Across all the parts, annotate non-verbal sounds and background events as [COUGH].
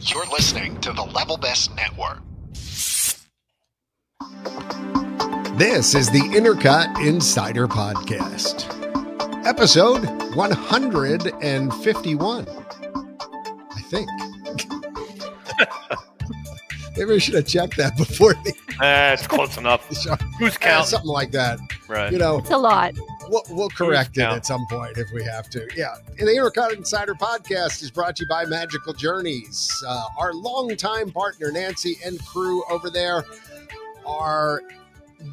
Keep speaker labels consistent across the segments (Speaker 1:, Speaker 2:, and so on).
Speaker 1: You're listening to the Level Best Network.
Speaker 2: This is the Intercut Insider Podcast, episode 151. I think. [LAUGHS] Maybe we should have checked that [LAUGHS] before the
Speaker 3: Eh, it's close enough.
Speaker 2: show.
Speaker 3: Who's
Speaker 2: Yeah,
Speaker 3: counting?
Speaker 2: something like that.
Speaker 3: Right.
Speaker 2: You know,
Speaker 4: It's a lot.
Speaker 2: We'll, we'll correct it
Speaker 3: Yeah.
Speaker 2: at some point if we have to. Yeah. And the Intercut Insider podcast is brought to you by Magical Journeys. Uh, our longtime partner, Nancy and crew over there, are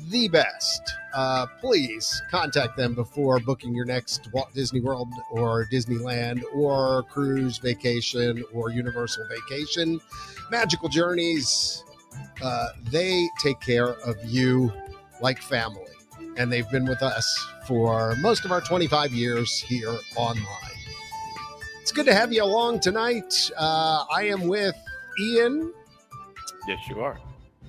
Speaker 2: the best. Uh, please contact them before booking your next Walt Disney World or Disneyland or cruise vacation or Universal vacation. Magical Journeys, uh, they take care of you like family and they've been with us for most of our 25 years here online. It's good to have you along tonight. Uh, I am with Ian.
Speaker 3: Yes, you are.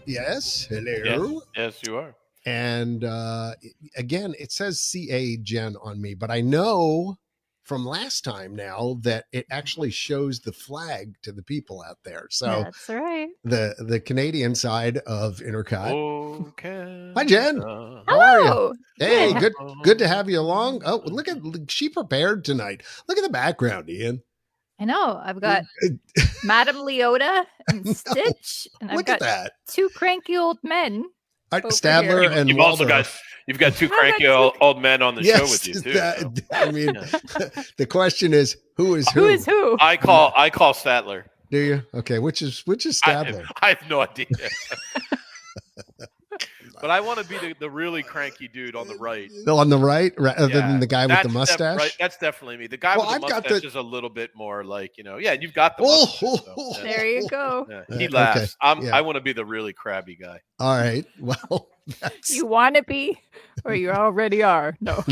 Speaker 2: Yes, hello.
Speaker 3: Yes, you are.
Speaker 2: And uh, again, it says CA Gen on me, but I know from last time now that it actually shows the flag to the people out there. So
Speaker 4: That's right.
Speaker 2: the the Canadian side of Intercot.
Speaker 3: Oh. Okay.
Speaker 2: Hi, Jen. How are you?
Speaker 4: Hello.
Speaker 2: Hey,
Speaker 4: Good.
Speaker 2: good good to have you along. Oh, look at look, she prepared tonight. Look at the background, Ian.
Speaker 4: I know. I've got Madame Leota
Speaker 2: [LAUGHS]
Speaker 4: and Stitch, and I've
Speaker 2: look at
Speaker 4: got
Speaker 2: that.
Speaker 4: two cranky old men.
Speaker 2: I,
Speaker 4: over
Speaker 2: Stadler
Speaker 4: here.
Speaker 2: and
Speaker 3: You've also
Speaker 2: Waldorf.
Speaker 3: got you've got two
Speaker 4: How did I
Speaker 3: cranky old, old men on the show with you too.
Speaker 2: that-
Speaker 3: so.
Speaker 2: [LAUGHS] I mean,
Speaker 3: Yeah.
Speaker 2: [LAUGHS] the question is, who is who?
Speaker 4: Who is who?
Speaker 3: I call
Speaker 2: Mm.
Speaker 3: I call Statler.
Speaker 2: Do you? Okay, which is which is
Speaker 3: I,
Speaker 2: Stadler?
Speaker 3: I have no
Speaker 2: [LAUGHS]
Speaker 3: idea. but I want to be the, the really cranky dude on the right.
Speaker 2: on the right, rather
Speaker 3: Yeah,
Speaker 2: than the guy with the
Speaker 3: def-
Speaker 2: mustache.
Speaker 3: right, that's definitely me. The guy
Speaker 2: Well,
Speaker 3: with the
Speaker 2: I've got
Speaker 3: mustache
Speaker 2: the-
Speaker 3: is a little bit more like you know. Yeah, and you've got the.
Speaker 2: Oh, [LAUGHS]
Speaker 3: mustache, so, yeah.
Speaker 4: There you go.
Speaker 3: Yeah,
Speaker 2: Uh,
Speaker 3: he
Speaker 2: okay,
Speaker 3: laughs. I'm,
Speaker 2: yeah.
Speaker 3: I want to be the really crabby guy.
Speaker 2: All right. [LAUGHS] Well, that's,
Speaker 4: You want to be, or you already are. No.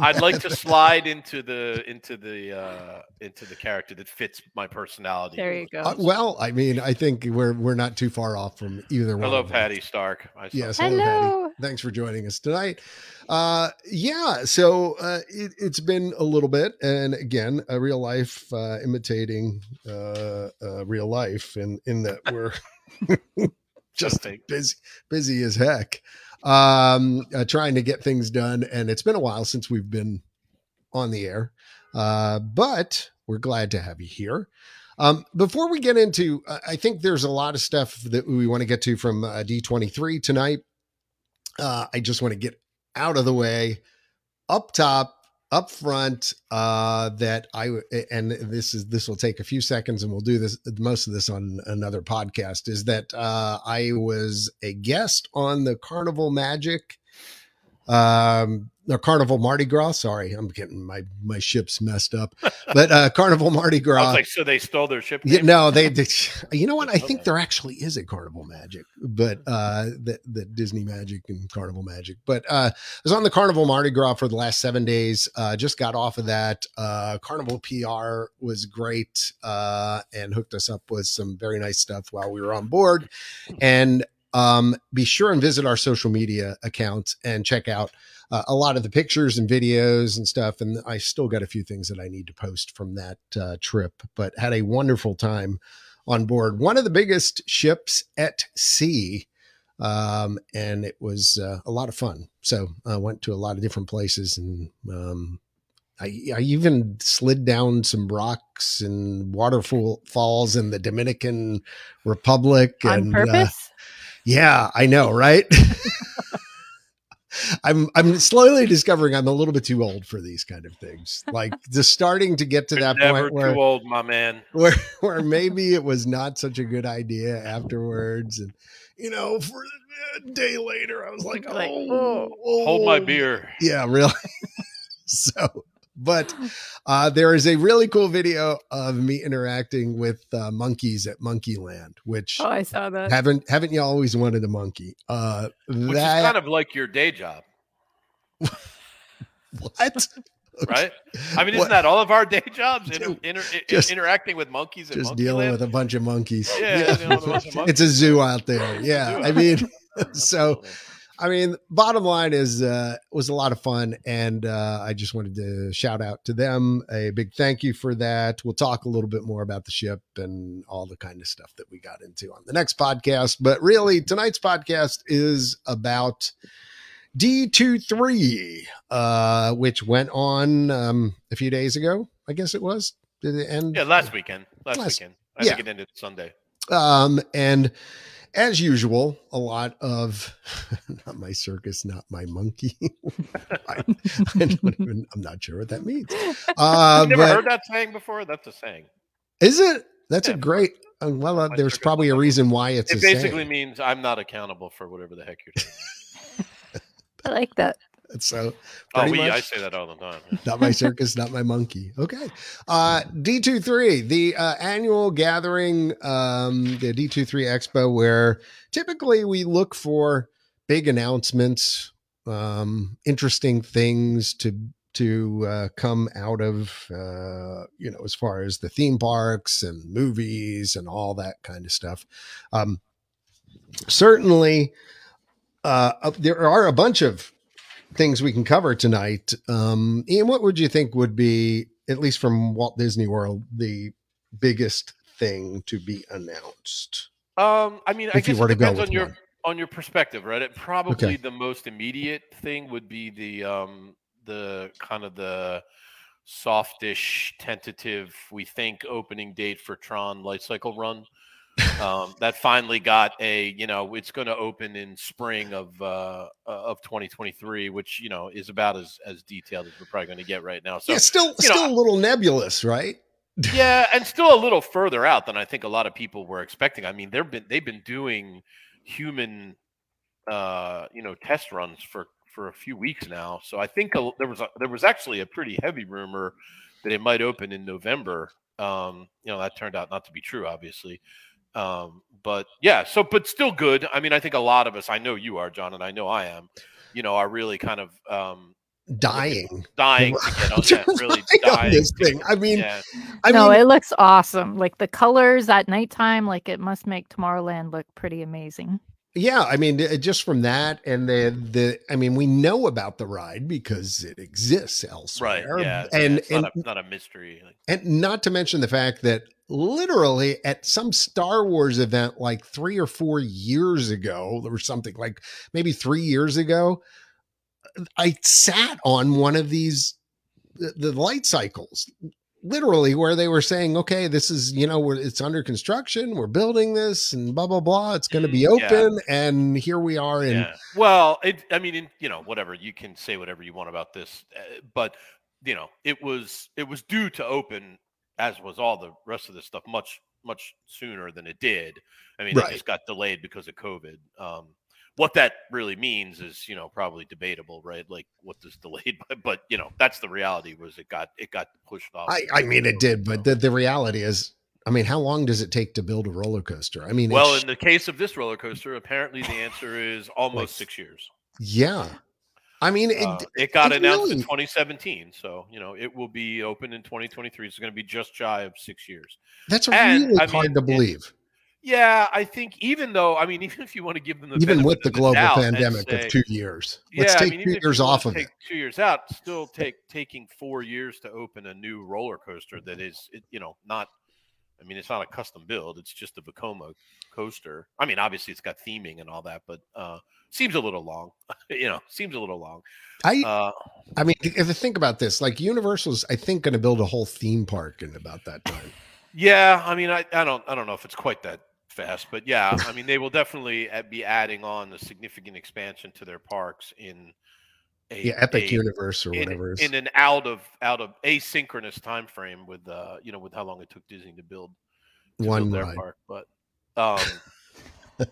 Speaker 3: I'd like to slide into the into the uh, into the character that fits my personality.
Speaker 4: There you go.
Speaker 2: uh, well, I mean, I think we're we're not too far off from either one.
Speaker 3: Hello,
Speaker 2: of them.
Speaker 3: Patty Stark. I saw-
Speaker 2: Oh. Yes, hello, Patty.
Speaker 4: Hello.
Speaker 2: Thanks for joining us tonight. Uh, yeah, so uh, it, it's been a little bit, and again, a real life uh, imitating uh, uh, real life, in in that we're [LAUGHS] just
Speaker 3: Something.
Speaker 2: busy busy as heck, um, uh, trying to get things done, and it's been a while since we've been on the air, uh, but we're glad to have you here. Um, before we get into, I I think there's a lot of stuff that we want to get to from uh, D23 tonight. Uh, I just want to get out of the way up top, up front. Uh, that I and this is this will take a few seconds, and we'll do this most of this on another podcast. Is that uh, I was a guest on the Carnival Magic, um, or Carnival Mardi Gras. Sorry, I'm getting my my ships messed up, but uh, Carnival Mardi
Speaker 3: I
Speaker 2: Gras.
Speaker 3: was like, so they stole their ship.
Speaker 2: Yeah,
Speaker 3: name?
Speaker 2: no, they, they. You know what? I
Speaker 3: Didn't know
Speaker 2: think
Speaker 3: that.
Speaker 2: there actually is a Carnival Magic, but uh, that that Disney Magic and Carnival Magic. But uh, I was on the Carnival Mardi Gras for the last seven days. Uh, just got off of that. Uh, Carnival PR was great uh, and hooked us up with some very nice stuff while we were on board. And um, be sure and visit our social media accounts and check out uh, a lot of the pictures and videos and stuff. And I still got a few things that I need to post from that uh, trip, but had a wonderful time on board one of the biggest ships at sea. Um, and it was uh, a lot of fun. So I went to a lot of different places and, um, I, I even slid down some rocks and waterfall falls in the Dominican Republic
Speaker 4: On
Speaker 2: and uh,
Speaker 4: purpose?
Speaker 2: yeah, I know, right? [LAUGHS] I'm I'm slowly discovering I'm a little bit too old for these kind of things.
Speaker 3: [LAUGHS]
Speaker 2: Like just starting to get to
Speaker 3: You're
Speaker 2: that
Speaker 3: never
Speaker 2: point where
Speaker 3: too old, my man.
Speaker 2: where
Speaker 3: [LAUGHS]
Speaker 2: where maybe it was not such a good idea afterwards and you know for a day later I was like,
Speaker 4: Like,
Speaker 2: oh,
Speaker 3: Hold my
Speaker 2: oh."
Speaker 3: beer.
Speaker 2: Yeah, really. [LAUGHS] so, but uh, there is a really cool video of me interacting with uh, monkeys at Monkeyland, which
Speaker 4: oh, I saw that.
Speaker 2: haven't haven't you always wanted a monkey? Uh,
Speaker 3: Which
Speaker 2: that
Speaker 3: is kind of like your day job,
Speaker 2: [LAUGHS]
Speaker 3: [LAUGHS]
Speaker 2: what?
Speaker 3: right? I mean,
Speaker 2: What-
Speaker 3: isn't that all of our day jobs?
Speaker 2: [LAUGHS]
Speaker 3: Inter- inter-
Speaker 2: Just-
Speaker 3: interacting with monkeys and
Speaker 2: just dealing with a bunch of monkeys? [LAUGHS]
Speaker 3: Yeah, dealing with a bunch of monkeys.
Speaker 2: it's a zoo out there.
Speaker 3: It's a
Speaker 2: Yeah,
Speaker 3: zoo
Speaker 2: I
Speaker 3: out
Speaker 2: mean, so I mean, bottom line is uh, it was a lot of fun, and uh, I just wanted to shout out to them a big thank you for that. We'll talk a little bit more about the ship and all the kind of stuff that we got into on the next podcast, but really tonight's podcast is about D23, uh, which went on um, a few days ago. I guess it was. Did it end?
Speaker 3: Yeah, last weekend. Last,
Speaker 2: Last-
Speaker 3: weekend. I
Speaker 2: yeah.
Speaker 3: think it ended Sunday.
Speaker 2: Um, and as usual, a lot of [LAUGHS] not my circus, not my monkey. [LAUGHS] I, I don't even, I'm not sure what that means. Uh,
Speaker 3: you never
Speaker 2: but
Speaker 3: heard that saying before? That's a saying.
Speaker 2: is it? That's a
Speaker 3: Yeah.
Speaker 2: great. uh, well, uh,
Speaker 3: My
Speaker 2: there's
Speaker 3: circus,
Speaker 2: probably a
Speaker 3: not my
Speaker 2: reason why it's
Speaker 3: It
Speaker 2: a saying.
Speaker 3: basically means I'm not accountable for whatever the heck you're doing.
Speaker 4: I like that.
Speaker 2: So [LAUGHS]
Speaker 3: Oh,
Speaker 2: pretty
Speaker 3: we,
Speaker 2: much.
Speaker 3: I say that all the time. yeah.
Speaker 2: not my circus, not my monkey. Okay. Uh, D23, the uh, annual gathering, um, the D23 Expo, where typically we look for big announcements, um, interesting things to to uh, come out of, uh, you know, as far as the theme parks and movies and all that kind of stuff. Um, certainly, uh, uh, there are a bunch of things we can cover tonight. Um, Ian, what would you think would be, at least from Walt Disney World, the biggest thing to be announced?
Speaker 3: Um, I mean, I
Speaker 2: If you
Speaker 3: guess
Speaker 2: were
Speaker 3: it
Speaker 2: to go
Speaker 3: depends
Speaker 2: with
Speaker 3: on your
Speaker 2: one.
Speaker 3: on your perspective, right? It probably the most immediate thing would be the um the kind of the softish, tentative, we think opening date for Tron Lifecycle Run.
Speaker 2: [LAUGHS]
Speaker 3: um, that finally got a you know it's going to open in spring of uh, of 2023, which you know is about as as detailed as we're probably going to get right now. So
Speaker 2: yeah, still,
Speaker 3: you know,
Speaker 2: still a little nebulous, right?
Speaker 3: yeah, and still a little further out than I think a lot of people were expecting. I mean, they've been they've been doing human, uh, you know, test runs for for a few weeks now. So I think a, there was a, there was actually a pretty heavy rumor that it might open in November. Um, you know, that turned out not to be true, obviously. Um, but yeah, so but still good. I mean, I think a lot of us, I know you are, John, and I know I am. You know, are really kind of um,
Speaker 2: Dying,
Speaker 3: [LAUGHS] dying to
Speaker 2: [LAUGHS]
Speaker 3: get on that, really
Speaker 2: on
Speaker 3: dying.
Speaker 2: this
Speaker 3: to-
Speaker 2: thing. I mean,
Speaker 3: yeah.
Speaker 2: I
Speaker 4: no,
Speaker 2: mean,
Speaker 4: it looks awesome. Like the colors at nighttime, like it must make Tomorrowland look pretty amazing.
Speaker 2: yeah, I mean, uh, just from that and the the, I mean, we know about the ride because it exists
Speaker 3: right
Speaker 2: elsewhere,
Speaker 3: yeah it's- yeah,
Speaker 2: and
Speaker 3: it's
Speaker 2: and
Speaker 3: not, a, not a mystery like,
Speaker 2: And not to mention the fact that literally at some Star Wars event like three or four years ago, there was something like maybe three years ago, I sat on one of these the, the light cycles, literally where they were saying, "Okay, this is you know we're, it's under construction, we're building this, and blah blah blah, it's going to be
Speaker 3: Mm, yeah.
Speaker 2: open, and here we are." in
Speaker 3: yeah well it i mean in, you know whatever you can say whatever you want about this uh, but you know it was it was due to open as was all the rest of this stuff much much sooner than it did i mean
Speaker 2: Right.
Speaker 3: it just got delayed because of covid um what that really means is you know probably debatable right like what does [LAUGHS] delayed but, but you know that's the reality was it got it got pushed off
Speaker 2: I,
Speaker 3: because
Speaker 2: I
Speaker 3: of
Speaker 2: mean, it
Speaker 3: COVID,
Speaker 2: did,
Speaker 3: so.
Speaker 2: but the, the reality is, I mean, how long does it take to build a roller coaster? I mean, it
Speaker 3: well
Speaker 2: sh-
Speaker 3: in the case of this roller coaster apparently the answer is almost
Speaker 2: Like-
Speaker 3: six years
Speaker 2: yeah. I mean, it,
Speaker 3: Uh, it got
Speaker 2: it
Speaker 3: announced in
Speaker 2: really-
Speaker 3: 2017, so you know it will be open in 2023. It's going to be just shy of six years.
Speaker 2: That's
Speaker 3: And,
Speaker 2: really
Speaker 3: I
Speaker 2: hard
Speaker 3: mean,
Speaker 2: to
Speaker 3: it-
Speaker 2: believe.
Speaker 3: Yeah, I think even though I mean, [LAUGHS] even if you want to give them the
Speaker 2: even
Speaker 3: benefit
Speaker 2: with
Speaker 3: of
Speaker 2: the global
Speaker 3: doubt and
Speaker 2: pandemic
Speaker 3: say-
Speaker 2: of two years,
Speaker 3: yeah,
Speaker 2: let's
Speaker 3: I
Speaker 2: take
Speaker 3: mean, even
Speaker 2: two
Speaker 3: if
Speaker 2: years
Speaker 3: you wanna
Speaker 2: off of
Speaker 3: take
Speaker 2: it.
Speaker 3: Two years out, still take taking four years to open a new roller coaster that is, it, you know, not. I mean, it's not a custom build; it's just a Vacoma coaster. I mean, obviously, it's got theming and all that, but uh seems a little long. [LAUGHS] you know, seems a little long.
Speaker 2: I,
Speaker 3: Uh,
Speaker 2: I mean, if you think about this, like Universal's, I think, going to build a whole theme park in about that time.
Speaker 3: Yeah, I mean, I, I don't I don't know if it's quite that fast, but yeah, I mean, they will definitely a- be adding on a significant expansion to their parks in a
Speaker 2: Yeah, Epic
Speaker 3: a-
Speaker 2: Universe or
Speaker 3: in,
Speaker 2: whatever. it is.
Speaker 3: in an out of out of asynchronous time frame with uh you know with how long it took Disney to build to build
Speaker 2: One
Speaker 3: their
Speaker 2: ride.
Speaker 3: park, but
Speaker 2: [LAUGHS]
Speaker 3: um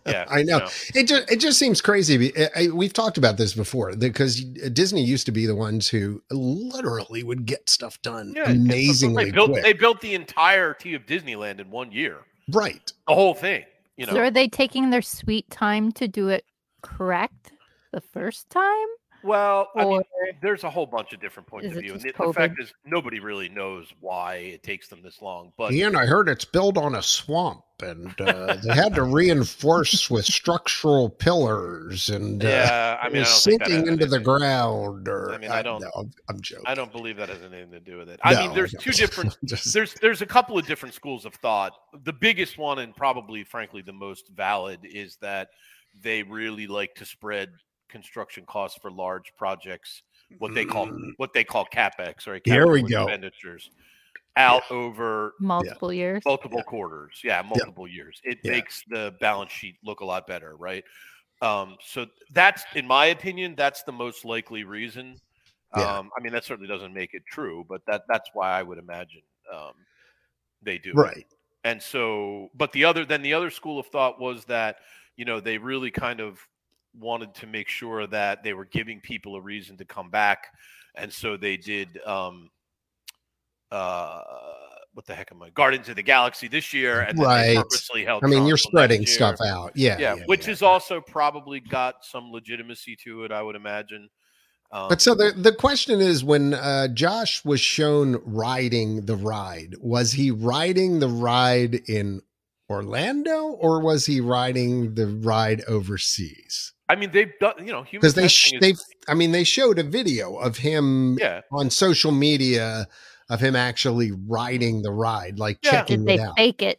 Speaker 3: yeah,
Speaker 2: I
Speaker 3: you
Speaker 2: know. It just it just seems crazy. be- I, I- eh, we've talked about this before because Disney used to be the ones who literally would get stuff done
Speaker 3: Yeah, and so
Speaker 2: amazingly
Speaker 3: they built
Speaker 2: quick.
Speaker 3: they built the entirety of Disneyland in one year,
Speaker 2: right.
Speaker 3: the whole thing. You know,
Speaker 4: So are they taking their sweet time to do it correct the first time?
Speaker 3: well, I mean,
Speaker 4: Or
Speaker 3: there's a whole bunch of different points
Speaker 4: Is
Speaker 3: of
Speaker 4: it
Speaker 3: view. And the,
Speaker 4: just
Speaker 3: the fact is, nobody really knows why it takes them this long. But
Speaker 2: Ian, I heard it's built on a swamp. and uh, they had
Speaker 3: [LAUGHS]
Speaker 2: to reinforce with structural pillars and uh,
Speaker 3: yeah, I
Speaker 2: it
Speaker 3: mean, I
Speaker 2: was
Speaker 3: don't think
Speaker 2: sinking
Speaker 3: that has
Speaker 2: into the
Speaker 3: anything-
Speaker 2: ground. Or
Speaker 3: I mean, I don't-
Speaker 2: no, I'm, I'm joking.
Speaker 3: I don't believe that has anything to do with it. I
Speaker 2: No,
Speaker 3: mean, there's
Speaker 2: no. [LAUGHS]
Speaker 3: two different.
Speaker 2: Just-
Speaker 3: There's there's a couple of different schools of thought. The biggest one, and probably, frankly, the most valid, is that they really like to spread construction costs for large projects, what they call
Speaker 2: Mm.
Speaker 3: what they call capex or
Speaker 2: Here we
Speaker 3: capital
Speaker 2: go.
Speaker 3: expenditures, out over
Speaker 4: multiple years.
Speaker 3: multiple quarters yeah multiple years it
Speaker 2: Yeah.
Speaker 3: makes the balance sheet look a lot better right um so that's in my opinion that's the most likely reason
Speaker 2: Yeah.
Speaker 3: um i mean that certainly doesn't make it true but that that's why i would imagine um they do it.
Speaker 2: right.
Speaker 3: and so but the other then the other school of thought was that you know they really kind of wanted to make sure that they were giving people a reason to come back and so they did um uh what the heck am i guardians of the galaxy this year and then they
Speaker 2: Right.
Speaker 3: purposely held
Speaker 2: I mean,
Speaker 3: Tron
Speaker 2: you're
Speaker 3: till next
Speaker 2: spreading
Speaker 3: year.
Speaker 2: stuff out. Yeah.
Speaker 3: yeah, which is also probably got some legitimacy to it i would imagine um,
Speaker 2: But so the the question is, when uh, Josh was shown riding the ride, was he riding the ride in Orlando or was he riding the ride overseas?
Speaker 3: i mean they've done you know human
Speaker 2: Because they sh-
Speaker 3: testing
Speaker 2: they
Speaker 3: is,
Speaker 2: I mean they showed a video of him
Speaker 3: yeah
Speaker 2: on social media of him actually riding the ride, like
Speaker 3: Yeah.
Speaker 2: checking
Speaker 4: Did they
Speaker 2: it out.
Speaker 4: fake it?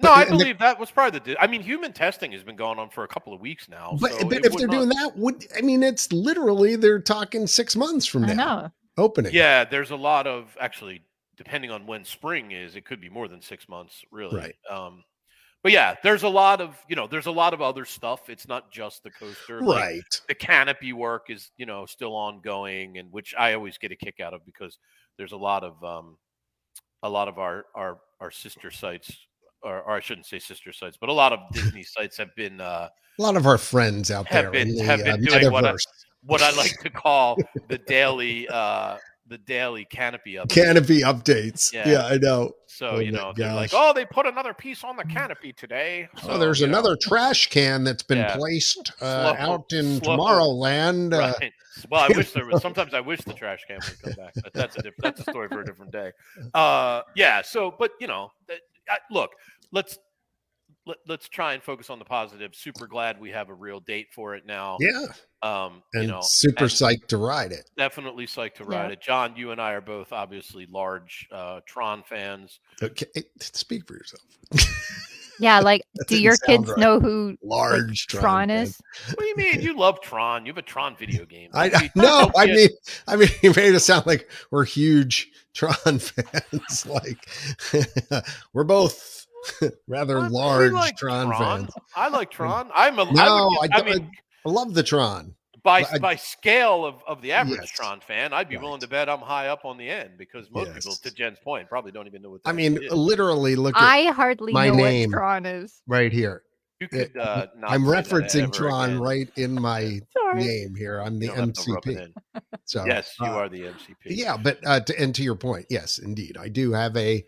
Speaker 3: No,
Speaker 2: But-
Speaker 3: I
Speaker 2: and the-
Speaker 3: believe that was probably the. I mean, human testing has been going on for a couple of weeks now.
Speaker 2: But,
Speaker 3: Oh, so
Speaker 2: but
Speaker 3: it
Speaker 2: if
Speaker 3: would
Speaker 2: they're
Speaker 3: not-
Speaker 2: doing that, would I mean it's literally they're talking six months from
Speaker 4: I
Speaker 2: now
Speaker 4: know.
Speaker 2: opening.
Speaker 3: yeah, there's a lot of actually depending on when spring is, it could be more than six months, really.
Speaker 2: Right.
Speaker 3: Um, but yeah, there's a lot of you know, there's a lot of other stuff. It's not just the coaster, like,
Speaker 2: right.
Speaker 3: the canopy work is you know still ongoing, and which I always get a kick out of because there's a lot of um, a lot of our our our sister sites. Or, or I shouldn't say sister sites, but a
Speaker 2: [LAUGHS]
Speaker 3: lot of Disney sites have been uh,
Speaker 2: A lot of our friends out
Speaker 3: Have
Speaker 2: there
Speaker 3: been-
Speaker 2: in the
Speaker 3: have
Speaker 2: uh,
Speaker 3: been doing what I-
Speaker 2: metaverse.
Speaker 3: what I
Speaker 2: [LAUGHS]
Speaker 3: like to call the daily uh the daily canopy update.
Speaker 2: canopy updates. Yeah,
Speaker 3: Yeah.
Speaker 2: I know.
Speaker 3: so
Speaker 2: oh
Speaker 3: you
Speaker 2: my
Speaker 3: know they're like,
Speaker 2: gosh. Mm.
Speaker 3: oh, they put another piece on the canopy today. So,
Speaker 2: Oh, there's
Speaker 3: you know,
Speaker 2: another trash can that's been
Speaker 3: Yeah.
Speaker 2: placed uh,
Speaker 3: Slow-
Speaker 2: out in
Speaker 3: slow.
Speaker 2: Tomorrowland. Uh,
Speaker 3: right. Well, I wish
Speaker 2: [LAUGHS]
Speaker 3: there was. Sometimes I wish the trash can would come back, but that's a different. That's a story for a different
Speaker 2: [LAUGHS]
Speaker 3: day. Uh, yeah. So, but you know, that- I- look, let's let, let's try and focus on the positive. Super glad we have a real date for it now.
Speaker 2: Yeah,
Speaker 3: Um,
Speaker 2: and
Speaker 3: you know,
Speaker 2: super
Speaker 3: and-
Speaker 2: psyched to ride it.
Speaker 3: definitely psyched to ride
Speaker 4: Yeah.
Speaker 3: it. John, you and I are both obviously large uh, Tron fans.
Speaker 2: Okay, speak for yourself.
Speaker 4: Yeah, [LAUGHS] like do
Speaker 2: didn't
Speaker 4: your
Speaker 2: sound
Speaker 4: kids
Speaker 2: right.
Speaker 4: know who like,
Speaker 2: Large
Speaker 4: Tron
Speaker 2: fan.
Speaker 4: is?
Speaker 3: What do you mean? You love Tron. You have a Tron video game.
Speaker 2: I
Speaker 3: Don't be-
Speaker 2: [LAUGHS] no,
Speaker 3: don't
Speaker 2: I
Speaker 3: get-
Speaker 2: mean, I mean, [LAUGHS] you made it sound like we're huge Tron [LAUGHS] fans. like [LAUGHS] we're both [LAUGHS] rather
Speaker 3: I- we
Speaker 2: large
Speaker 3: like
Speaker 2: Tron, fans.
Speaker 3: I like Tron. I'm a. I
Speaker 2: No,
Speaker 3: would-
Speaker 2: I
Speaker 3: I,
Speaker 2: don't-
Speaker 3: mean,
Speaker 2: I love the Tron.
Speaker 3: by
Speaker 2: I-
Speaker 3: by scale of, of the average
Speaker 2: Yes.
Speaker 3: Tron fan, I'd be
Speaker 2: Right.
Speaker 3: willing to bet I'm high up on the end because most people,
Speaker 2: Yes.
Speaker 3: to Jen's point, probably don't even know what.
Speaker 2: I
Speaker 3: that
Speaker 2: mean,
Speaker 3: is.
Speaker 2: literally, look at
Speaker 4: I hardly
Speaker 2: my
Speaker 4: know
Speaker 2: name.
Speaker 4: what Tron is.
Speaker 2: right here.
Speaker 3: you could. Uh, not
Speaker 2: I'm
Speaker 3: say that ever
Speaker 2: referencing Tron
Speaker 3: again.
Speaker 2: right in
Speaker 3: [LAUGHS]
Speaker 2: my
Speaker 4: Sorry.
Speaker 2: name here. I'm
Speaker 3: You
Speaker 2: the
Speaker 3: don't have to rub it
Speaker 2: MCP.
Speaker 3: in.
Speaker 2: So
Speaker 3: Yes, you
Speaker 2: uh,
Speaker 3: are the MCP.
Speaker 2: Yeah, but uh, to, and to your point, yes, indeed, I do have a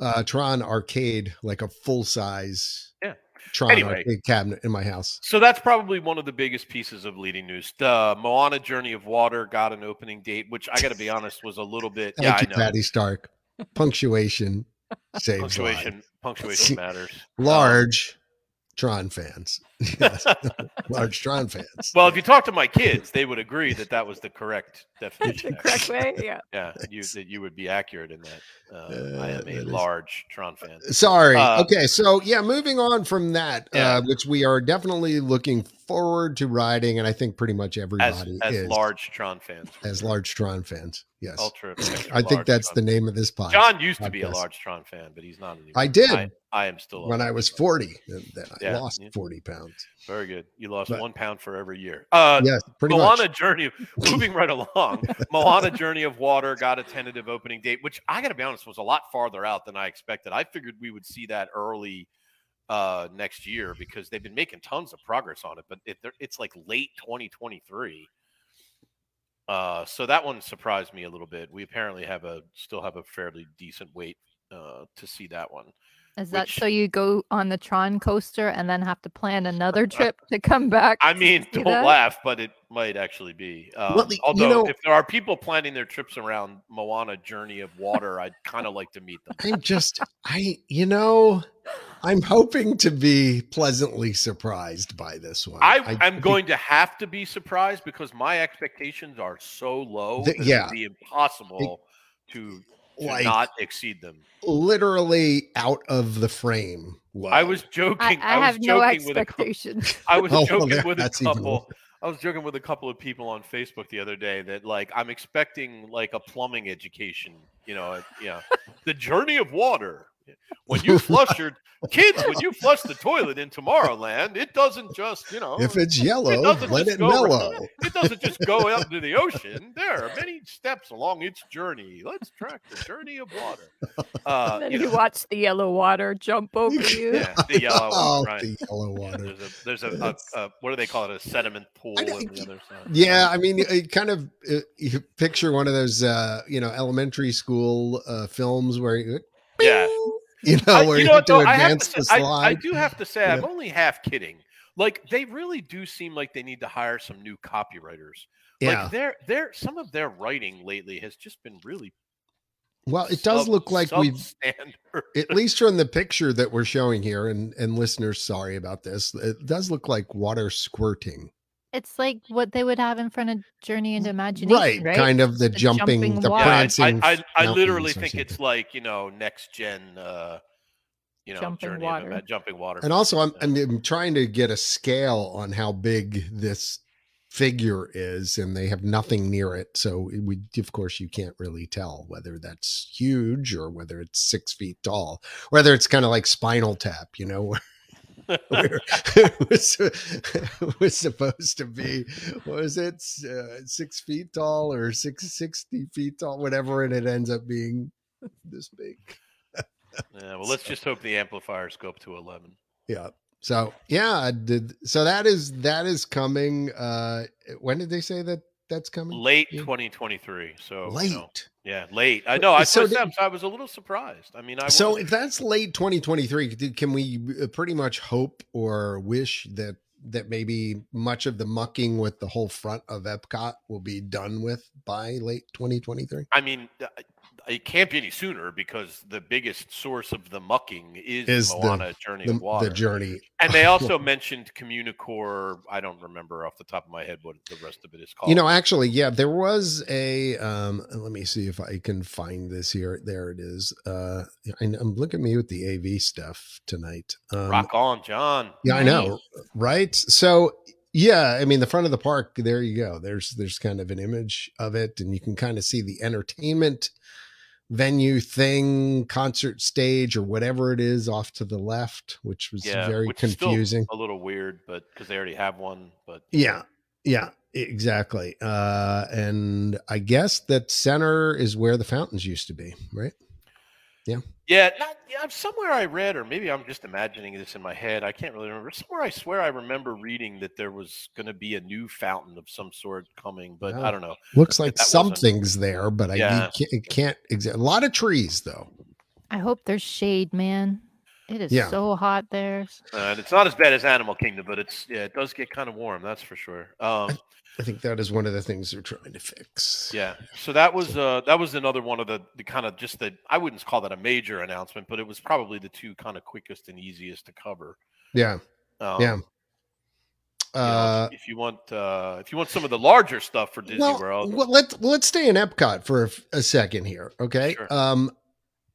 Speaker 2: uh, Tron arcade, like a full size
Speaker 3: Yeah.
Speaker 2: Tron
Speaker 3: Anyway.
Speaker 2: arcade cabinet in my house.
Speaker 3: So that's probably one of the biggest pieces of leading news. The Moana Journey of Water got an opening date, which I got to be honest was a little bit.
Speaker 2: Thank
Speaker 3: yeah, I
Speaker 2: you,
Speaker 3: know.
Speaker 2: Patty Stark.
Speaker 3: [LAUGHS]
Speaker 2: Punctuation saves punctuation
Speaker 3: Punctuation,
Speaker 2: [LAUGHS]
Speaker 3: punctuation matters.
Speaker 2: large Tron fans, [LAUGHS]
Speaker 3: [LAUGHS]
Speaker 2: Yes, large Tron fans.
Speaker 3: Well, if you talk to my kids, they would agree that that was the correct definition.
Speaker 4: The correct way? [LAUGHS] Yeah.
Speaker 3: Yeah, you, that you would be accurate in that. Uh, I
Speaker 2: Uh,
Speaker 3: am
Speaker 2: that
Speaker 3: a
Speaker 2: is-
Speaker 3: large Tron fan.
Speaker 2: Sorry.
Speaker 3: Uh,
Speaker 2: okay. So, yeah, moving on from that,
Speaker 3: Yeah.
Speaker 2: uh, which we are definitely looking forward to riding. And I think pretty much
Speaker 3: As,
Speaker 2: everybody
Speaker 3: as
Speaker 2: is
Speaker 3: large Tron fans,
Speaker 2: as large Tron fans. Yes.
Speaker 3: ultra.
Speaker 2: I think that's the
Speaker 3: name.
Speaker 2: name of this podcast.
Speaker 3: John used to be a
Speaker 2: podcast.
Speaker 3: large Tron fan, but he's not anymore.
Speaker 2: I did
Speaker 3: I, I am still. a
Speaker 2: when I
Speaker 3: large
Speaker 2: was
Speaker 3: Tron
Speaker 2: 40. and Then I
Speaker 3: Yeah,
Speaker 2: lost
Speaker 3: yeah.
Speaker 2: 40 pounds.
Speaker 3: fan. Very good. You lost
Speaker 2: But-
Speaker 3: one pound for every year. Uh,
Speaker 2: yes, pretty
Speaker 3: Moana
Speaker 2: much. [LAUGHS]
Speaker 3: Journey, moving right along. Moana Journey of Water got a tentative opening date, which I got to be honest was a lot farther out than I expected. I figured we would see that early uh, next year because they've been making tons of progress on it, but it, they're- it's like late 2023. Uh, so that one surprised me a little bit. We apparently have a still have a fairly decent wait uh, to see that one.
Speaker 4: Is that
Speaker 3: Which-
Speaker 4: so you go on the Tron coaster and then have to plan [LAUGHS] another trip to come back?
Speaker 3: I
Speaker 4: to
Speaker 3: mean,
Speaker 4: see
Speaker 3: don't
Speaker 4: that?
Speaker 3: laugh, but it might actually be. Um,
Speaker 2: Well, you
Speaker 3: although,
Speaker 2: know-
Speaker 3: if there are people planning their trips around Moana Journey of Water, I'd kind of like to meet them.
Speaker 2: I'm just, I, you know, I'm hoping to be pleasantly surprised by this one.
Speaker 3: I, I am going to have to be surprised because my expectations are so low.
Speaker 2: The-
Speaker 3: that
Speaker 2: yeah.
Speaker 3: it'd be impossible to, to
Speaker 2: Like-
Speaker 3: not exceed them.
Speaker 2: literally out of the frame. Wow.
Speaker 3: I was joking.
Speaker 4: I, I
Speaker 3: was
Speaker 4: have no
Speaker 3: joking with a couple-
Speaker 4: expectations. [LAUGHS]
Speaker 3: I was
Speaker 2: Oh, well,
Speaker 3: joking
Speaker 2: there-
Speaker 3: with a
Speaker 2: that's even
Speaker 3: couple. I was joking with a couple of people on Facebook the other day that like I'm expecting like a plumbing education. You know, it- yeah, the journey of water. When you flush your kids, when you flush the toilet in Tomorrowland, it doesn't just you know
Speaker 2: [LAUGHS] if
Speaker 3: [LAUGHS]
Speaker 2: it's yellow,
Speaker 3: doesn't
Speaker 2: let it
Speaker 3: just go right-
Speaker 2: mellow.
Speaker 3: it doesn't just go out into the ocean. There are many steps along its journey. Let's track the journey of water. Uh,
Speaker 4: then
Speaker 3: you
Speaker 4: you
Speaker 3: know,
Speaker 4: watch the yellow water jump over [LAUGHS] you.
Speaker 3: yeah, the yellow one,
Speaker 2: [LAUGHS] oh,
Speaker 3: right.
Speaker 2: the
Speaker 3: [LAUGHS]
Speaker 2: yellow water.
Speaker 3: There's a, there's a,
Speaker 2: That's-
Speaker 3: a, a what do they call it? A sediment pool
Speaker 2: I
Speaker 3: on
Speaker 2: know-
Speaker 3: the other side.
Speaker 2: Yeah, I mean, it kind of uh you picture one of those, uh, you know, elementary school uh, films where you,
Speaker 3: yeah.
Speaker 2: you know,
Speaker 3: I,
Speaker 2: where
Speaker 3: you
Speaker 2: you,
Speaker 3: know
Speaker 2: have
Speaker 3: what,
Speaker 2: to
Speaker 3: though, I have
Speaker 2: advance
Speaker 3: to
Speaker 2: the
Speaker 3: say, I, I
Speaker 2: slide.
Speaker 3: do have to say, I'm only half kidding. Like they really do seem like they need to hire some new copywriters.
Speaker 2: yeah.
Speaker 3: Like their their some of their writing lately has just been really.
Speaker 2: well, it does
Speaker 3: sub-
Speaker 2: look like we've
Speaker 3: substandard. [LAUGHS]
Speaker 2: at least from the picture that we're showing here and and listeners sorry about this it does look like water squirting
Speaker 4: It's like what they would have in front of Journey into Imagination, right?
Speaker 2: kind of the,
Speaker 4: The
Speaker 2: jumping,
Speaker 4: jumping
Speaker 2: the
Speaker 4: water.
Speaker 3: Yeah, I-
Speaker 2: prancing
Speaker 3: I, I, I,
Speaker 2: fountains
Speaker 3: literally
Speaker 2: or
Speaker 3: think it's
Speaker 2: something.
Speaker 3: like you know next gen, uh, you know,
Speaker 4: Jumping
Speaker 3: journey
Speaker 4: water.
Speaker 3: Of, Ima- jumping water.
Speaker 2: and also I'm,
Speaker 3: Yeah.
Speaker 2: I'm I'm trying to get a scale on how big this figure is and they have nothing near it so we of course you can't really tell whether that's huge or whether it's six feet tall whether it's kind of like spinal tap you know [LAUGHS] where where it was, it [LAUGHS] was supposed to be what was it uh, six feet tall or six sixty feet tall whatever and it ends up being this big
Speaker 3: yeah, well, let's just hope the amplifiers go up to eleven.
Speaker 2: yeah so yeah I did so that is that is coming uh when did they say that that's coming
Speaker 3: Late
Speaker 2: Yeah.
Speaker 3: 2023. So you
Speaker 2: late
Speaker 3: know, yeah, late. I know. I
Speaker 2: So
Speaker 3: saw
Speaker 2: did-
Speaker 3: Sam's. I was a little surprised. I mean, I
Speaker 2: so
Speaker 3: wasn't-
Speaker 2: if that's late 2023 do- can we uh, pretty much hope or wish that that maybe much of the mucking with the whole front of epcot will be done with by late 2023
Speaker 3: I mean, uh, it can't be any sooner because the biggest source of the mucking is,
Speaker 2: Is the-
Speaker 3: Moana Journey
Speaker 2: the,
Speaker 3: of Water.
Speaker 2: the journey
Speaker 3: And
Speaker 2: [LAUGHS]
Speaker 3: they also mentioned Communicore. I don't remember off the top of my head what the rest of it is called.
Speaker 2: you know actually yeah there was a um let me see if i can find this here there it is uh and i'm looking at me with the av stuff tonight um
Speaker 3: rock on, John.
Speaker 2: Yeah, I know, right? So yeah, I mean the front of the park. There you go. There's there's kind of an image of it, and you can kind of see the entertainment venue thing, concert stage, or whatever it is off to the left, which was
Speaker 3: Yeah,
Speaker 2: very
Speaker 3: which is still
Speaker 2: confusing.
Speaker 3: a little weird, but because they already have one. But
Speaker 2: Yeah, yeah, e, exactly. Uh, and I guess that center is where the fountains used to be, right?
Speaker 3: yeah, not, yeah, somewhere I read, or maybe I'm just imagining this in my head. I can't really remember. Somewhere I swear I remember reading that there was going to be a new fountain of some sort coming, but
Speaker 2: Wow.
Speaker 3: I don't know.
Speaker 2: Looks like
Speaker 3: [LAUGHS] That wasn't-
Speaker 2: something's there, but I
Speaker 3: Yeah.
Speaker 2: you can't, can't exa- a lot of trees though.
Speaker 4: I hope there's shade, man. It is
Speaker 2: Yeah.
Speaker 4: so hot there.
Speaker 3: Uh, and it's not as bad as Animal Kingdom, but it's yeah, it does get kind of warm. That's for sure. Um,
Speaker 2: I think that is one of the things they're trying to fix.
Speaker 3: Yeah. So that was uh that was another one of the the kind of just the I wouldn't call that a major announcement, but it was probably the two kind of quickest and easiest to cover.
Speaker 2: Yeah. Yeah.
Speaker 3: Um, you know,
Speaker 2: Uh,
Speaker 3: if, if you want uh if you want some of the larger stuff for Disney
Speaker 2: well,
Speaker 3: World,
Speaker 2: well, let's let's stay in Epcot for a, f- a second here, okay?
Speaker 3: Sure.
Speaker 2: Um,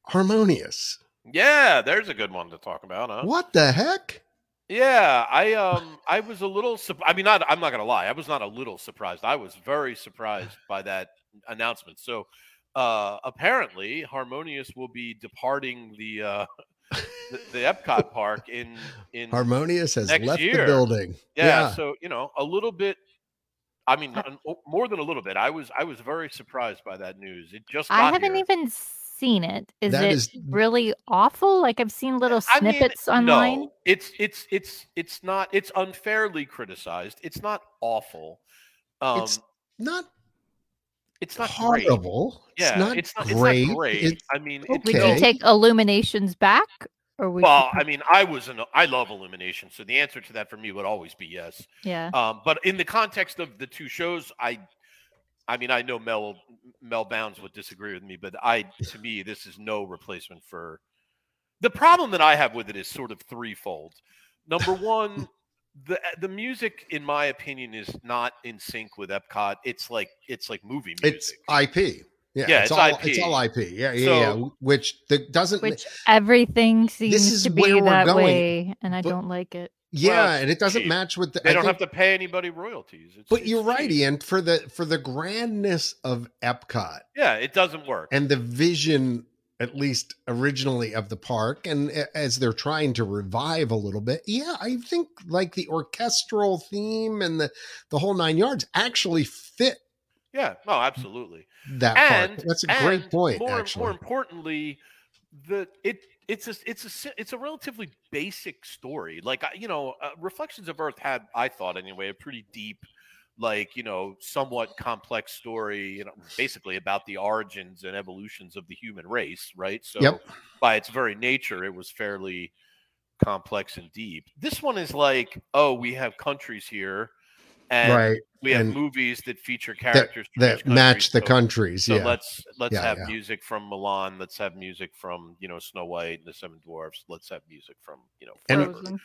Speaker 2: harmonious.
Speaker 3: yeah, there's a good one to talk about, huh?
Speaker 2: What the heck?
Speaker 3: Yeah, I um I was a little sup- I mean not I'm not going to lie. I was not a little surprised. I was very surprised by that announcement. So uh apparently Harmonious will be departing the uh the, the
Speaker 2: [LAUGHS]
Speaker 3: Epcot park in in
Speaker 2: Harmonious has
Speaker 3: Hmm. Next
Speaker 2: left the
Speaker 3: year.
Speaker 2: building.
Speaker 3: yeah,
Speaker 2: Yeah.
Speaker 3: so you know a little bit i mean not- oh, more than a little bit i was i was very surprised by that news it just
Speaker 4: I
Speaker 3: got
Speaker 4: haven't
Speaker 3: here.
Speaker 4: even seen it. Is
Speaker 2: That
Speaker 4: it
Speaker 2: is- Eh,
Speaker 4: really awful? Like I've seen little
Speaker 3: I mean,
Speaker 4: snippets online.
Speaker 3: no, it's it's it's it's not it's unfairly criticized it's not awful um
Speaker 2: It's
Speaker 3: it's,
Speaker 2: Not
Speaker 3: not great
Speaker 2: horrible.
Speaker 3: yeah
Speaker 2: it's not great.
Speaker 3: it's not great
Speaker 2: It-
Speaker 3: i mean
Speaker 4: Would
Speaker 3: it's,
Speaker 2: Okay.
Speaker 4: you take Illuminations back, or would [LAUGHS]
Speaker 3: well
Speaker 4: you?
Speaker 3: i mean i was an i love illumination so the answer to that for me would always be yes
Speaker 4: yeah.
Speaker 3: Um, but in the context of the two shows, I, I mean, I know Mel Mel Bounds would disagree with me, but I, to me, this is no replacement for the problem that I have with it is sort of threefold.
Speaker 2: [LAUGHS]
Speaker 3: Number one, the the music, in my opinion, is not in sync with Epcot. It's like it's like movie music.
Speaker 2: It's IP. Yeah,
Speaker 3: Yeah,
Speaker 2: it's,
Speaker 3: it's
Speaker 2: all
Speaker 3: IP.
Speaker 2: it's all IP. Yeah, yeah,
Speaker 3: So-
Speaker 2: yeah. Which that doesn't.
Speaker 4: Which everything
Speaker 2: is
Speaker 4: seems to
Speaker 2: where
Speaker 4: be
Speaker 2: we're
Speaker 4: that
Speaker 2: going,
Speaker 4: way, and I
Speaker 2: but-
Speaker 4: don't like it.
Speaker 2: yeah,
Speaker 3: well,
Speaker 2: and it doesn't
Speaker 3: cheap.
Speaker 2: match with. The,
Speaker 3: they
Speaker 2: I
Speaker 3: don't
Speaker 2: think-
Speaker 3: have to pay anybody royalties. It's-
Speaker 2: But
Speaker 3: it's
Speaker 2: you're right,
Speaker 3: cheap.
Speaker 2: Ian. For the for the grandness of Epcot
Speaker 3: Yeah, it doesn't work.
Speaker 2: and the vision, at least originally of the park, and a- as they're trying to revive a little bit, yeah, I think like the orchestral theme and the the whole nine yards actually fit
Speaker 3: yeah, no, absolutely.
Speaker 2: that
Speaker 3: and
Speaker 2: park. That's a
Speaker 3: and
Speaker 2: great point,
Speaker 3: More,
Speaker 2: actually.
Speaker 3: more importantly, the it it's a it's a si- it's a relatively basic story. Like I- you know, uh, Reflections of Earth had I thought anyway a pretty deep, like you know, somewhat complex story. You know, basically about the origins and evolutions of the human race, right? So
Speaker 2: Yep.
Speaker 3: by its very nature, it was fairly complex and deep. This one is like, oh, we have countries here, and
Speaker 2: right
Speaker 3: we have
Speaker 2: and
Speaker 3: movies that feature characters from each
Speaker 2: that
Speaker 3: country,
Speaker 2: match the
Speaker 3: so-
Speaker 2: countries.
Speaker 3: so
Speaker 2: yeah,
Speaker 3: let's let's
Speaker 2: Yeah,
Speaker 3: have
Speaker 2: yeah.
Speaker 3: music from Milan. Let's have music from you know Snow White and the Seven Dwarfs. Let's have music from you know.
Speaker 2: And-
Speaker 3: wherever.
Speaker 4: Frozen.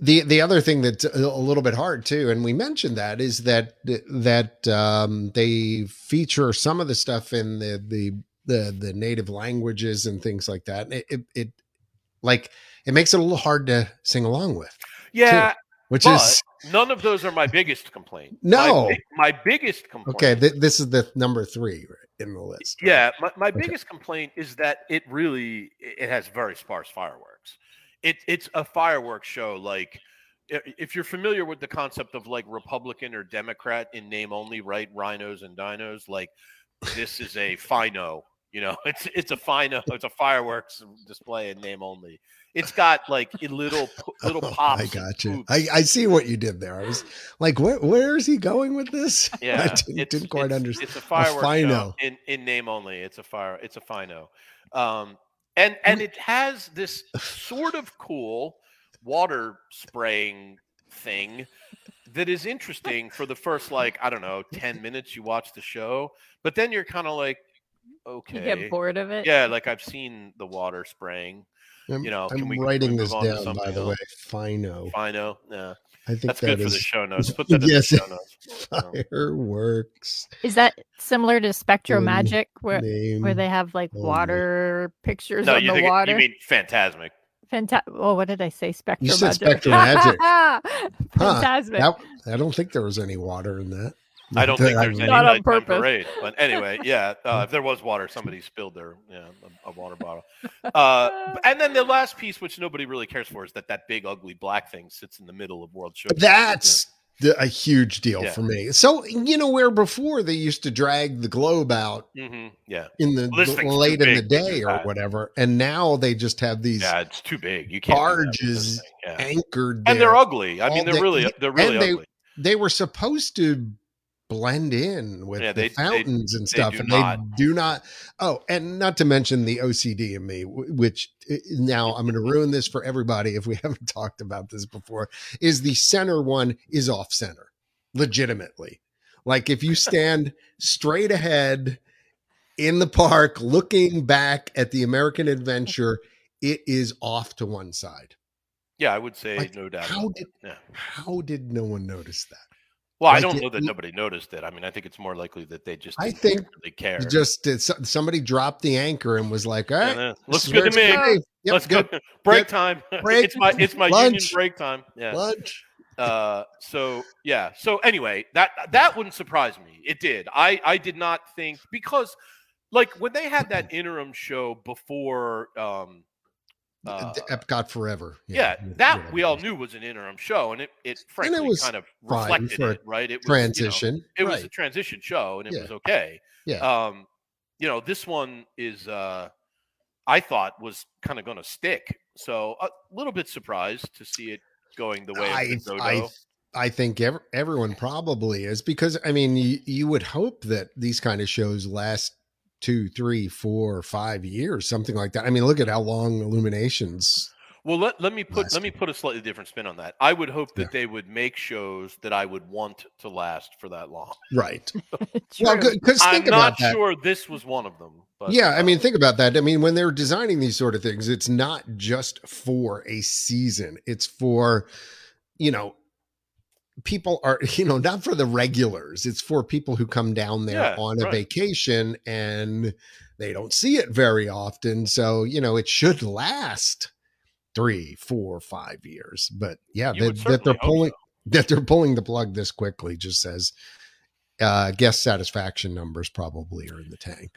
Speaker 2: the the other thing that's a little bit hard too and we mentioned that is that that um they feature some of the stuff in the the the, the native languages and things like that And it, it it like it makes it a little hard to sing along with
Speaker 3: yeah,
Speaker 2: which
Speaker 3: but
Speaker 2: is
Speaker 3: none of those are my biggest complaint.
Speaker 2: No.
Speaker 3: my, big- my biggest complaint.
Speaker 2: okay th- this is the number three in the list right?
Speaker 3: Yeah, my, my
Speaker 2: Okay.
Speaker 3: biggest complaint is that it really it has very sparse fireworks. It it's a fireworks show like i- if you're familiar with the concept of like Republican or Democrat in name only, right? Rhinos and dinos, like this is a fino, you know, [LAUGHS] it's it's a fino, it's a fireworks display in name only. It's got like i- little p-
Speaker 2: [LAUGHS]
Speaker 3: little
Speaker 2: Oh,
Speaker 3: pops.
Speaker 2: I
Speaker 3: and
Speaker 2: got you.
Speaker 3: poops.
Speaker 2: I, I see what you did there. I was like, where where is he going with this?
Speaker 3: yeah,
Speaker 2: [LAUGHS] I didn't,
Speaker 3: it's-
Speaker 2: didn't quite
Speaker 3: it's-
Speaker 2: understand.
Speaker 3: It's a fireworks
Speaker 2: fino.
Speaker 3: show in in name only. It's a fire. It's a fino. Um, and and it has this sort of cool water spraying thing that is interesting for the first like I don't know ten minutes you watch the show, but then you're kind of like,
Speaker 4: You
Speaker 3: okay,
Speaker 4: get bored of it.
Speaker 3: yeah, like I've seen the water spraying
Speaker 2: I'm,
Speaker 3: you know,
Speaker 2: I'm
Speaker 3: Oh, can we- can
Speaker 2: writing
Speaker 3: we
Speaker 2: this
Speaker 3: move on to
Speaker 2: down by
Speaker 3: something
Speaker 2: the
Speaker 3: else?
Speaker 2: way. Fino.
Speaker 3: fino. Yeah,
Speaker 2: I think
Speaker 3: that's
Speaker 2: that
Speaker 3: good for the
Speaker 2: is
Speaker 3: show notes. Put that in
Speaker 2: Yes.
Speaker 3: the
Speaker 2: [LAUGHS]
Speaker 3: show notes. Um,
Speaker 2: fireworks.
Speaker 4: Is that similar to Spectro
Speaker 2: Mm,
Speaker 4: Magic, where
Speaker 2: name.
Speaker 4: where they have like
Speaker 2: only.
Speaker 4: water pictures
Speaker 3: No,
Speaker 4: on
Speaker 3: you
Speaker 4: the
Speaker 3: think it- you
Speaker 4: water?
Speaker 3: mean phantasmic?
Speaker 4: Fanta- oh, what did I say? Spectro
Speaker 2: said
Speaker 4: Magic.
Speaker 2: Spectro
Speaker 4: [LAUGHS]
Speaker 2: Magic.
Speaker 4: Fantasmic. [LAUGHS]
Speaker 2: That- I don't think there was any water in that.
Speaker 3: I don't think
Speaker 2: That [LAUGHS] I
Speaker 3: there's any
Speaker 4: Not
Speaker 2: remember.
Speaker 4: on
Speaker 3: nighttime
Speaker 4: purpose.
Speaker 3: parade. But
Speaker 4: [LAUGHS]
Speaker 3: anyway, yeah, uh, if there was water, somebody spilled their yeah a, a water bottle. Uh, and then the last piece, which nobody really cares for, is that that big ugly black thing sits in the middle of World Show.
Speaker 2: That's the, a huge deal
Speaker 3: Yeah.
Speaker 2: for me. So you know where before they used to drag the globe out
Speaker 3: hmm yeah,
Speaker 2: in the
Speaker 3: Well, this thing's too
Speaker 2: late in the
Speaker 3: big, which is
Speaker 2: day or
Speaker 3: bad.
Speaker 2: whatever, and now they just have these
Speaker 3: yeah, it's too big. You can't do that with this
Speaker 2: Barges
Speaker 3: thing, yeah.
Speaker 2: anchored.
Speaker 3: and
Speaker 2: there.
Speaker 3: they're ugly. I
Speaker 2: all
Speaker 3: mean, they're
Speaker 2: day-
Speaker 3: really they're really
Speaker 2: and they-
Speaker 3: ugly.
Speaker 2: they were supposed to blend in with
Speaker 3: Yeah,
Speaker 2: the
Speaker 3: they- they-
Speaker 2: fountains and
Speaker 3: they
Speaker 2: stuff
Speaker 3: do
Speaker 2: and
Speaker 3: not.
Speaker 2: they do not oh and not to mention the ocd in me wh- which eh, now i'm going to ruin this for everybody if we [LAUGHS] haven't talked about this before is the center one is off center legitimately like if
Speaker 3: [LAUGHS]
Speaker 2: you stand straight ahead in the park looking back at the american adventure it is off to one side
Speaker 3: Yeah, I would say
Speaker 2: like,
Speaker 3: no doubt.
Speaker 2: how
Speaker 3: about
Speaker 2: did
Speaker 3: that, yeah.
Speaker 2: how did no one notice that
Speaker 3: Well, I
Speaker 2: like
Speaker 3: don't
Speaker 2: it-
Speaker 3: know that nobody noticed it. I mean, I think it's more likely that they just
Speaker 2: I
Speaker 3: didn't
Speaker 2: think
Speaker 3: really care.
Speaker 2: It Just did so- somebody dropped the anchor and was like, "All
Speaker 3: Yeah,
Speaker 2: right,
Speaker 3: no,
Speaker 2: this
Speaker 3: looks
Speaker 2: is
Speaker 3: good
Speaker 2: where
Speaker 3: to
Speaker 2: it's
Speaker 3: me.
Speaker 2: gonna be. Yep,
Speaker 3: Let's
Speaker 2: good.
Speaker 3: go. [LAUGHS] Break
Speaker 2: Yep.
Speaker 3: time.
Speaker 2: Break.
Speaker 3: it's my it's my union
Speaker 2: Lunch.
Speaker 3: break time. Yeah.
Speaker 2: Lunch.
Speaker 3: Uh, so yeah. So anyway, that that wouldn't surprise me. It did. I I did not think because like when they had that interim show before um uh,
Speaker 2: D- Epcot forever.
Speaker 3: yeah, that
Speaker 2: whatever
Speaker 3: we
Speaker 2: it
Speaker 3: all
Speaker 2: is.
Speaker 3: knew was an interim show, and it it frankly
Speaker 2: was
Speaker 3: kind of
Speaker 2: fine
Speaker 3: reflected
Speaker 2: for a
Speaker 3: it, right? It was, you know,
Speaker 2: Transition.
Speaker 3: it was a
Speaker 2: right.
Speaker 3: transition show and it
Speaker 2: Yeah.
Speaker 3: was okay.
Speaker 2: Yeah.
Speaker 3: Um, you know, this one is uh I thought was kind of going to stick. So a little bit surprised to see it going the way of the
Speaker 2: I,
Speaker 3: Zodo.
Speaker 2: I, I think ev- everyone probably is because I mean, you, you would hope that these kind of shows last two, three, four, five years, something like that. I mean, look at how long Illuminations
Speaker 3: Well, let, let me put
Speaker 2: Last
Speaker 3: let me put a slightly different spin on that. I would hope that they would make shows that I would want to last for that long.
Speaker 2: Right.
Speaker 4: True.
Speaker 2: Well, because
Speaker 3: I'm
Speaker 2: think about
Speaker 3: not
Speaker 2: that.
Speaker 3: sure this was one of them. But
Speaker 2: yeah, I
Speaker 3: uh,
Speaker 2: mean, think about that. I mean, when they're designing these sort of things, it's not just for a season. It's for, you know, people are, [LAUGHS] you know, not for the regulars. It's for people who come down there
Speaker 3: Yeah,
Speaker 2: on a
Speaker 3: right.
Speaker 2: vacation and they don't see it very often. So, you know, it should last three, four, five years. But yeah,
Speaker 3: you
Speaker 2: that,
Speaker 3: would
Speaker 2: that they're
Speaker 3: certainly hope
Speaker 2: pulling
Speaker 3: so.
Speaker 2: [LAUGHS] that they're pulling the plug this quickly just says uh guest satisfaction numbers probably are in the tank.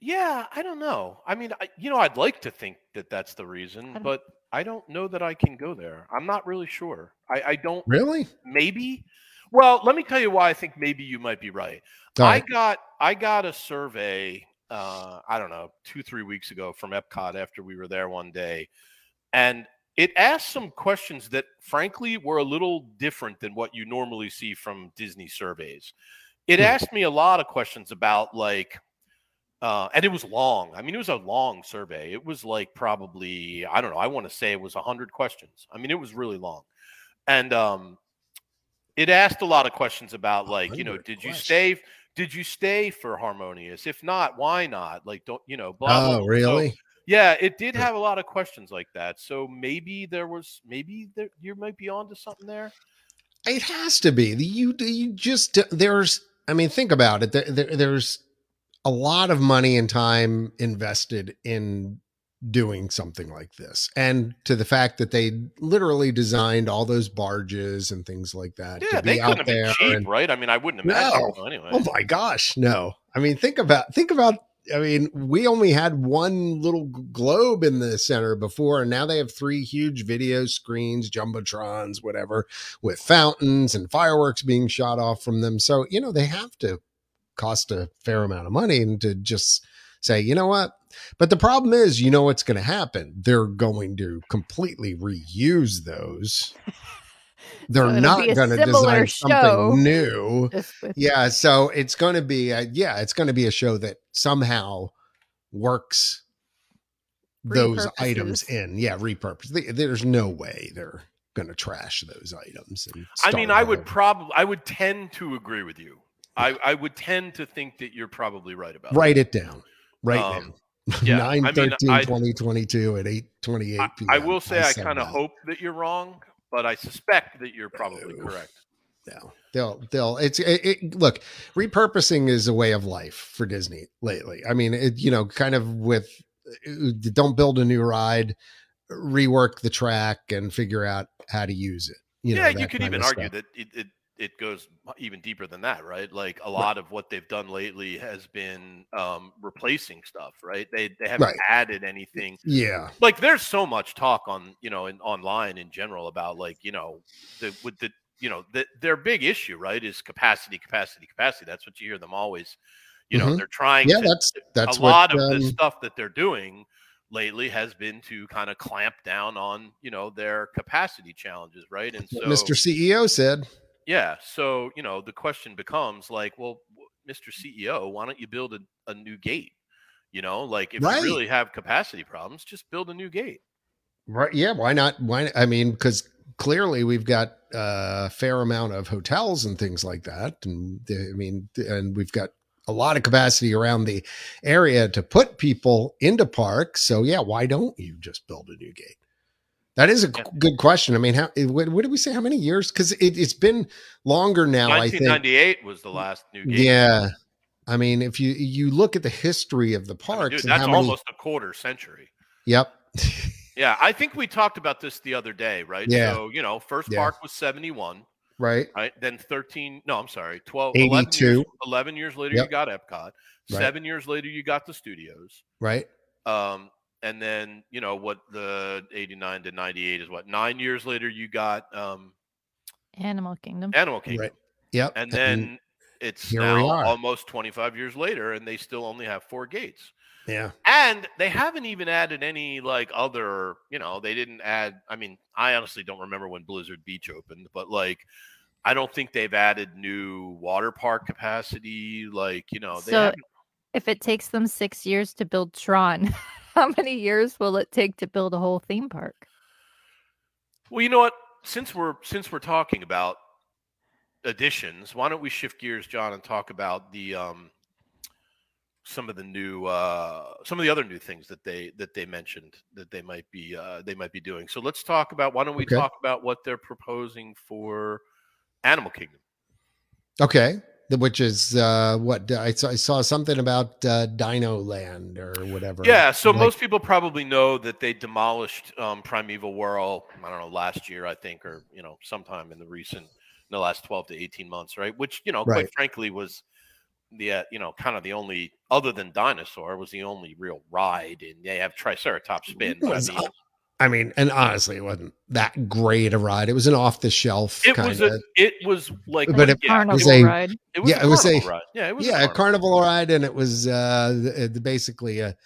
Speaker 3: Yeah, I don't know. I mean, I, you know, I'd like to think that that's the reason,
Speaker 4: don't-
Speaker 3: but I don't know that I can go there. I'm not really sure. I, I don't.
Speaker 2: Really?
Speaker 3: Maybe. Well, let me tell you why I think maybe you might be right.
Speaker 2: All
Speaker 3: I
Speaker 2: right.
Speaker 3: got I got a survey. Uh, I don't know, two three weeks ago from Epcot after we were there one day, and it asked some questions that frankly were a little different than what you normally see from Disney surveys. It
Speaker 2: Hmm.
Speaker 3: asked me a lot of questions about like, uh, and it was long. I mean, it was a long survey. It was like probably I don't know. I want to say it was hundred questions. I mean, it was really long, and um, it asked a lot of questions about like you know
Speaker 2: 100
Speaker 3: did you
Speaker 2: questions.
Speaker 3: stay did you stay for harmonious if not why not like don't you know blah blah,
Speaker 2: Oh,
Speaker 3: blah. So,
Speaker 2: really?
Speaker 3: yeah it did
Speaker 2: Hmm.
Speaker 3: have a lot of questions like that so maybe there was maybe there you might be onto something there
Speaker 2: It has to be. The- You you just there's I mean think about it. There, there, there's a lot of money and time invested in doing something like this. And to the fact that they literally designed all those barges and things like that
Speaker 3: yeah
Speaker 2: to
Speaker 3: they
Speaker 2: be
Speaker 3: couldn't
Speaker 2: out
Speaker 3: have been
Speaker 2: there
Speaker 3: cheap
Speaker 2: and-
Speaker 3: right i mean i wouldn't imagine
Speaker 2: No.
Speaker 3: so anyway
Speaker 2: Oh my gosh, no. I mean think about think about I mean, we only had one little g- globe in the center before, and now they have three huge video screens, jumbotrons, whatever, with fountains and fireworks being shot off from them. So, you know, they have to cost a fair amount of money and to just say, you know what? But the problem is, you know what's going to happen. They're going to completely reuse those.
Speaker 4: [LAUGHS]
Speaker 2: They're
Speaker 4: So it'll
Speaker 2: not
Speaker 4: be a
Speaker 2: going to
Speaker 4: similar
Speaker 2: design
Speaker 4: show.
Speaker 2: something new.
Speaker 4: Just with-
Speaker 2: Yeah, so it's going to be a, yeah, it's going to be a show that somehow works those items
Speaker 4: Repurposes.
Speaker 2: in. Yeah, repurpose. They- There's no way they're going to trash those items. and
Speaker 3: i mean
Speaker 2: start
Speaker 3: i would
Speaker 2: over.
Speaker 3: probably i would tend to agree with you I, I would tend to think that you're probably right about
Speaker 2: write it down. Right
Speaker 3: Um,
Speaker 2: [LAUGHS] now.
Speaker 3: yeah, I mean,
Speaker 2: 9 13
Speaker 3: I-
Speaker 2: 2022 at 8 28
Speaker 3: I,
Speaker 2: p.m.
Speaker 3: I will say I
Speaker 2: said
Speaker 3: kind of
Speaker 2: that.
Speaker 3: hope that you're wrong, but I suspect that you're probably
Speaker 2: No.
Speaker 3: correct.
Speaker 2: No, they'll they'll it's it, it, look repurposing is a way of life for Disney lately. I mean, it you know, kind of with uh, don't build a new ride, rework the track, and figure out how to use it. You
Speaker 3: yeah,
Speaker 2: know,
Speaker 3: you
Speaker 2: that
Speaker 3: could
Speaker 2: kind
Speaker 3: even
Speaker 2: of
Speaker 3: argue
Speaker 2: stuff.
Speaker 3: that it, it it goes even deeper than that, right? Like a lot of what they've done lately has been um, replacing stuff, right? They they haven't
Speaker 2: Right.
Speaker 3: added anything.
Speaker 2: Yeah,
Speaker 3: Like there's so much talk on you know in online in general about like you know the with the you know the, their big issue right is capacity, capacity, capacity. That's what you hear them always. You know
Speaker 2: Mhm.
Speaker 3: they're trying
Speaker 2: yeah,
Speaker 3: to
Speaker 2: that's that's
Speaker 3: a lot
Speaker 2: what,
Speaker 3: of the
Speaker 2: um,
Speaker 3: stuff that they're doing lately has been to kind of clamp down on you know their capacity challenges right and so
Speaker 2: what Mr. CEO said.
Speaker 3: yeah so you know the question becomes like well w- mr ceo why don't you build a, a new gate you know like if
Speaker 2: Right.
Speaker 3: you really have capacity problems just build a new gate
Speaker 2: Right? Yeah, why not? Why? I mean, because clearly we've got a fair amount of hotels and things like that, and uh, I mean, and we've got a lot of capacity around the area to put people into parks. So yeah, why don't you just build a new gate? That is a
Speaker 3: Yeah.
Speaker 2: qu- good question. I mean, how? eh, What, what did we say? How many years? Because it, it's been longer now. I think
Speaker 3: 1998 was the last new gate
Speaker 2: Yeah. I mean, if you you look at the history of the
Speaker 3: I mean, dude,
Speaker 2: parks, and
Speaker 3: that's
Speaker 2: how many-
Speaker 3: almost a quarter century
Speaker 2: yep.
Speaker 3: yeah i think we talked about this the other day right
Speaker 2: Yeah.
Speaker 3: so you know first
Speaker 2: Yeah.
Speaker 3: park was 71
Speaker 2: Right.
Speaker 3: right? Then 13, no, I'm sorry, 12, 11 years,
Speaker 2: 82.
Speaker 3: 11 years later,
Speaker 2: Yep.
Speaker 3: you got Epcot. Seven years later, you got the studios.
Speaker 2: Right.
Speaker 3: Um, and then, you know, what the 89 to 98 is what? Nine years later, you got um,
Speaker 4: Animal Kingdom.
Speaker 3: Animal Kingdom.
Speaker 2: Right. Yep.
Speaker 3: And then it's
Speaker 2: here we
Speaker 3: now
Speaker 2: are.
Speaker 3: almost 25 years later, and they still only have four gates.
Speaker 2: yeah.
Speaker 3: And they haven't even added any like other, you know, they didn't add. I mean, I honestly don't remember when Blizzard Beach opened, but like, I don't think they've added new water park capacity. Like, you know, they
Speaker 4: So-
Speaker 3: haven't-
Speaker 4: If it takes [LAUGHS] them six years to build Tron, how many years will it take to build a whole theme park?
Speaker 3: Well, you know what? Since we're since we're talking about additions, why don't we shift gears, John, and talk about the um, some of the new uh, some of the other new things that they that they mentioned that they might be uh, they might be doing. So let's talk about why don't we
Speaker 2: Okay.
Speaker 3: talk about what they're proposing for Animal Kingdom?
Speaker 2: Okay. The- Which is uh, what I saw, I saw something about uh, Dino Land or whatever.
Speaker 3: Yeah, so
Speaker 2: Like-
Speaker 3: most people probably know that they demolished um, Primeval World. I don't know last year, I think, or you know, sometime in the recent, in the last twelve to eighteen months, right? Which you know,
Speaker 2: Right.
Speaker 3: quite frankly, was the uh, you know kind of the only other than Dinosaur was the only real ride, and they have Triceratops Spin. but I
Speaker 2: was
Speaker 3: mean,
Speaker 2: all- I mean, and honestly, it wasn't that great a ride. It was an off the shelf
Speaker 3: it
Speaker 2: kind
Speaker 3: was a,
Speaker 2: of.
Speaker 3: it was like
Speaker 2: But it-
Speaker 3: yeah,
Speaker 4: Carnival
Speaker 2: was a-
Speaker 4: ride.
Speaker 3: it was
Speaker 2: yeah,
Speaker 3: a
Speaker 2: it was a-
Speaker 3: carnival ride. yeah, it was
Speaker 2: Yeah, a carnival ride, and it was uh, the- the- basically a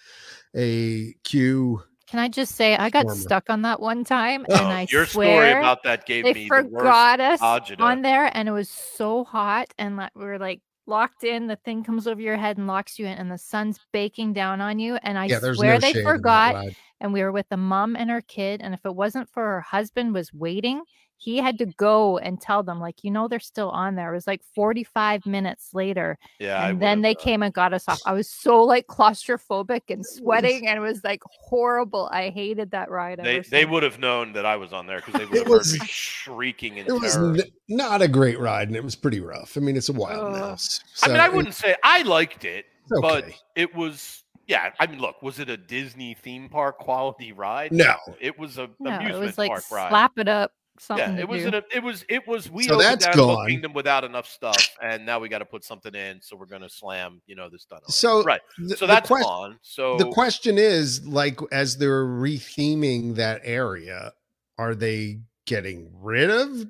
Speaker 2: a queue.
Speaker 4: Can I just say I got
Speaker 2: Former.
Speaker 4: stuck on that one time,
Speaker 3: Oh,
Speaker 4: and I
Speaker 3: your
Speaker 4: swear
Speaker 3: story about that gave
Speaker 4: they
Speaker 3: me the worst.
Speaker 4: forgot us
Speaker 3: agita.
Speaker 4: on there, and it was so hot, and like, we were like locked in. The thing comes over your head and locks you in, and the sun's baking down on you. And I
Speaker 2: yeah, there's
Speaker 4: swear
Speaker 2: no
Speaker 4: they
Speaker 2: shade in that
Speaker 4: forgot.
Speaker 2: ride.
Speaker 4: And we were with the mom and her kid, and if it wasn't for her husband was waiting, he had to go and tell them like you know they're still on there. It was like forty five minutes later,
Speaker 3: Yeah, I
Speaker 4: and then
Speaker 3: would've,
Speaker 4: they
Speaker 3: uh,
Speaker 4: came and got us off. I was so like claustrophobic
Speaker 3: [LAUGHS]
Speaker 4: and sweating, and it was like horrible. I hated that ride.
Speaker 3: They
Speaker 4: ever
Speaker 3: they
Speaker 4: since.
Speaker 3: would have known that I was on there because they
Speaker 2: [LAUGHS]
Speaker 3: would
Speaker 2: It
Speaker 3: have
Speaker 2: was-
Speaker 3: heard me shrieking in
Speaker 2: It was
Speaker 3: terror.
Speaker 2: n- not a great ride, and it was pretty rough. I mean, it's a wild
Speaker 4: Uh,
Speaker 2: mouse.
Speaker 3: I mean, I wouldn't say I liked it,
Speaker 2: it's
Speaker 3: but
Speaker 2: okay.
Speaker 3: it was yeah. I mean, look, was it a Disney theme park quality ride?
Speaker 2: no.
Speaker 3: it was a
Speaker 4: No,
Speaker 3: amusement
Speaker 4: it was like
Speaker 3: park ride.
Speaker 4: slap it up something.
Speaker 3: Yeah,
Speaker 4: to
Speaker 3: it was
Speaker 4: do.
Speaker 3: an, it was it was we
Speaker 2: So
Speaker 3: opened
Speaker 2: that's
Speaker 3: Animal
Speaker 2: gone.
Speaker 3: Kingdom without enough stuff, and now we got to put something in, so we're gonna slam you know this done.
Speaker 2: So
Speaker 3: Right.
Speaker 2: th-
Speaker 3: so
Speaker 2: the
Speaker 3: that's
Speaker 2: quest-
Speaker 3: gone. So
Speaker 2: the question is like as they're retheming that area are they getting rid of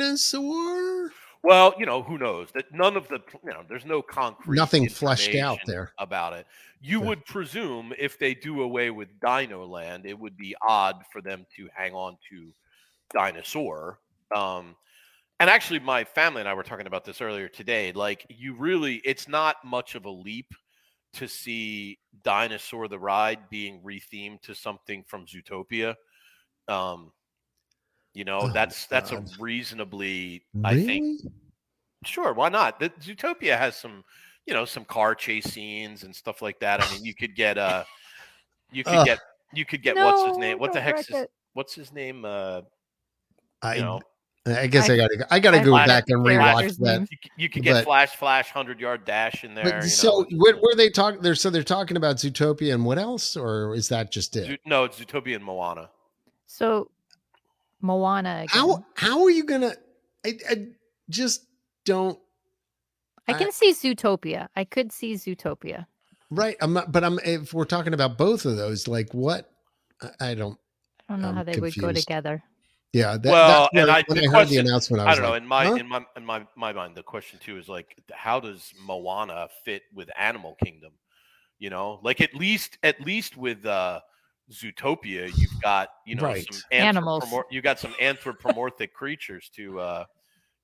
Speaker 2: dinosaur
Speaker 3: Well, you know, who knows that none of the, you know, there's no concrete,
Speaker 2: nothing fleshed out
Speaker 3: information
Speaker 2: there
Speaker 3: about it. You
Speaker 2: Yeah.
Speaker 3: would presume if they do away with Dino Land, it would be odd for them to hang on to Dinosaur. Um, and actually, my family and I were talking about this earlier today. Like, you really, it's not much of a leap to see Dinosaur the Ride being rethemed to something from Zootopia. Um, you know,
Speaker 2: Oh,
Speaker 3: that's that's a
Speaker 2: God.
Speaker 3: reasonably, I think, Sure, why not? The Zootopia has some, you know, some car chase scenes and stuff like that. I mean, you could get uh you could
Speaker 2: Ugh.
Speaker 3: get you could get what's his
Speaker 4: No,
Speaker 3: name? What the
Speaker 4: don't
Speaker 3: heck's
Speaker 4: wreck
Speaker 3: his
Speaker 4: it.
Speaker 3: what's his name? Uh
Speaker 2: i
Speaker 3: you know,
Speaker 2: i guess i,
Speaker 4: I-
Speaker 2: gotta i gotta
Speaker 4: I
Speaker 2: go
Speaker 3: like
Speaker 2: back and
Speaker 4: the
Speaker 2: rewatch
Speaker 4: character's
Speaker 2: that
Speaker 4: name.
Speaker 3: you, c- you could get
Speaker 2: But-
Speaker 3: Flash Flash hundred yard dash in there.
Speaker 2: but
Speaker 3: you know,
Speaker 2: so
Speaker 3: it's-
Speaker 2: what were they talking they're so they're talking about zootopia and what else or is that just it
Speaker 3: Zoo- no, it's Zootopia and Moana.
Speaker 4: So Moana. Again.
Speaker 2: how how are you gonna i, I just don't
Speaker 4: I can see Zootopia. I could see Zootopia.
Speaker 2: right i'm not but i'm if we're talking about both of those like what I- i don't
Speaker 4: I don't know
Speaker 2: I'm
Speaker 4: how they would go
Speaker 2: confused.
Speaker 4: together.
Speaker 2: Yeah. That,
Speaker 3: Well,
Speaker 2: that's where-
Speaker 3: and I-
Speaker 2: when
Speaker 3: the
Speaker 2: I heard the
Speaker 3: question-
Speaker 2: announcement, I
Speaker 3: I
Speaker 2: was
Speaker 3: don't know.
Speaker 2: like,
Speaker 3: In my
Speaker 2: huh?
Speaker 3: in my in my my mind, the question too is like, how does Moana fit with Animal Kingdom? You know, like at least at least with uh Zootopia, you've got you know
Speaker 2: Right.
Speaker 3: some
Speaker 4: Animals.
Speaker 3: anthropomor- You got some anthropomorphic creatures to uh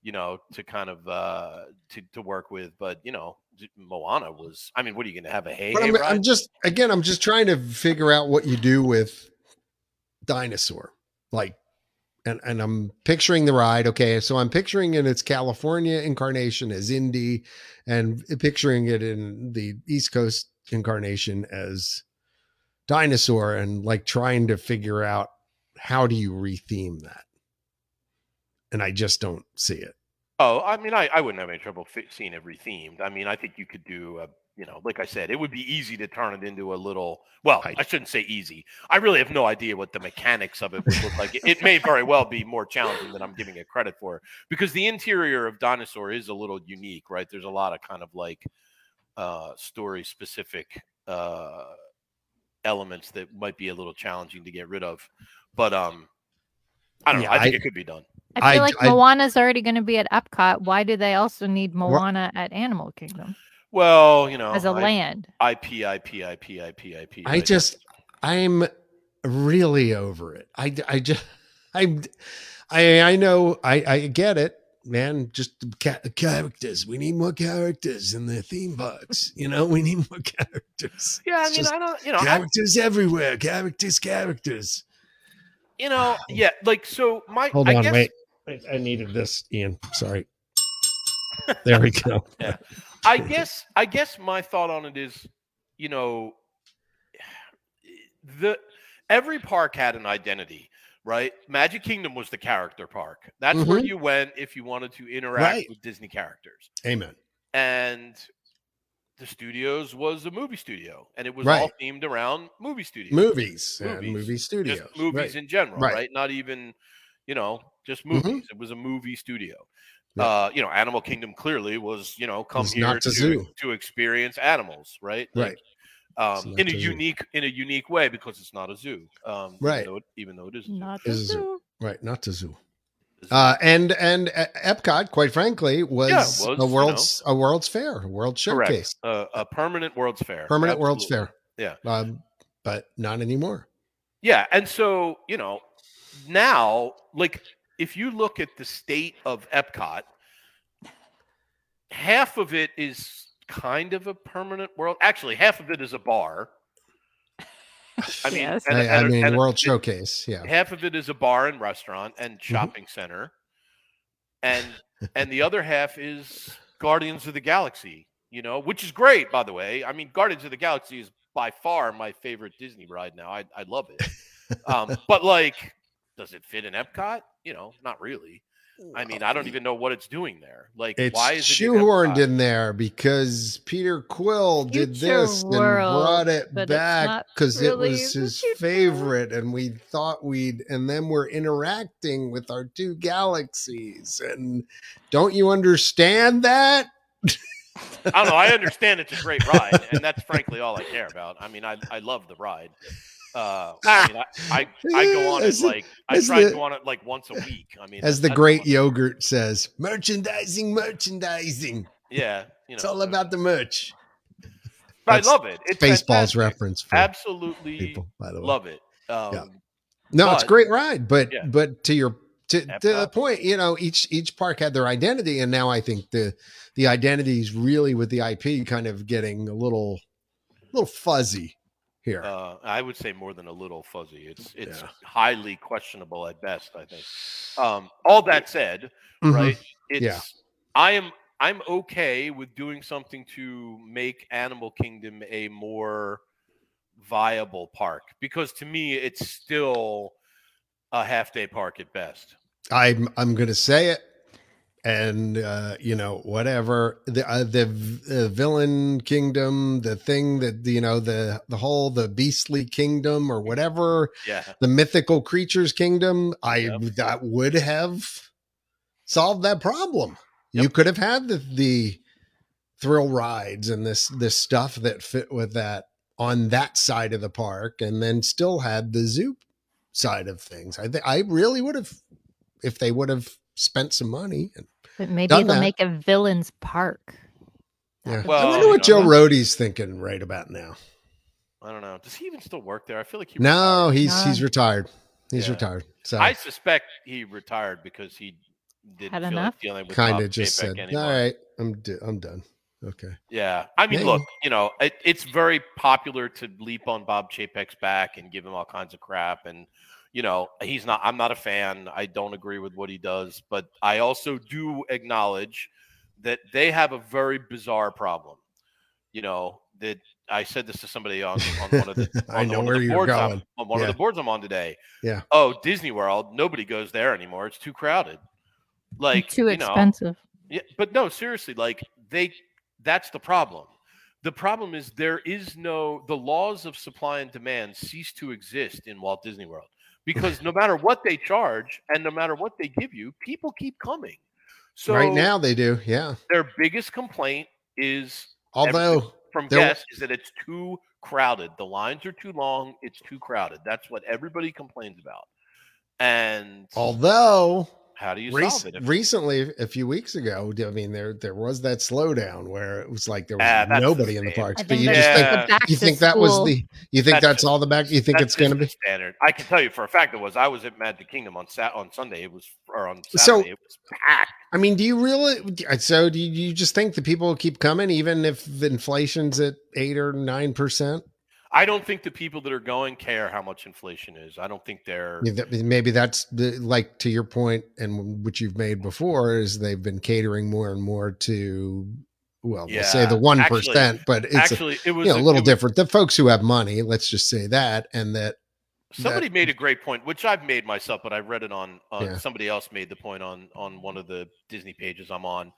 Speaker 3: you know to kind of uh to to work with, but you know. Z- Moana was. I mean, what are you going to have a hay?
Speaker 2: But
Speaker 3: hay
Speaker 2: I'm, I'm
Speaker 3: ride?
Speaker 2: just again, I'm just trying to figure out what you do with dinosaur, like, and and I'm picturing the ride. Okay, so I'm picturing in its California incarnation as Indy, and picturing it in the East Coast incarnation as dinosaur, and like trying to figure out how do you retheme that, and I just don't see it.
Speaker 3: Oh, I mean, I, I wouldn't have any trouble fi- seeing every themed. I mean, I think you could do, a, you know, like I said, it would be easy to turn it into a little. Well,
Speaker 2: Right.
Speaker 3: I shouldn't say easy. I really have no idea what the mechanics of it would look like. It, it may very well be more challenging than I'm giving it credit for because the interior of Dinosaur is a little unique, right? There's a lot of kind of like uh, story specific uh, elements that might be a little challenging to get rid of. But um, I don't
Speaker 2: Yeah,
Speaker 3: know. I think
Speaker 2: I-
Speaker 3: it could be done.
Speaker 4: I
Speaker 2: I-
Speaker 4: feel like
Speaker 2: I-
Speaker 4: Moana's already going to be at Epcot. Why do they also need Moana at Animal Kingdom
Speaker 3: Well, you know,
Speaker 4: as a
Speaker 3: Oh, I-
Speaker 4: land?
Speaker 3: IP, IP, IP, IP, IP.
Speaker 2: I just, I'm really over it. I, I just, [LAUGHS] I'm, I, I know, I, I get it, man. Just ca- characters. We need more characters in the theme parks. You know, we need more [LAUGHS] characters.
Speaker 3: yeah, I
Speaker 2: It's
Speaker 3: mean,
Speaker 2: just
Speaker 3: I don't, you know, I,
Speaker 2: characters everywhere. Characters, characters. [SIGHS]
Speaker 3: you know, yeah, like so. My
Speaker 5: Hold
Speaker 3: I
Speaker 5: on,
Speaker 3: guess,
Speaker 5: wait. I, I needed this, Ian.
Speaker 3: [LAUGHS]
Speaker 5: Sorry. There we go.
Speaker 3: Yeah. I guess I guess my thought on it is, you know, [SIGHS] the every park had an identity, right? Magic Kingdom was the character park. That's where you went if you wanted to interact
Speaker 2: Mm-hmm. Right.
Speaker 3: with Disney characters.
Speaker 2: Amen.
Speaker 3: And the studios was a movie studio, and it was all
Speaker 2: Right.
Speaker 3: themed around movie studios,
Speaker 2: Movies, and
Speaker 3: Movies.
Speaker 2: movie studios,
Speaker 3: just movies
Speaker 2: Right.
Speaker 3: in general, right.
Speaker 2: Right.
Speaker 3: Not even, you know, just
Speaker 2: Mhm.
Speaker 3: movies. It was a movie studio.
Speaker 2: Yeah.
Speaker 3: Uh, you know, Animal Kingdom clearly was, you know, come
Speaker 2: was
Speaker 3: here
Speaker 2: not
Speaker 3: to,
Speaker 2: a zoo.
Speaker 3: to experience animals, right?
Speaker 2: right.
Speaker 3: um,
Speaker 2: It's not
Speaker 3: in a
Speaker 2: a zoo.
Speaker 3: unique in a unique way because it's not a zoo, um,
Speaker 2: Right.
Speaker 3: Even though it, even though it is, a zoo.
Speaker 4: Not
Speaker 2: This is
Speaker 4: the
Speaker 2: a-
Speaker 4: zoo.
Speaker 2: Right, not to zoo. Uh, and and uh, Epcot, quite frankly, was,
Speaker 3: Yeah, it was,
Speaker 2: a
Speaker 3: you
Speaker 2: world's a world's fair, a world
Speaker 3: correct.
Speaker 2: showcase,
Speaker 3: Uh, a permanent World's Fair,
Speaker 2: permanent world's
Speaker 3: absolutely.
Speaker 2: fair.
Speaker 3: Yeah.
Speaker 2: um, but not anymore.
Speaker 3: Yeah, and so you know, now like if you look at the state of Epcot, half of it is kind of a permanent world. Actually, half of it is a bar. I mean,
Speaker 4: Yes.
Speaker 3: and a-
Speaker 2: I, I
Speaker 3: and a-
Speaker 2: mean,
Speaker 3: and a-
Speaker 2: world
Speaker 3: it-
Speaker 2: showcase. Yeah, Mm-hmm.
Speaker 3: half of it is a bar and restaurant and shopping center and and the other half is guardians of the galaxy you know which is great by the way i mean guardians of the galaxy is by far my favorite disney ride now i, I love it
Speaker 2: [LAUGHS]
Speaker 3: um, but like does it fit in epcot you know not really i mean i don't even know what it's doing there like
Speaker 2: it's
Speaker 3: why is it in
Speaker 2: shoehorned
Speaker 3: Epcot?
Speaker 2: in there because Peter Quill did
Speaker 4: Future
Speaker 2: this and
Speaker 4: world,
Speaker 2: brought it
Speaker 4: but it's
Speaker 2: back
Speaker 4: not
Speaker 2: because
Speaker 4: really
Speaker 2: it was
Speaker 4: the
Speaker 2: his
Speaker 4: future.
Speaker 2: favorite, and we thought we'd, and then we're interacting with our two galaxies, and don't you understand that?
Speaker 3: i don't
Speaker 2: [LAUGHS]
Speaker 3: know i understand it's a great ride and that's frankly all i care about i mean i, I love the ride uh, I, mean, I, I, I go on it
Speaker 2: As the-
Speaker 3: like I
Speaker 2: as
Speaker 3: try to
Speaker 2: the-
Speaker 3: go on it like once a week. I mean,
Speaker 2: As the
Speaker 3: that's
Speaker 2: great
Speaker 3: all-
Speaker 2: yogurt says, merchandising, merchandising.
Speaker 3: yeah, you know,
Speaker 2: It's all about the merch.
Speaker 3: But I
Speaker 2: that's
Speaker 3: love it. It's
Speaker 2: Baseball's
Speaker 3: fantastic.
Speaker 2: reference for
Speaker 3: Absolutely
Speaker 2: people, by the way.
Speaker 3: love it. Um,
Speaker 2: No, it's a
Speaker 3: But-
Speaker 2: great ride, but
Speaker 3: Yeah.
Speaker 2: but to your to, to the
Speaker 3: Epcot.
Speaker 2: point, you know, each each park had their identity, and now I think the the identity is really with the IP kind of getting a little little fuzzy here.
Speaker 3: uh, I would say more than a little fuzzy. It's it's
Speaker 2: Yeah.
Speaker 3: highly questionable at best. I think. Um, all that said,
Speaker 2: Mhm.
Speaker 3: right? It's I am I'm okay with doing something to make Animal Kingdom a more viable park because to me it's still a half day park at best.
Speaker 2: I'm I'm gonna say it, and uh, you know whatever the uh, the v- uh, villain kingdom, the thing that you know the the whole the beastly kingdom or whatever
Speaker 3: Yeah.
Speaker 2: the mythical creatures kingdom, I
Speaker 3: Yep.
Speaker 2: that would have solved that problem. You
Speaker 3: Yep.
Speaker 2: could have had the, the thrill rides and this this stuff that fit with that on that side of the park, and then still had the zoo side of things. I think I really would have if they would have spent some money. And,
Speaker 4: But maybe
Speaker 2: Done
Speaker 4: they'll
Speaker 2: that.
Speaker 4: make a villains park.
Speaker 2: yeah. I
Speaker 3: Well,
Speaker 2: wonder
Speaker 3: you
Speaker 2: what
Speaker 3: know,
Speaker 2: Joe Rody's thinking right about now.
Speaker 3: I don't know. Does he even still work there? I feel like he
Speaker 2: No,
Speaker 3: retired.
Speaker 2: he's
Speaker 4: Nah.
Speaker 2: he's retired. He's
Speaker 3: Yeah.
Speaker 2: retired. So
Speaker 3: I suspect he retired because he didn't
Speaker 4: Had
Speaker 3: feel
Speaker 4: enough?
Speaker 3: like dealing with
Speaker 2: kind
Speaker 3: Bob
Speaker 2: of just
Speaker 3: Chapek
Speaker 2: said,
Speaker 3: anymore.
Speaker 2: "All right, I'm do- I'm done." Okay.
Speaker 3: Yeah, I mean,
Speaker 2: Maybe.
Speaker 3: look, you know, it, it's very popular to leap on Bob Chapek's back and give him all kinds of crap, and you know, he's not. I'm not a fan. I don't agree with what he does, but I also do acknowledge that they have a very bizarre problem. You know that I said this to somebody on, on
Speaker 2: [LAUGHS]
Speaker 3: one of the
Speaker 2: I
Speaker 3: on
Speaker 2: know
Speaker 3: one of
Speaker 2: where
Speaker 3: the
Speaker 2: you're
Speaker 3: boards I'm-
Speaker 2: going.
Speaker 3: on one
Speaker 2: Yeah.
Speaker 3: of the boards I'm on today.
Speaker 2: Yeah.
Speaker 3: Oh, Disney World. Nobody goes there anymore. It's too crowded. Like
Speaker 4: Too
Speaker 3: you know,
Speaker 4: expensive.
Speaker 3: yeah, but no, seriously, like they that's the problem. The problem is there is no the laws of supply and demand cease to exist in Walt Disney World because no matter what they charge and no matter what they give you, people keep coming. So
Speaker 2: right now they do, yeah.
Speaker 3: their biggest complaint is
Speaker 2: Although
Speaker 3: [LAUGHS] from
Speaker 2: There-
Speaker 3: guests is that it's too crowded. The lines are too long, it's too crowded. That's what everybody complains about. And
Speaker 2: although
Speaker 3: how do you
Speaker 2: rec-
Speaker 3: solve it? if-
Speaker 2: recently a few weeks ago, I mean there there was that slowdown where it was like there was
Speaker 3: Ah, that's
Speaker 2: nobody
Speaker 3: the
Speaker 2: in the
Speaker 3: same.
Speaker 2: parks,
Speaker 4: I
Speaker 2: but
Speaker 4: think
Speaker 2: you
Speaker 4: that's
Speaker 2: just
Speaker 4: just
Speaker 3: Yeah.
Speaker 2: think
Speaker 4: the back
Speaker 2: you
Speaker 4: to
Speaker 2: think that was
Speaker 4: school.
Speaker 2: the you think
Speaker 3: That's
Speaker 2: that's,
Speaker 3: just-
Speaker 2: all the back you think
Speaker 3: That's
Speaker 2: it's going to
Speaker 3: just
Speaker 2: be
Speaker 3: the standard. I can tell you for a fact it was. I was at Magic Kingdom on sat on Sunday. It was or on
Speaker 2: So-
Speaker 3: Saturday. it was packed.
Speaker 2: I mean, do you really so do you you just think the people keep coming even if the inflation's at 8 or 9%?
Speaker 3: I don't think the people that are going care how much inflation is. I don't think they're
Speaker 2: Yeah, that- Maybe that's the like to your point and which you've made before is they've been catering more and more to well, we'll say
Speaker 3: Yeah.
Speaker 2: the one
Speaker 3: Actually-
Speaker 2: percent, but it's a,
Speaker 3: actually. it
Speaker 2: you
Speaker 3: was
Speaker 2: know, a little
Speaker 3: it was-
Speaker 2: different. The folks who have money, let's just say that, and that
Speaker 3: Somebody made a great point, which I've made myself, but I read it on, on
Speaker 2: Yeah.
Speaker 3: somebody else made the point on on one of the Disney pages I'm on.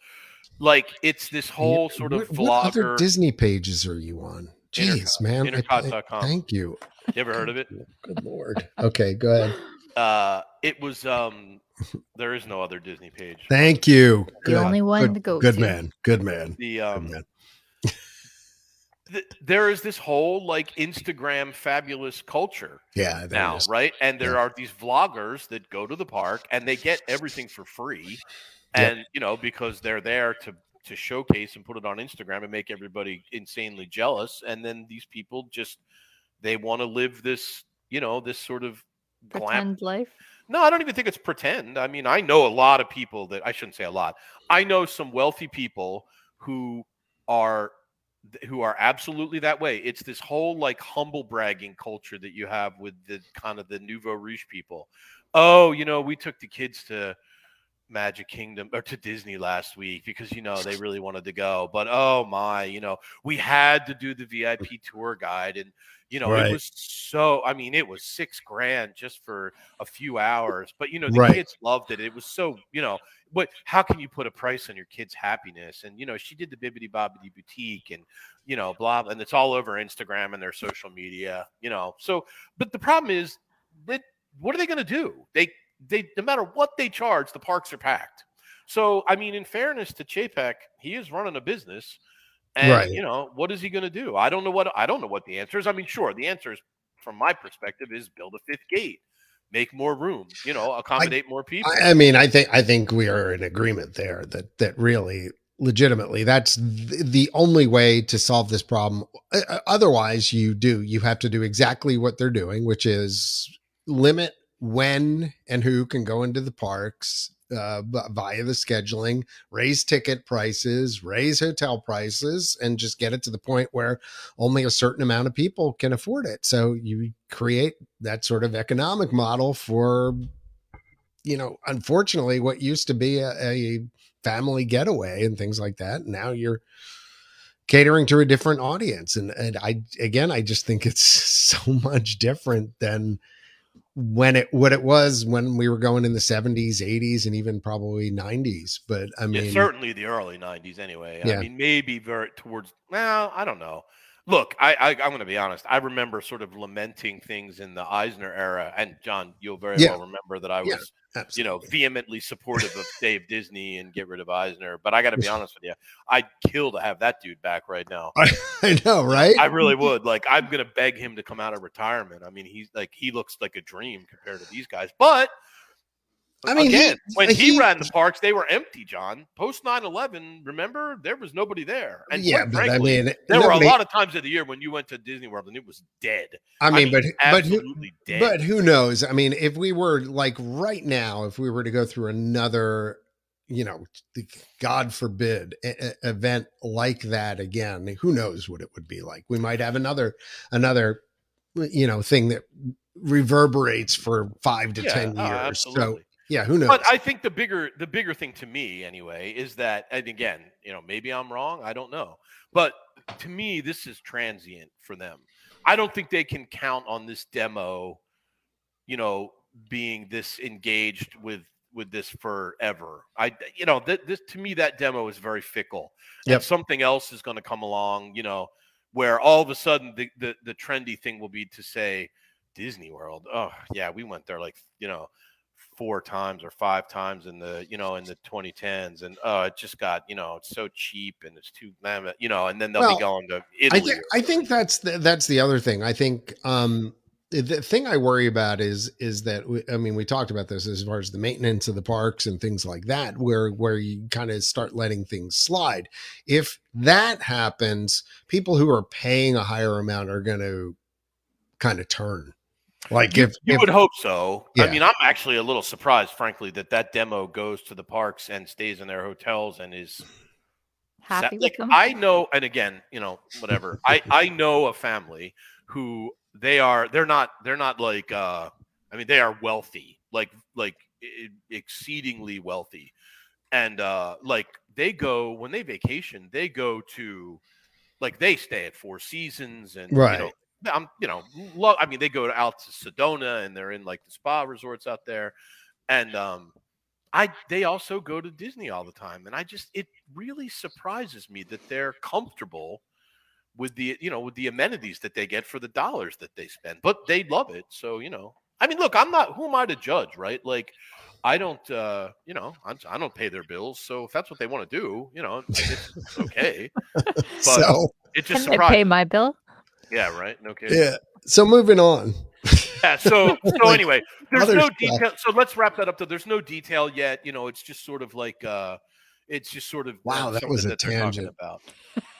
Speaker 3: Like it's this whole sort of
Speaker 2: what, what other
Speaker 3: vlogger.
Speaker 2: Disney pages are you on? Jeez, man. I- I-
Speaker 3: Intercot.com.
Speaker 2: thank you.
Speaker 3: you ever heard of it?
Speaker 5: Good lord.
Speaker 2: Okay, go ahead.
Speaker 3: Uh, it
Speaker 2: [LAUGHS]
Speaker 3: was um, there is no other Disney page.
Speaker 2: Thank you.
Speaker 4: The only one
Speaker 2: good,
Speaker 4: to go
Speaker 2: Good
Speaker 4: to.
Speaker 2: man. Good man.
Speaker 3: The
Speaker 2: Good
Speaker 3: um,
Speaker 2: man.
Speaker 3: th- there is this whole like Instagram fabulous culture
Speaker 2: Yeah. there it
Speaker 3: now,
Speaker 2: is.
Speaker 3: right? And there
Speaker 2: Yeah.
Speaker 3: are these vloggers that go to the park and they get everything for free,
Speaker 2: Yep.
Speaker 3: and you know because they're there to to showcase and put it on Instagram and make everybody insanely jealous, and then these people just they want to live this you know this sort of glam
Speaker 4: Pretend life.
Speaker 3: No, I don't even think it's pretend. I mean, I know a lot of people that I shouldn't say a lot. I know some wealthy people who are who are absolutely that way. It's this whole like humble bragging culture that you have with the kind of the nouveau riche people. Oh, you know, we took the kids to Magic Kingdom or to Disney last week because you know they really wanted to go. But oh my, you know, we had to do the VIP tour guide and you know,
Speaker 5: Right.
Speaker 3: it was so I mean, it was 6 grand just for a few hours. But you know, the
Speaker 2: Right.
Speaker 3: kids loved it. It was so, you know, but how can you put a price on your kid's happiness? And you know, she did the bibbity bobbity boutique and you know, blah, and it's all over Instagram and their social media, you know. So, but the problem is that what are they gonna do? They they no matter what they charge, the parks are packed. So, I mean, in fairness to Chapek, he is running a business. And
Speaker 2: Right.
Speaker 3: you know, what is he gonna do? I don't know what I don't know what the answer is. I mean, sure, the answer is from my perspective is build a fifth gate, make more room, you know, accommodate more people.
Speaker 2: I, I mean, I think I think we are in agreement there that that really legitimately that's th- the only way to solve this problem O- o- otherwise you do you have to do exactly what they're doing which is limit when and who can go into the parks uh, b- via the scheduling raise ticket prices raise hotel prices and just get it to the point where only a certain amount of people can afford it so you create that sort of economic model for you know, unfortunately, what used to be a, a family getaway and things like that, now you're catering to a different audience. And and I again, I just think it's [LAUGHS] so much different than when it what it was when we were going in the 70s, 80s, and even probably 90s. But I
Speaker 3: Yeah,
Speaker 2: mean,
Speaker 3: certainly the early '90s. Anyway,
Speaker 2: Yeah.
Speaker 3: I mean, maybe very towards. Well, I don't know. Look, I, I I'm going to be honest. I remember sort of lamenting things in the Eisner era, and John, you'll very
Speaker 2: Yeah.
Speaker 3: well remember that I was,
Speaker 2: Yeah,
Speaker 3: you know, vehemently supportive of Dave Disney and get rid of Eisner. But I got to be honest with you, I'd kill to have that dude back right now.
Speaker 2: [LAUGHS] I know, right? [LAUGHS]
Speaker 3: I really would. Like, I'm gonna beg him to come out of retirement. I mean, he's like he looks like a dream compared to these guys. But
Speaker 2: I mean, he-
Speaker 3: again, when he,
Speaker 2: he-
Speaker 3: ran the parks, they were empty, John. Post 9-11, remember, there was nobody there. And
Speaker 2: yeah,
Speaker 3: quite
Speaker 2: but I
Speaker 3: frankly,
Speaker 2: mean,
Speaker 3: there were
Speaker 2: nobody-
Speaker 3: a lot of times of the year when you went to Disney World and it was dead.
Speaker 2: I mean, but but who,
Speaker 3: absolutely dead.
Speaker 2: But who knows? I mean, if we were like right now, if we were to go through another, you know, the- God forbid e- e- event like that again, who knows what it would be like? We might have another, another, you know, thing that reverberates for five to
Speaker 3: Yeah,
Speaker 2: ten years.
Speaker 3: oh,
Speaker 2: so
Speaker 3: absolutely.
Speaker 2: yeah, who knows?
Speaker 3: But I think the bigger the bigger thing to me anyway is that and again, you know, maybe I'm wrong, I don't know. But to me this is transient for them. I don't think they can count on this demo, you know, being this engaged with with this forever. I you know, that this to me that demo is very fickle.
Speaker 2: Yep.
Speaker 3: And something else is going to come along, you know, where all of a sudden the, the the trendy thing will be to say Disney World. Oh, yeah, we went there like, you know, four times or five times in the you know in the 2010s and oh it just got you know it's so cheap and it's too mammoth you know and then they'll
Speaker 2: Well,
Speaker 3: be going to
Speaker 2: I
Speaker 3: italy
Speaker 2: think
Speaker 3: or
Speaker 2: I think that's the, that's the other thing. I think um, the thing I worry about is is that we, I mean we talked about this as far as the maintenance of the parks and things like that, where where you kind of start letting things slide. If that happens, people who are paying a higher amount are going to kind of turn. Like if,
Speaker 3: You
Speaker 2: if
Speaker 3: would hope so.
Speaker 2: Yeah.
Speaker 3: I mean, I'm actually a little surprised, frankly, that that demo goes to the parks and stays in their hotels and is
Speaker 4: Happy
Speaker 3: like
Speaker 4: with them.
Speaker 3: I know. And again, you know, whatever. I I know a family who they are they're not they're not like uh I mean they are wealthy like like e- exceedingly wealthy and uh like they go when they vacation they go to like they stay at Four Seasons and
Speaker 2: Right.
Speaker 3: you know, I'm you know lo- I mean they go out to Sedona and they're in like the spa resorts out there and um I they also go to Disney all the time, and I just it really surprises me that they're comfortable with the you know with the amenities that they get for the dollars that they spend, but they love it. So you know, I mean, look, I'm not who am I to judge, right? Like, I don't uh, you know I'm, I don't pay their bills, so if that's what they want to do, you know, it's it's okay. But
Speaker 2: so
Speaker 3: it just
Speaker 4: Can I pay
Speaker 3: surprised,
Speaker 4: my bill?
Speaker 3: [LAUGHS] yeah, right, no kidding.
Speaker 2: yeah. So moving on. [LAUGHS]
Speaker 3: Yeah. So so
Speaker 2: Like,
Speaker 3: anyway, there's
Speaker 2: other
Speaker 3: no
Speaker 2: stuff.
Speaker 3: detail. So let's wrap that up. Though there's no detail yet. You know, it's just sort of like uh, it's just sort of uh,
Speaker 2: Wow, that was
Speaker 3: something
Speaker 2: a
Speaker 3: they're talking
Speaker 2: tangent.
Speaker 3: about.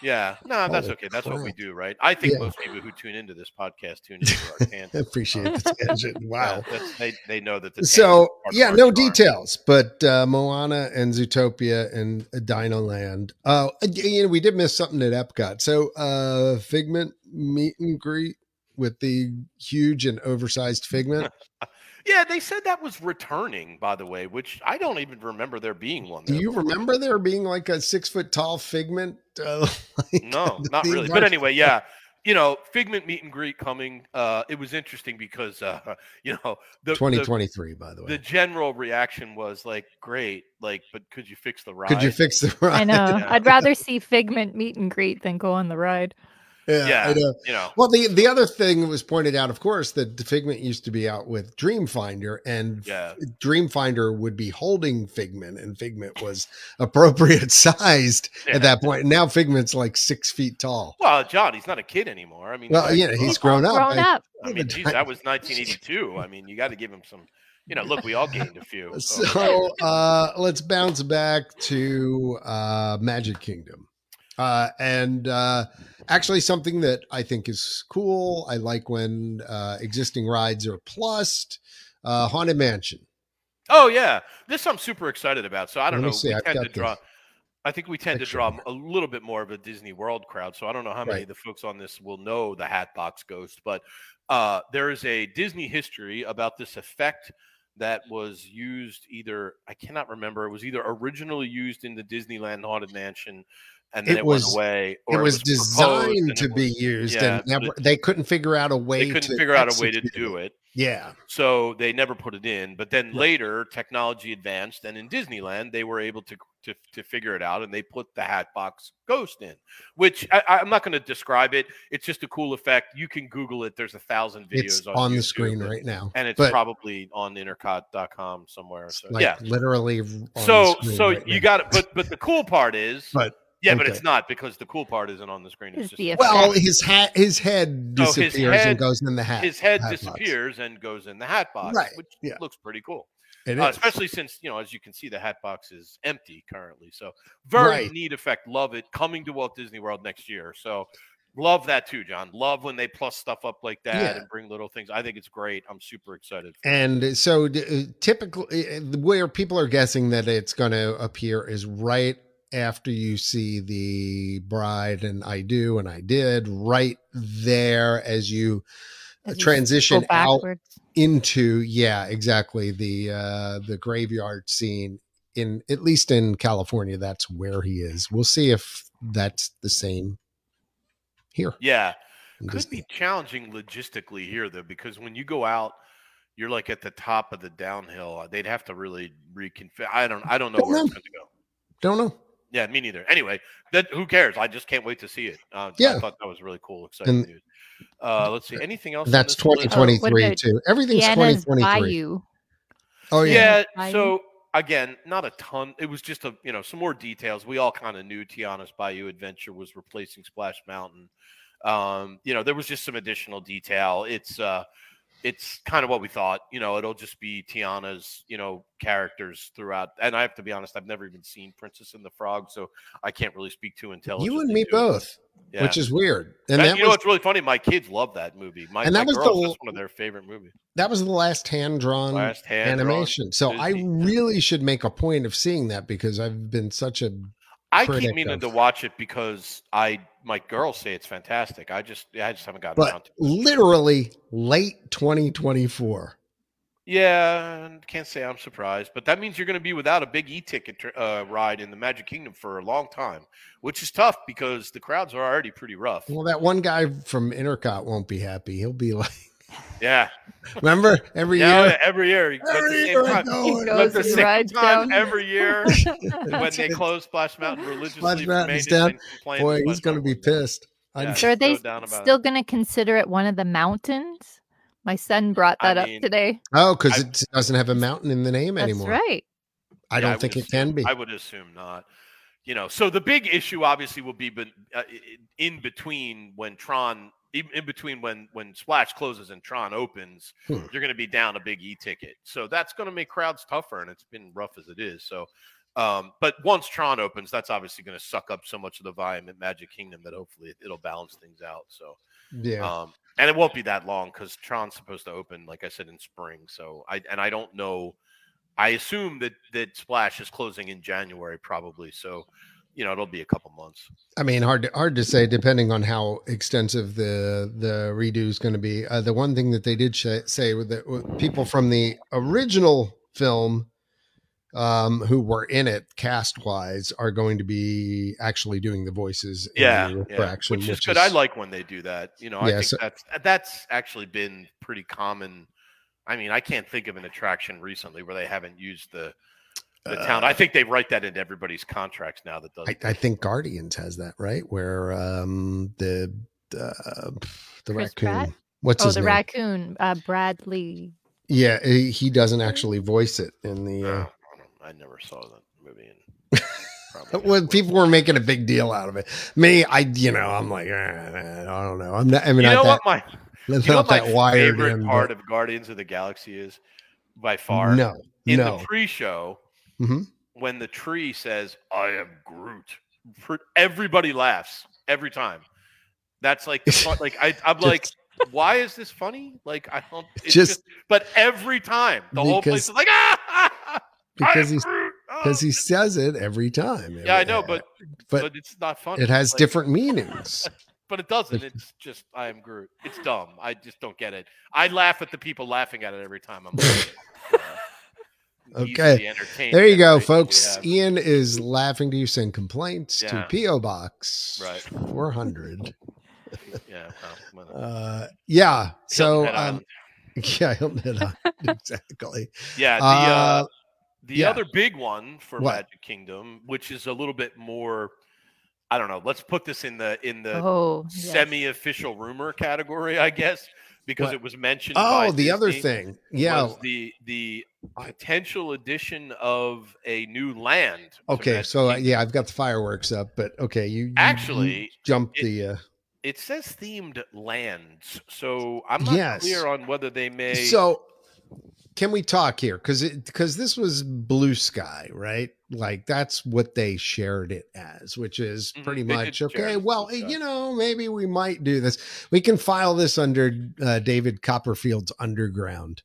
Speaker 3: Yeah. No, that's
Speaker 2: Holy
Speaker 3: okay. That's what we
Speaker 2: crap.
Speaker 3: do, right? I think
Speaker 2: Yeah.
Speaker 3: most people who tune into this podcast tune into
Speaker 2: [LAUGHS]
Speaker 3: our tangent.
Speaker 2: I appreciate the tangent. Wow.
Speaker 3: Yeah, that's- they they know that. The
Speaker 2: so
Speaker 3: tangent is
Speaker 2: yeah,
Speaker 3: part of
Speaker 2: no
Speaker 3: our charm.
Speaker 2: details, but uh, Moana and Zootopia and Dino Land. Uh, you know, we did miss something at Epcot. So uh, Figment meet and greet with the huge and oversized
Speaker 3: [LAUGHS]
Speaker 2: Figment.
Speaker 3: Yeah, they said that was returning, by the way, which I don't even remember there being one.
Speaker 2: Do
Speaker 3: there
Speaker 2: you [LAUGHS]
Speaker 3: before.
Speaker 2: remember there being like a six foot tall Figment? Uh, [LAUGHS] like,
Speaker 3: no,
Speaker 2: the
Speaker 3: not
Speaker 2: theme
Speaker 3: really.
Speaker 2: park?
Speaker 3: But anyway, yeah, you know, Figment meet and greet coming. Uh, it was interesting because uh, [LAUGHS] you know the
Speaker 2: twenty
Speaker 3: the,
Speaker 2: twenty three. By the way,
Speaker 3: the general reaction was like, "Great, like, but could you fix the ride?"
Speaker 2: could you fix the [LAUGHS] ride?
Speaker 4: I know.
Speaker 3: Yeah.
Speaker 4: I'd rather see Figment meet and greet than go on the ride.
Speaker 2: Yeah,
Speaker 3: Yeah.
Speaker 2: I know. [LAUGHS]
Speaker 3: you know,
Speaker 2: Well, the the other thing that was pointed out, of course, that the Figment used to be out with Dreamfinder, and
Speaker 3: yeah,
Speaker 2: Dreamfinder would be holding Figment, and Figment was [LAUGHS] appropriate sized
Speaker 3: yeah.
Speaker 2: at that point. Now Figment's like six feet tall.
Speaker 3: Well, John, he's not a kid anymore. I mean,
Speaker 2: Well,
Speaker 3: like,
Speaker 2: yeah, he's grown up.
Speaker 4: Grown
Speaker 2: I-
Speaker 4: up.
Speaker 3: I mean, geez, that was 1982. I mean, you got to give him some. You know, look, we all gained a
Speaker 2: [LAUGHS]
Speaker 3: few.
Speaker 2: [LAUGHS]
Speaker 3: so-
Speaker 2: So uh, let's bounce back to uh, Magic Kingdom. Uh, and uh, actually, something that I think is cool. I like when uh, existing rides are plussed. Uh, Haunted Mansion.
Speaker 3: Oh yeah, this I'm super excited about. So I don't
Speaker 2: Let me
Speaker 3: know.
Speaker 2: see,
Speaker 3: We
Speaker 2: I've
Speaker 3: tend
Speaker 2: got
Speaker 3: to draw.
Speaker 2: the
Speaker 3: I think we tend to
Speaker 2: picture
Speaker 3: draw
Speaker 2: here.
Speaker 3: a little bit more of a Disney World crowd. So I don't know how many
Speaker 2: Right.
Speaker 3: of the folks on this will know the Hatbox Ghost, but uh, there is a Disney history about this effect that was used either I cannot remember. It was either originally used in the Disneyland Haunted Mansion, and then
Speaker 2: It
Speaker 3: it,
Speaker 2: was-
Speaker 3: went away.
Speaker 2: It
Speaker 3: Or
Speaker 2: was,
Speaker 3: proposed, and
Speaker 2: designed
Speaker 3: it
Speaker 2: to
Speaker 3: was-
Speaker 2: be used,
Speaker 3: yeah,
Speaker 2: and
Speaker 3: but
Speaker 2: never,
Speaker 3: it-
Speaker 2: they couldn't figure out a way.
Speaker 3: They couldn't
Speaker 2: to
Speaker 3: figure out a way to
Speaker 2: execute
Speaker 3: do it.
Speaker 2: Yeah,
Speaker 3: So they never put it in. But then later, technology advanced, and in Disneyland, they were able to to, to figure it out, and they put the Hatbox Ghost in, which I, I'm not going to describe it. It's just a cool effect. You can Google it. There's a thousand videos
Speaker 2: it's
Speaker 3: on,
Speaker 2: on, the
Speaker 3: YouTube,
Speaker 2: screen
Speaker 3: and-
Speaker 2: right now,
Speaker 3: and it's
Speaker 2: but
Speaker 3: probably on intercot.com somewhere.
Speaker 2: it's
Speaker 3: So
Speaker 2: like
Speaker 3: yeah.
Speaker 2: literally. on the
Speaker 3: So
Speaker 2: screen
Speaker 3: so
Speaker 2: right
Speaker 3: you
Speaker 2: now.
Speaker 3: got it. But but the cool part is.
Speaker 2: But-
Speaker 3: yeah, but
Speaker 2: okay.
Speaker 3: it's not because the cool part isn't on the screen. It's
Speaker 4: It's
Speaker 3: just
Speaker 4: the effect.
Speaker 2: Well, his hat, his head
Speaker 3: So Oh, his
Speaker 2: disappears and
Speaker 3: head-
Speaker 2: goes in the hat.
Speaker 3: his head
Speaker 2: hat box.
Speaker 3: disappears and goes in the hat box,
Speaker 2: Right,
Speaker 3: which
Speaker 2: yeah.
Speaker 3: looks pretty cool.
Speaker 2: It
Speaker 3: Uh,
Speaker 2: is.
Speaker 3: especially since you know, as you can see, the hat box is empty currently. So very
Speaker 2: Right.
Speaker 3: neat effect. Love it. Coming to Walt Disney World next year. So love that too, John. Love when they plus stuff up like that
Speaker 2: Yeah.
Speaker 3: and bring little things. I think it's great. I'm super excited. for it.
Speaker 2: And so d- typically, uh, where people are guessing that it's going to appear is right after you see the bride and I do and I did right there as you
Speaker 4: As you Go
Speaker 2: transition out
Speaker 4: backwards.
Speaker 2: into yeah exactly the uh the graveyard scene in at least in california that's where he is we'll see if that's the same here
Speaker 3: yeah,
Speaker 2: I'm
Speaker 3: could
Speaker 2: just-
Speaker 3: be challenging logistically here though, because when you go out. You're like at the top of the downhill. They'd have to really reconfigure. I don't. I don't know
Speaker 2: Don't
Speaker 3: where it's
Speaker 2: know.
Speaker 3: going to go.
Speaker 2: don't know
Speaker 3: Yeah, me neither. Anyway, that who cares? I just can't wait to see it. Uh,
Speaker 2: Yeah.
Speaker 3: I thought that was really cool, exciting
Speaker 2: And-
Speaker 3: news. Uh, let's see. Anything else? on
Speaker 2: that's
Speaker 3: this list?
Speaker 2: 2023
Speaker 4: Oh, what
Speaker 2: too everything's
Speaker 4: Vienna's
Speaker 2: 2023
Speaker 4: Bayou.
Speaker 2: oh yeah,
Speaker 3: yeah.
Speaker 4: Bayou.
Speaker 3: So again, not a ton. It was just a you know some more details. We all kind of knew Tiana's Bayou Adventure was replacing Splash Mountain. Um, you know, there was just some additional detail. It's uh, it's kind of what we thought. You know, it'll just be Tiana's you know characters throughout. And I have to be honest, I've never even seen Princess and the Frog, so I can't really speak too intelligently.
Speaker 2: you and me
Speaker 3: to it.
Speaker 2: both
Speaker 3: Yeah.
Speaker 2: which is weird and
Speaker 3: That-
Speaker 2: that,
Speaker 3: you know
Speaker 2: was
Speaker 3: what's really funny? My kids love that movie. My,
Speaker 2: And
Speaker 3: my
Speaker 2: that was the
Speaker 3: girls,
Speaker 2: l-
Speaker 3: that's one of their favorite movies.
Speaker 2: that was the last hand-drawn
Speaker 3: Last hand
Speaker 2: animation so i
Speaker 3: Disney.
Speaker 2: really should make a point of seeing that because i've been such a
Speaker 3: I
Speaker 2: critic
Speaker 3: keep meaning
Speaker 2: of-
Speaker 3: to watch it because I my girls say it's fantastic. I just I just haven't gotten around
Speaker 2: but
Speaker 3: to it.
Speaker 2: literally late 2024.
Speaker 3: Yeah, and can't say I'm surprised, but that means you're going to be without a big e-ticket tr- uh, ride in the Magic Kingdom for a long time, which is tough because the crowds are already pretty rough.
Speaker 2: Well, that one guy from Intercot won't be happy. He'll be like, [LAUGHS]
Speaker 3: Yeah,
Speaker 2: remember every
Speaker 3: yeah,
Speaker 2: year.
Speaker 3: every year. you- At
Speaker 2: Every
Speaker 3: the
Speaker 2: year
Speaker 3: same
Speaker 2: I
Speaker 3: time,
Speaker 2: go
Speaker 4: He
Speaker 2: and-
Speaker 4: goes
Speaker 3: at the
Speaker 4: and
Speaker 3: same
Speaker 4: rides
Speaker 3: time
Speaker 4: down.
Speaker 3: every
Speaker 4: [LAUGHS]
Speaker 3: year when
Speaker 2: That's
Speaker 3: they
Speaker 2: it.
Speaker 3: close Splash Mountain religiously,
Speaker 2: Splash Mountain's
Speaker 3: remained
Speaker 2: down.
Speaker 3: and complained
Speaker 2: Boy,
Speaker 3: that
Speaker 2: he's
Speaker 3: Splash
Speaker 2: going to
Speaker 3: Mountain
Speaker 2: be
Speaker 3: was down.
Speaker 2: pissed. I'm-
Speaker 3: Yeah.
Speaker 4: So are they
Speaker 3: so down about
Speaker 4: still going to consider it one of the mountains? My son brought
Speaker 3: I
Speaker 4: that up
Speaker 3: mean,
Speaker 4: today.
Speaker 2: Oh, because
Speaker 3: I-
Speaker 2: it doesn't have a mountain in the name
Speaker 4: That's
Speaker 2: anymore.
Speaker 4: right.
Speaker 2: I
Speaker 3: Yeah,
Speaker 2: don't
Speaker 3: would
Speaker 2: think it
Speaker 3: assume-
Speaker 2: can be.
Speaker 3: I would assume not. You know, so the big issue obviously will be ben, uh, i- i- in between when Tron, in in between when when Splash closes and Tron opens,
Speaker 2: Hmm.
Speaker 3: you're going to be down a big e ticket. So that's going to make crowds tougher, and it's been rough as it is. So, um, but once Tron opens, that's obviously going to suck up so much of the volume at Magic Kingdom that hopefully it, will balance things out. So,
Speaker 2: yeah.
Speaker 3: um, and it won't be that long because Tron's supposed to open, like I said, in spring. So I and I don't know. I assume that that Splash is closing in January, probably. So you know it'll be a couple months.
Speaker 2: I mean, hard to, hard to say depending on how extensive the the redo is going to be. Uh, the one thing that they did sh- say with the with people from the original film um, who were in it cast wise are going to be actually doing the voices. in the refraction,
Speaker 3: which, is good. I like when they do that. You know, I
Speaker 2: Yeah,
Speaker 3: think
Speaker 2: so-
Speaker 3: that's that's actually been pretty common. I mean, I can't think of an attraction recently where they haven't used the the town. I think they write that into everybody's contracts now. That does.
Speaker 2: uh, I, I think Guardians has that right where um, the uh, the
Speaker 4: Chris
Speaker 2: raccoon.
Speaker 4: Pratt?
Speaker 2: What's
Speaker 4: oh,
Speaker 2: his
Speaker 4: the
Speaker 2: name?
Speaker 4: raccoon, uh, Bradley.
Speaker 2: yeah, he he doesn't actually voice it in the. Uh,
Speaker 3: Oh, I, don't- I never saw that movie. And
Speaker 2: [LAUGHS]
Speaker 3: probably never
Speaker 2: when
Speaker 3: will.
Speaker 2: people were making a big deal out of it. Me, I you know, I'm like, eh, I don't know. I'm not. I mean,
Speaker 3: you know
Speaker 2: not
Speaker 3: what
Speaker 2: that,
Speaker 3: my
Speaker 2: not
Speaker 3: you know what
Speaker 2: that
Speaker 3: my
Speaker 2: wired
Speaker 3: favorite
Speaker 2: in.
Speaker 3: part
Speaker 2: but
Speaker 3: of Guardians of the Galaxy is by far
Speaker 2: no,
Speaker 3: in
Speaker 2: no.
Speaker 3: the pre-show
Speaker 2: Mhm.
Speaker 3: when the tree says "I am Groot," for- everybody laughs every time. That's like the fun, like I,
Speaker 2: [LAUGHS]
Speaker 3: I'm like, why is this funny? Like I don't it's just,
Speaker 2: Just-
Speaker 3: but every time the whole
Speaker 2: Because-
Speaker 3: place is like [LAUGHS] ah,
Speaker 2: because
Speaker 3: I am
Speaker 2: he's
Speaker 3: Groot. Oh."
Speaker 2: because he says it every time.
Speaker 3: yeah I know, but
Speaker 2: but
Speaker 3: but, it's not funny.
Speaker 2: it has
Speaker 3: Like,
Speaker 2: different
Speaker 3: [LAUGHS]
Speaker 2: meanings.
Speaker 3: but
Speaker 2: [LAUGHS]
Speaker 3: it doesn't. It's just I am Groot. It's dumb. I just don't get it. I laugh at the people laughing at it every time. I'm like, uh, he's
Speaker 2: Okay.
Speaker 3: the entertainment
Speaker 2: There you
Speaker 3: rate
Speaker 2: go,
Speaker 3: that we
Speaker 2: folks.
Speaker 3: have.
Speaker 2: Ian is laughing to you. Send complaints
Speaker 3: Yeah.
Speaker 2: to PO Box
Speaker 3: Right.
Speaker 2: 400.
Speaker 3: Yeah. well, well,
Speaker 2: Uh, yeah. So
Speaker 3: Hilton Head
Speaker 2: um,
Speaker 3: Island.
Speaker 2: [LAUGHS] yeah, Hilton Head Island. exactly.
Speaker 3: [LAUGHS] yeah, the uh,
Speaker 2: Uh,
Speaker 3: The
Speaker 2: yeah.
Speaker 3: other big one for
Speaker 2: What?
Speaker 3: Magic Kingdom, which is a little bit more, I don't know. Let's put this in the in the
Speaker 4: oh, yes.
Speaker 3: semi-official rumor category, I guess, because
Speaker 2: What?
Speaker 3: it was mentioned. by
Speaker 2: oh, the other
Speaker 3: Disney,
Speaker 2: thing. Yeah.
Speaker 3: was the the potential addition of a new land. to
Speaker 2: Okay,
Speaker 3: Magic
Speaker 2: so uh,
Speaker 3: Kingdom.
Speaker 2: yeah, I've got the fireworks up, but okay, you, you- you
Speaker 3: actually,
Speaker 2: jumped
Speaker 3: it-
Speaker 2: the. Uh,
Speaker 3: it says themed lands, so I'm not
Speaker 2: Yes.
Speaker 3: clear on whether they may.
Speaker 2: so, can we talk here? Because because this was blue sky, right? Like that's what they shared it as, which is
Speaker 3: Mhm,
Speaker 2: pretty
Speaker 3: they did
Speaker 2: much
Speaker 3: share it
Speaker 2: okay.
Speaker 3: as
Speaker 2: Well, eh,
Speaker 3: Blue Sky.
Speaker 2: you know, maybe we might do this. We can file this under uh, David Copperfield's Underground.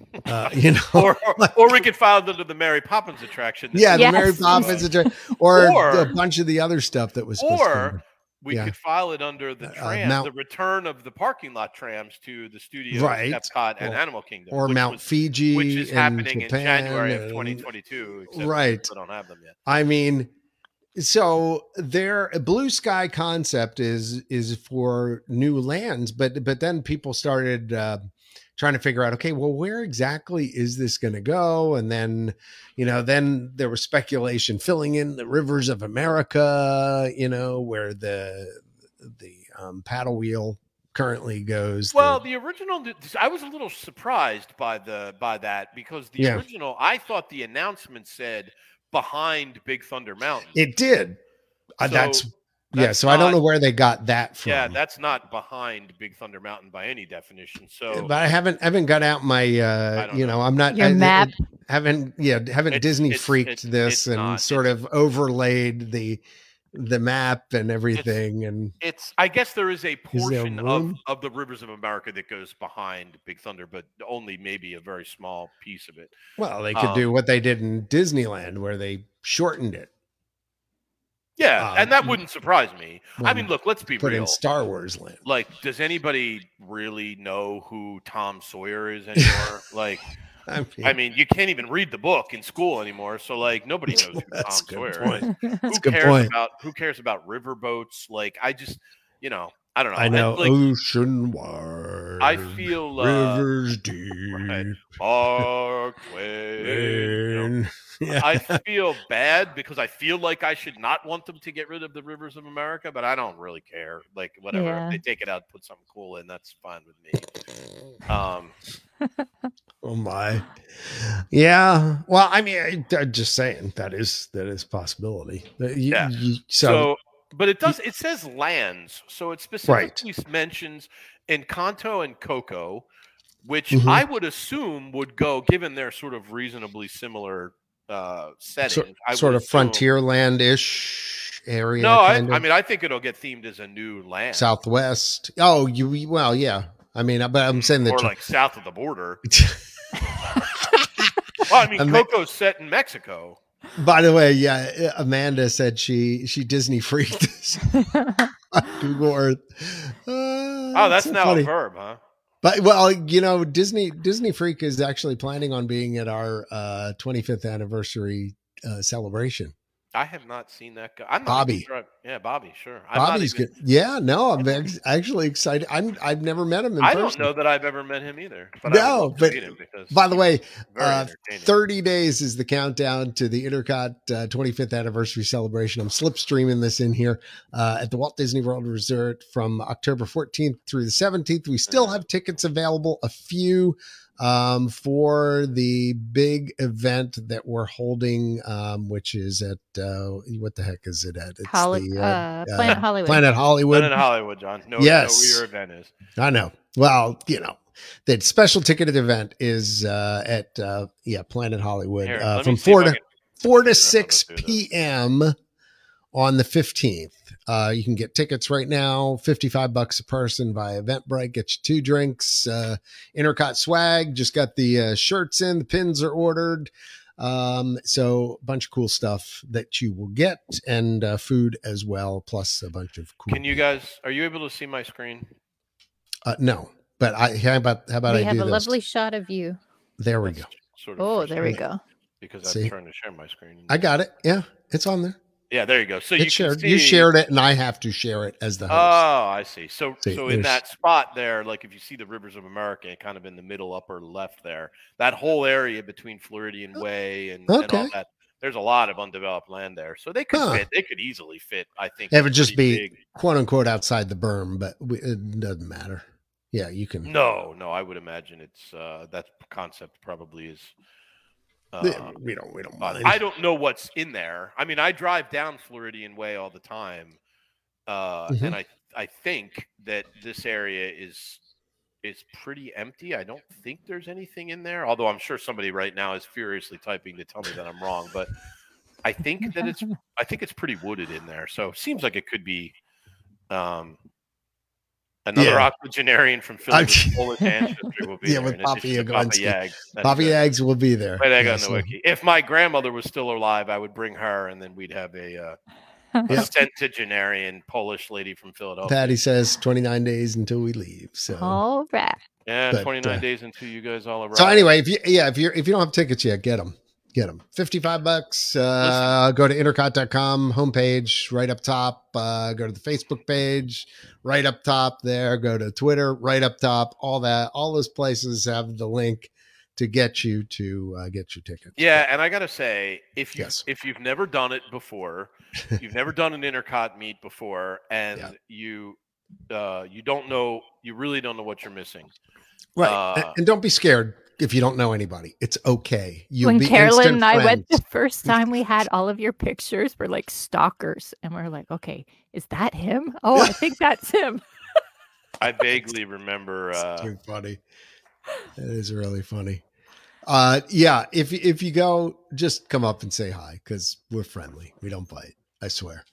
Speaker 3: [LAUGHS]
Speaker 2: Uh, you know,
Speaker 3: [LAUGHS] or, or, or we could file it under the Mary Poppins attraction. that
Speaker 2: [LAUGHS] yeah, the
Speaker 4: Yes.
Speaker 2: Mary Poppins, attra- or,
Speaker 3: Or-
Speaker 2: a bunch of the other stuff that was. supposed to
Speaker 3: Or-
Speaker 2: be-
Speaker 3: we
Speaker 2: Yeah.
Speaker 3: could file it under the
Speaker 2: Uh, uh,
Speaker 3: tram,
Speaker 2: Mount-
Speaker 3: the return of the parking lot trams to the studio,
Speaker 2: Right.
Speaker 3: Epcot, and
Speaker 2: Or-
Speaker 3: Animal Kingdom,
Speaker 2: or
Speaker 3: which
Speaker 2: Mount
Speaker 3: was-
Speaker 2: Fiji,
Speaker 3: which is
Speaker 2: and
Speaker 3: happening in
Speaker 2: Japan
Speaker 3: January of
Speaker 2: and-
Speaker 3: 2022. Except
Speaker 2: Right.
Speaker 3: I don't have them yet.
Speaker 2: I mean, so their blue sky concept is is for new lands, but but then people started uh, trying to figure out, okay, well, where exactly is this going to go? And then, you know, then there was speculation filling in the rivers of America, you know, where the the um, paddle wheel currently goes.
Speaker 3: Well,
Speaker 2: the-
Speaker 3: the original, I was a little surprised by the by that because the
Speaker 2: Yeah.
Speaker 3: original, I thought the announcement said behind Big Thunder Mountain.
Speaker 2: it did. Uh,
Speaker 3: So
Speaker 2: that's, yeah.
Speaker 3: that's
Speaker 2: So I don't
Speaker 3: not-
Speaker 2: know where they got that from.
Speaker 3: yeah, that's not behind Big Thunder Mountain by any definition. So
Speaker 2: but I haven't haven't got out my
Speaker 3: I
Speaker 2: uh
Speaker 3: don't
Speaker 2: you know, I'm not
Speaker 4: Your
Speaker 2: I- I
Speaker 4: map. [LAUGHS]
Speaker 2: haven't yeah haven't
Speaker 3: It's-
Speaker 2: Disney
Speaker 3: it's-
Speaker 2: freaked
Speaker 3: it's-
Speaker 2: this
Speaker 3: it's
Speaker 2: and
Speaker 3: not.
Speaker 2: sort of overlaid the the map and everything and
Speaker 3: it's i guess there is a
Speaker 2: there
Speaker 3: portion of,
Speaker 2: room?
Speaker 3: of the rivers of america that goes behind big thunder but only maybe a very small piece of it
Speaker 2: well they could do
Speaker 3: Um,
Speaker 2: what they did in Disneyland where they shortened it
Speaker 3: Yeah,
Speaker 2: Um,
Speaker 3: and that wouldn't surprise me. I
Speaker 2: when
Speaker 3: mean, look, let's be
Speaker 2: put
Speaker 3: real.
Speaker 2: in Star Wars land.
Speaker 3: like, does anybody really know who Tom Sawyer
Speaker 2: [LAUGHS]
Speaker 3: is anymore? like,
Speaker 2: I mean,
Speaker 3: I mean, you can't even read the book in school anymore. So, like,
Speaker 2: [LAUGHS]
Speaker 3: nobody knows who Tom
Speaker 2: That's a good
Speaker 3: Sawyer is.
Speaker 4: [LAUGHS]
Speaker 2: point.
Speaker 3: Who
Speaker 2: a good
Speaker 3: cares
Speaker 2: point.
Speaker 3: about who cares about riverboats? Like, I just, you know, I don't know.
Speaker 5: I
Speaker 3: And,
Speaker 5: know.
Speaker 3: like,
Speaker 2: Ocean wide,
Speaker 3: I feel uh,
Speaker 2: rivers deep.
Speaker 3: right. Parkway. you know,
Speaker 2: and- Yeah.
Speaker 3: I feel bad because I feel like I should not want them to get rid of the rivers of America, but I don't really care. Like whatever,
Speaker 4: Yeah.
Speaker 3: if they take it out, put something cool in. That's fine with me. Um,
Speaker 2: oh my.
Speaker 5: Yeah. Well, I mean, I, I'm just saying that is that is a possibility. That you-
Speaker 3: Yeah.
Speaker 5: you- so,
Speaker 3: so, but it does. It says lands, so it specifically mentions Encanto and Coco, which
Speaker 5: Mhm.
Speaker 3: I would assume would go given their sort of reasonably similar uh setting. I would
Speaker 2: sort of
Speaker 3: assume-
Speaker 2: frontier land ish area.
Speaker 3: No, I,
Speaker 2: kind of.
Speaker 3: I mean I think it'll get themed as a new land,
Speaker 2: Southwest. Oh, you well, yeah. I mean, but I'm saying that
Speaker 3: or like south of the border.
Speaker 2: like,
Speaker 3: Well, I
Speaker 2: [LAUGHS]
Speaker 3: mean,
Speaker 2: And they-
Speaker 3: Coco's set in Mexico.
Speaker 2: [LAUGHS] By the way, yeah, Amanda said she she Disney freaked on [LAUGHS] Google Earth. Ah,
Speaker 3: Oh, that's now
Speaker 2: funny.
Speaker 3: a verb, huh?
Speaker 2: But well, you know, Disney Disney Freak is actually planning on being at our uh, 25th anniversary uh, celebration.
Speaker 3: I have not seen that guy. I'm not
Speaker 2: Bobby.
Speaker 3: even sure I- Yeah, Bobby. Sure. I'm not
Speaker 2: Bobby's
Speaker 3: even-
Speaker 2: good. Yeah, no, I'm ex- actually excited. I'm I've never met him in
Speaker 3: I don't
Speaker 2: person.
Speaker 3: know that I've ever met him either. But I would
Speaker 2: No,
Speaker 3: love to
Speaker 2: but-
Speaker 3: meet him because
Speaker 2: By the way,
Speaker 3: he's very
Speaker 2: uh,
Speaker 3: entertaining.
Speaker 2: 30 days is the countdown to the Intercot uh, 25th anniversary celebration. I'm slipstreaming this in here uh, at the Walt Disney World Resort from October 14th through the 17th. We still
Speaker 3: Mm.
Speaker 2: have tickets available, a few um, for the big event that we're holding, um, which is at uh, what the heck is it at? It's
Speaker 4: Holly,
Speaker 2: the,
Speaker 4: uh,
Speaker 2: uh,
Speaker 4: Planet Hollywood.
Speaker 2: Planet Hollywood.
Speaker 3: Not in Hollywood, John. No,
Speaker 2: Yes.
Speaker 3: no, your event is.
Speaker 2: I know. Well, you know, that special ticketed event is uh, at uh, yeah Planet Hollywood
Speaker 3: Here,
Speaker 2: uh,
Speaker 3: let
Speaker 2: from
Speaker 3: me see if
Speaker 2: four
Speaker 3: I
Speaker 2: to
Speaker 3: can-
Speaker 2: four to
Speaker 3: let's do
Speaker 2: six
Speaker 3: this.
Speaker 2: p.m. on the fifteenth. Uh, you can get tickets right now, fifty-five bucks a person via Eventbrite. Get you two drinks, uh, Intercot swag. Just got the uh, shirts in, the pins are ordered. Um, so a bunch of cool stuff that you will get, and uh, food as well, plus a bunch of cool.
Speaker 3: Can you guys? Are you able to see my screen?
Speaker 2: Uh, no, but I how about how about
Speaker 4: we
Speaker 2: I
Speaker 4: have
Speaker 2: do
Speaker 4: a
Speaker 2: this?
Speaker 4: lovely shot of you.
Speaker 2: There we go.
Speaker 3: That's Sort of
Speaker 4: Oh, there we
Speaker 3: frustrating
Speaker 4: go.
Speaker 3: Because
Speaker 2: See?
Speaker 3: I'm trying to share my screen.
Speaker 2: I got it. Yeah, it's on there.
Speaker 3: yeah, there you go. So you
Speaker 2: It's
Speaker 3: can
Speaker 2: shared.
Speaker 3: See,
Speaker 2: you shared it, and I have to share it as the host.
Speaker 3: Oh, I see. So,
Speaker 2: See,
Speaker 3: so in
Speaker 2: there's-
Speaker 3: that spot there, like if you see the Rivers of America, kind of in the middle upper left there, that whole area between Floridian Way and, and all
Speaker 2: Oh, Okay.
Speaker 3: that, there's a lot of undeveloped land there. So they could
Speaker 2: Huh.
Speaker 3: fit. They could easily fit. I think
Speaker 2: It would just
Speaker 3: pretty
Speaker 2: be- "Quote unquote" outside the berm, but we, it doesn't matter. Yeah, you can.
Speaker 3: No, no, I would imagine it's uh, that concept probably is.
Speaker 2: Yeah,
Speaker 3: Uh,
Speaker 2: we don't. We don't
Speaker 3: Uh,
Speaker 2: mind.
Speaker 3: I don't know what's in there. I mean, I drive down Floridian Way all the time, uh,
Speaker 2: Mm-hmm.
Speaker 3: and I I think that this area is is pretty empty. I don't think there's anything in there. Although I'm sure somebody right now is furiously typing to tell me that I'm wrong, but I think that
Speaker 2: [LAUGHS]
Speaker 3: it's I think it's pretty wooded in there. So it seems like it could be. Um, Another
Speaker 2: Yeah.
Speaker 3: octogenarian from Philly with
Speaker 2: [LAUGHS]
Speaker 3: Polish ancestry will be
Speaker 2: Yeah,
Speaker 3: there
Speaker 2: with
Speaker 3: in addition
Speaker 2: Papa
Speaker 3: to
Speaker 2: Yagonski.
Speaker 3: Yag. That's
Speaker 2: Bobby
Speaker 3: it.
Speaker 2: Eggs will be there.
Speaker 3: Wait, I
Speaker 2: Yeah,
Speaker 3: got on
Speaker 2: so-
Speaker 3: the wiki. If my grandmother was still alive, I would bring her, and then we'd have a, uh, a
Speaker 2: [LAUGHS] Yeah.
Speaker 3: centenarian Polish lady from Philadelphia.
Speaker 2: Patty says twenty nine days until we leave. So.
Speaker 4: All right.
Speaker 3: yeah,
Speaker 2: but,
Speaker 3: 29
Speaker 2: uh,
Speaker 3: days until you guys all arrive.
Speaker 2: So anyway, if you yeah, if you're if you don't have tickets yet, get them. Get them. 55 bucks. Uh, go to intercot.com homepage right up top. Uh, go to the Facebook page right up top there. Go to Twitter right up top. All that. All those places have the link to get you to uh, get your ticket.
Speaker 3: Yeah, and I gotta say, if you
Speaker 2: Yes.
Speaker 3: if you've never done it before, you've never done an intercot meet before, and
Speaker 2: Yeah.
Speaker 3: you uh, you don't know, you really don't know what you're missing.
Speaker 2: Right.
Speaker 3: Uh,
Speaker 2: and, and don't be scared if you don't know anybody. It's okay. You'll
Speaker 4: when
Speaker 2: be instant
Speaker 4: Carolyn and I
Speaker 2: friends.
Speaker 4: went the [LAUGHS]
Speaker 2: [LAUGHS]
Speaker 4: first time, we had all of your pictures. We're like stalkers, and we're like, okay, is that him? Oh, I think that's him.
Speaker 2: [LAUGHS]
Speaker 3: I vaguely remember.
Speaker 2: It's
Speaker 3: Uh,
Speaker 2: too funny. That is really funny. Uh, yeah, if if you go, just come up and say hi because we're friendly. We don't bite. I swear.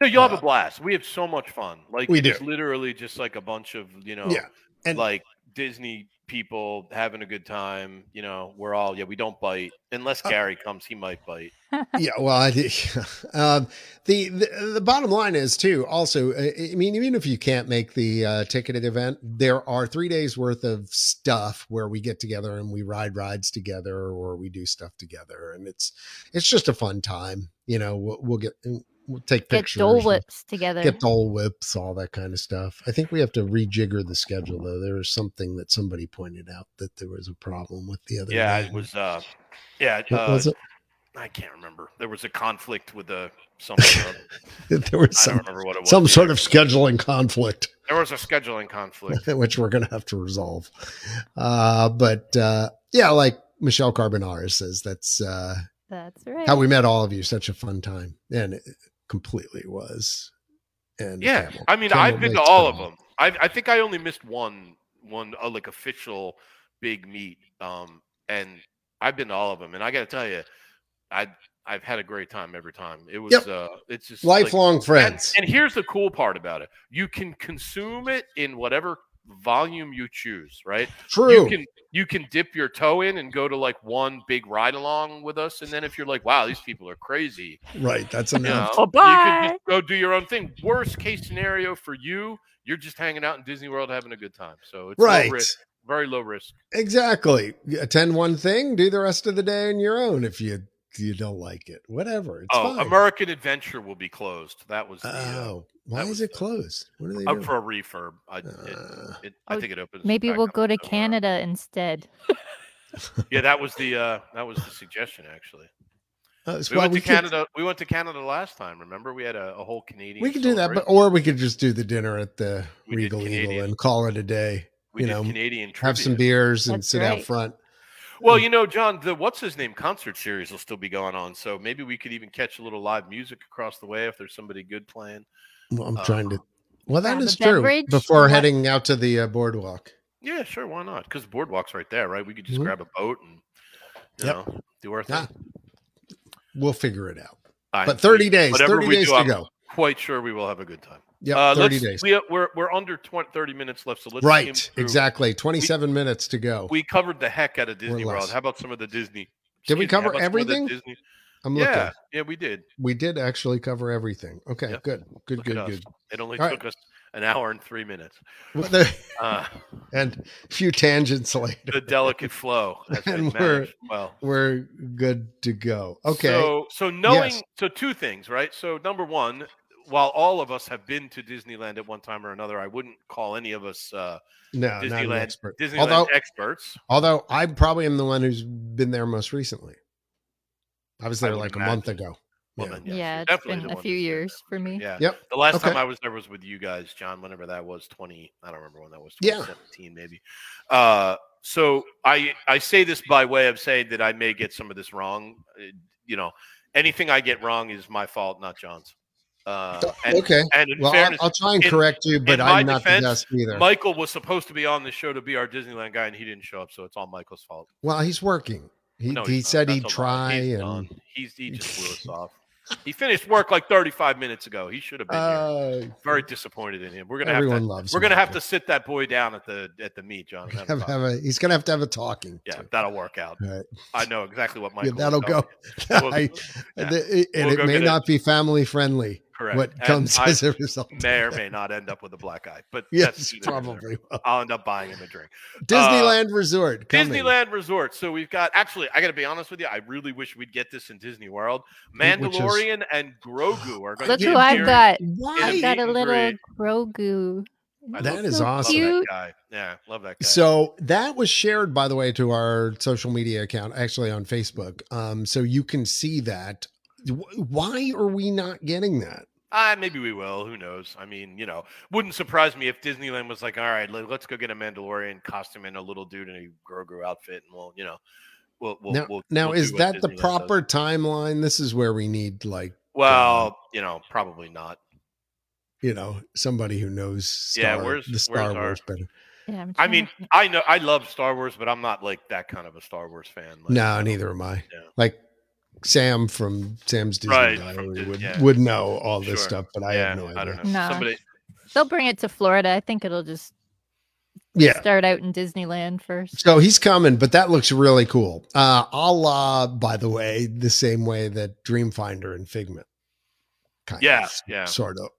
Speaker 3: no, you'll have
Speaker 2: uh,
Speaker 3: a blast. We have so much fun. Like
Speaker 2: we
Speaker 3: it's
Speaker 2: do.
Speaker 3: literally just like a bunch of you know.
Speaker 2: Yeah, and-
Speaker 3: like Disney people having a good time. You know, we're all yeah, we don't bite unless
Speaker 2: Uh,
Speaker 3: Gary comes, he might bite.
Speaker 2: yeah well I, think- [LAUGHS] um, the, the the bottom line is too also i I mean even if you can't make the uh, ticketed event there are three days worth of stuff where we get together and we ride rides together or we do stuff together and it's it's just a fun time you know we'll, we'll get we'll take
Speaker 4: Get
Speaker 2: pictures
Speaker 4: Dole
Speaker 2: we'll
Speaker 4: Whips together.
Speaker 2: get dole whips all that kind of stuff i think we have to rejigger the schedule though there was something that somebody pointed out that there was a problem with the other
Speaker 3: Yeah,
Speaker 2: day.
Speaker 3: it was uh yeah,
Speaker 2: What
Speaker 3: uh,
Speaker 2: was it? [LAUGHS]
Speaker 3: I can't remember. There was a conflict with uh, the something. or other.
Speaker 2: there was [LAUGHS]
Speaker 3: I don't
Speaker 2: some
Speaker 3: remember what it was.
Speaker 2: some
Speaker 3: Yeah,
Speaker 2: sort of scheduling conflict [LAUGHS]
Speaker 3: there was a scheduling conflict.
Speaker 2: which we're going to have to resolve. Uh, but uh, yeah, like Michelle Carbonara says, that's uh,
Speaker 4: That's right.
Speaker 2: how we met all of you. Such a fun time, and it completely was. And
Speaker 3: Yeah,
Speaker 2: Camel-
Speaker 3: I mean,
Speaker 2: Camel
Speaker 3: I've been to
Speaker 2: makes
Speaker 3: all of
Speaker 2: good.
Speaker 3: them. I I think I only missed one one uh, like official big meet. Um, and I've been to all of them, and I got to tell you, I I've had a great time every time. It was
Speaker 2: Yep.
Speaker 3: uh, it's just like-
Speaker 2: lifelong
Speaker 3: and,
Speaker 2: friends.
Speaker 3: and here's the cool part about it: you can consume it in whatever volume you choose. Right?
Speaker 2: True.
Speaker 3: You can you can dip your toe in and go to like one big ride along with us, and then if you're like, wow, these people are crazy,
Speaker 2: right. That's
Speaker 4: Oh,
Speaker 2: enough.
Speaker 3: you know, You
Speaker 4: Bye-bye.
Speaker 3: could just go do your own thing. Worst case scenario for you, you're just hanging out in Disney World having a good time. So it's
Speaker 2: right.
Speaker 3: low risk, very low risk.
Speaker 2: Exactly. Attend one thing, do the rest of the day on your own if you you don't like it. Whatever. It's
Speaker 3: oh,
Speaker 2: fine.
Speaker 3: American Adventure will be closed. That was the, uh,
Speaker 2: oh, why
Speaker 3: that
Speaker 2: is
Speaker 3: was
Speaker 2: it
Speaker 3: the-
Speaker 2: closed? What are they
Speaker 3: up
Speaker 2: doing?
Speaker 3: for a refurb. I, it,
Speaker 2: Uh,
Speaker 3: it, I
Speaker 4: Oh,
Speaker 3: think it opens.
Speaker 4: Maybe
Speaker 3: back
Speaker 4: we'll
Speaker 3: up
Speaker 4: go to
Speaker 3: in November.
Speaker 4: Canada instead.
Speaker 3: Yeah, that was the uh, that was the suggestion actually.
Speaker 2: oh, it's-
Speaker 3: We
Speaker 2: well,
Speaker 3: went to
Speaker 2: could-
Speaker 3: Canada. we went to Canada last time. Remember, we had a, a whole Canadian.
Speaker 2: We could do that, but
Speaker 3: celebration.
Speaker 2: or we could just do the dinner at the
Speaker 3: We did
Speaker 2: Regal Eagle
Speaker 3: Canadian.
Speaker 2: and call it a day.
Speaker 3: we
Speaker 2: you
Speaker 3: did
Speaker 2: know,
Speaker 3: Canadian
Speaker 2: Have some
Speaker 3: trivia.
Speaker 2: beers and
Speaker 4: That's
Speaker 2: sit out
Speaker 4: right.
Speaker 2: front. Mm.
Speaker 3: Well, you know, John, the what's his name concert series will still be going on, so maybe we could even catch a little live music across the way if there's somebody good playing.
Speaker 2: Well, I'm
Speaker 3: Uh,
Speaker 2: trying to. Well, that
Speaker 4: grab a
Speaker 2: is true.
Speaker 4: beverage
Speaker 2: Before
Speaker 4: or what?
Speaker 2: heading out to the uh, boardwalk,
Speaker 3: Yeah, sure, why not? Because the boardwalk's right there, right? We could just
Speaker 2: Mhm.
Speaker 3: grab a boat and you
Speaker 2: Yep.
Speaker 3: know do our thing.
Speaker 2: Yeah. we'll figure it out.
Speaker 3: I-
Speaker 2: But 30 days,
Speaker 3: whatever
Speaker 2: 30
Speaker 3: we
Speaker 2: days
Speaker 3: do,
Speaker 2: to
Speaker 3: I'm
Speaker 2: go.
Speaker 3: quite sure we will have a good time.
Speaker 2: Yeah,
Speaker 3: uh,
Speaker 2: 30
Speaker 3: let's-
Speaker 2: days.
Speaker 3: We, we're we're under 20, 30 minutes left, so let's skim
Speaker 2: right,
Speaker 3: through-
Speaker 2: exactly. 27 minutes to go.
Speaker 3: We covered the heck out of Disney World.
Speaker 2: less.
Speaker 3: How about some of the Disney?
Speaker 2: Did we
Speaker 3: excuse me, how
Speaker 2: cover
Speaker 3: about some of the
Speaker 2: everything?
Speaker 3: Disney?
Speaker 2: I'm looking.
Speaker 3: Yeah, yeah, we did.
Speaker 2: We did actually cover everything. Okay,
Speaker 3: Yep.
Speaker 2: good, good,
Speaker 3: Look at
Speaker 2: good,
Speaker 3: us.
Speaker 2: good.
Speaker 3: It only
Speaker 2: All right.
Speaker 3: took us an hour and three minutes.
Speaker 2: Well, there-
Speaker 3: Uh,
Speaker 2: and a few tangents later,
Speaker 3: the delicate flow has
Speaker 2: [LAUGHS]
Speaker 3: been
Speaker 2: And we're-
Speaker 3: managed well.
Speaker 2: we're good to go. Okay.
Speaker 3: So, so knowing
Speaker 2: Yes.
Speaker 3: so two things, right? So number one, while all of us have been to Disneyland at one time or another, I wouldn't call any of us uh,
Speaker 2: no, not an
Speaker 3: Disneyland-
Speaker 2: expert.
Speaker 3: Disneyland
Speaker 2: Although
Speaker 3: experts.
Speaker 2: Although I probably am the one who's been there most recently. I was
Speaker 3: I
Speaker 2: there
Speaker 3: would
Speaker 2: like a
Speaker 3: imagine.
Speaker 2: month ago.
Speaker 3: Well,
Speaker 2: Yeah.
Speaker 3: then, yes,
Speaker 4: Yeah,
Speaker 3: you're
Speaker 4: it's
Speaker 3: definitely
Speaker 4: been
Speaker 3: the
Speaker 4: a
Speaker 3: one
Speaker 4: few
Speaker 3: that's been there.
Speaker 4: years for me.
Speaker 3: Yeah.
Speaker 2: Yep.
Speaker 3: The last
Speaker 2: Okay.
Speaker 3: time I was there was with you guys, John, whenever that was, 20, I don't remember when that was,
Speaker 2: Yeah.
Speaker 3: 2017 maybe. Uh, so I I say this by way of saying that I may get some of this wrong. Uh, You know, anything I get wrong is my fault, not John's. Uh, and,
Speaker 2: okay.
Speaker 3: And in
Speaker 2: Well, I'll,
Speaker 3: fairness,
Speaker 2: I'll try and
Speaker 3: in-
Speaker 2: correct you, but
Speaker 3: my
Speaker 2: I'm not
Speaker 3: defense,
Speaker 2: the best either.
Speaker 3: Michael was supposed to be on the show to be our Disneyland guy, and he didn't show up, so it's all Michael's fault.
Speaker 2: well, he's working. He,
Speaker 3: No,
Speaker 2: he
Speaker 3: he's not.
Speaker 2: said
Speaker 3: That's
Speaker 2: he'd
Speaker 3: a lie.
Speaker 2: try
Speaker 3: He's,
Speaker 2: and.
Speaker 3: done. He's- he just blew
Speaker 2: [LAUGHS]
Speaker 3: us off. He finished work like 35 minutes ago. He should have been here.
Speaker 2: Uh,
Speaker 3: Very disappointed in him. We're gonna have
Speaker 2: everyone
Speaker 3: to,
Speaker 2: loves.
Speaker 3: we're gonna have
Speaker 2: Michael.
Speaker 3: to sit that boy down at the at the
Speaker 2: [LAUGHS]
Speaker 3: meet, John. and have a
Speaker 2: Have,
Speaker 3: talk.
Speaker 2: have a, he's gonna have to have a talking.
Speaker 3: yeah,
Speaker 2: to.
Speaker 3: that'll work out.
Speaker 2: Right.
Speaker 3: I know exactly what
Speaker 2: Yeah,
Speaker 3: Michael. was
Speaker 2: that'll
Speaker 3: telling
Speaker 2: go.
Speaker 3: you.
Speaker 2: [LAUGHS]
Speaker 3: We'll-
Speaker 2: I-
Speaker 3: yeah.
Speaker 2: the- it- and
Speaker 3: We'll
Speaker 2: it
Speaker 3: go
Speaker 2: may
Speaker 3: get it.
Speaker 2: not be family friendly.
Speaker 3: correct.
Speaker 2: What
Speaker 3: And
Speaker 2: comes
Speaker 3: I
Speaker 2: as a
Speaker 3: [LAUGHS]
Speaker 2: result?
Speaker 3: may or may not end up with a black eye, but
Speaker 2: [LAUGHS]
Speaker 3: that's
Speaker 2: Yes,
Speaker 3: neither here nor there.
Speaker 2: probably. will.
Speaker 3: I'll end up buying him a drink.
Speaker 2: Disneyland Resort. Coming.
Speaker 3: Disneyland Resort. So we've got actually, I got to be honest with you. I really wish we'd get this in Disney World.
Speaker 2: Wh- which is-
Speaker 3: Mandalorian and Grogu are going
Speaker 4: Look
Speaker 3: to
Speaker 2: Yeah,
Speaker 4: who I've got. I've
Speaker 3: Right.
Speaker 4: got a
Speaker 3: Meet and
Speaker 4: little
Speaker 3: greet.
Speaker 4: Grogu.
Speaker 2: That
Speaker 4: Isn't
Speaker 2: is
Speaker 4: so
Speaker 2: awesome.
Speaker 4: Cute.
Speaker 3: Guy. Yeah, love that guy.
Speaker 2: So that was shared, by the way, to our social media account, actually on Facebook. Um, so you can see that. Wh- Why are we not getting that?
Speaker 3: Ah, maybe we will. Who knows? I mean, you know, wouldn't surprise me if Disneyland was like, all right, let, us go get a Mandalorian costume and a little dude in a Grogu outfit, and we'll, you know, we'll, we'll,
Speaker 2: now,
Speaker 3: we'll
Speaker 2: now
Speaker 3: we'll do
Speaker 2: is
Speaker 3: what
Speaker 2: that the
Speaker 3: Disneyland does."
Speaker 2: proper timeline? This is where we need, like,
Speaker 3: Well, you know, probably not.
Speaker 2: you know, somebody who knows. Star,
Speaker 3: Yeah, where's-
Speaker 2: the Star
Speaker 3: where's our-
Speaker 2: Wars better?
Speaker 4: Yeah, I'm
Speaker 3: I
Speaker 4: trying
Speaker 3: mean,
Speaker 4: to-
Speaker 3: I know I love Star Wars, but I'm not like that kind of a Star Wars fan. Like, I
Speaker 2: no,
Speaker 3: don't-
Speaker 2: neither am I.
Speaker 3: Yeah.
Speaker 2: Like Sam from Sam's Disney
Speaker 3: Right, from
Speaker 2: Diary
Speaker 3: Dis-
Speaker 2: would,
Speaker 3: yeah.
Speaker 2: would know all this
Speaker 3: Sure.
Speaker 2: stuff, but I have no idea.
Speaker 3: I don't know.
Speaker 4: No.
Speaker 3: Somebody,
Speaker 4: they'll bring it to Florida. I think it'll just
Speaker 2: Yeah.
Speaker 4: Start out in Disneyland first.
Speaker 2: So he's coming, but that looks really cool. Uh, a la, by the way, the same way that Dreamfinder and Figment kind
Speaker 3: Yeah,
Speaker 2: of
Speaker 3: yeah.
Speaker 2: sort of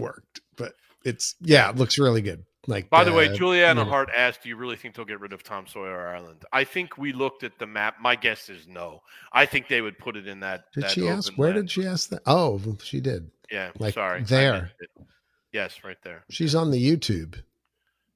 Speaker 2: worked, but it's, yeah, it looks really good. Like,
Speaker 3: By the way,
Speaker 2: uh,
Speaker 3: Juliana
Speaker 2: yeah.
Speaker 3: Hart asked, "Do you really think they'll get rid of Tom Sawyer Island?" I think we looked at the map. My guess is no. I think they would put it in that.
Speaker 2: did
Speaker 3: that
Speaker 2: she
Speaker 3: open
Speaker 2: ask, where
Speaker 3: land.
Speaker 2: did she ask that? Oh, she did.
Speaker 3: Yeah,
Speaker 2: like,
Speaker 3: sorry. I missed
Speaker 2: there?
Speaker 3: it. Yes, right there.
Speaker 2: She's on the YouTube.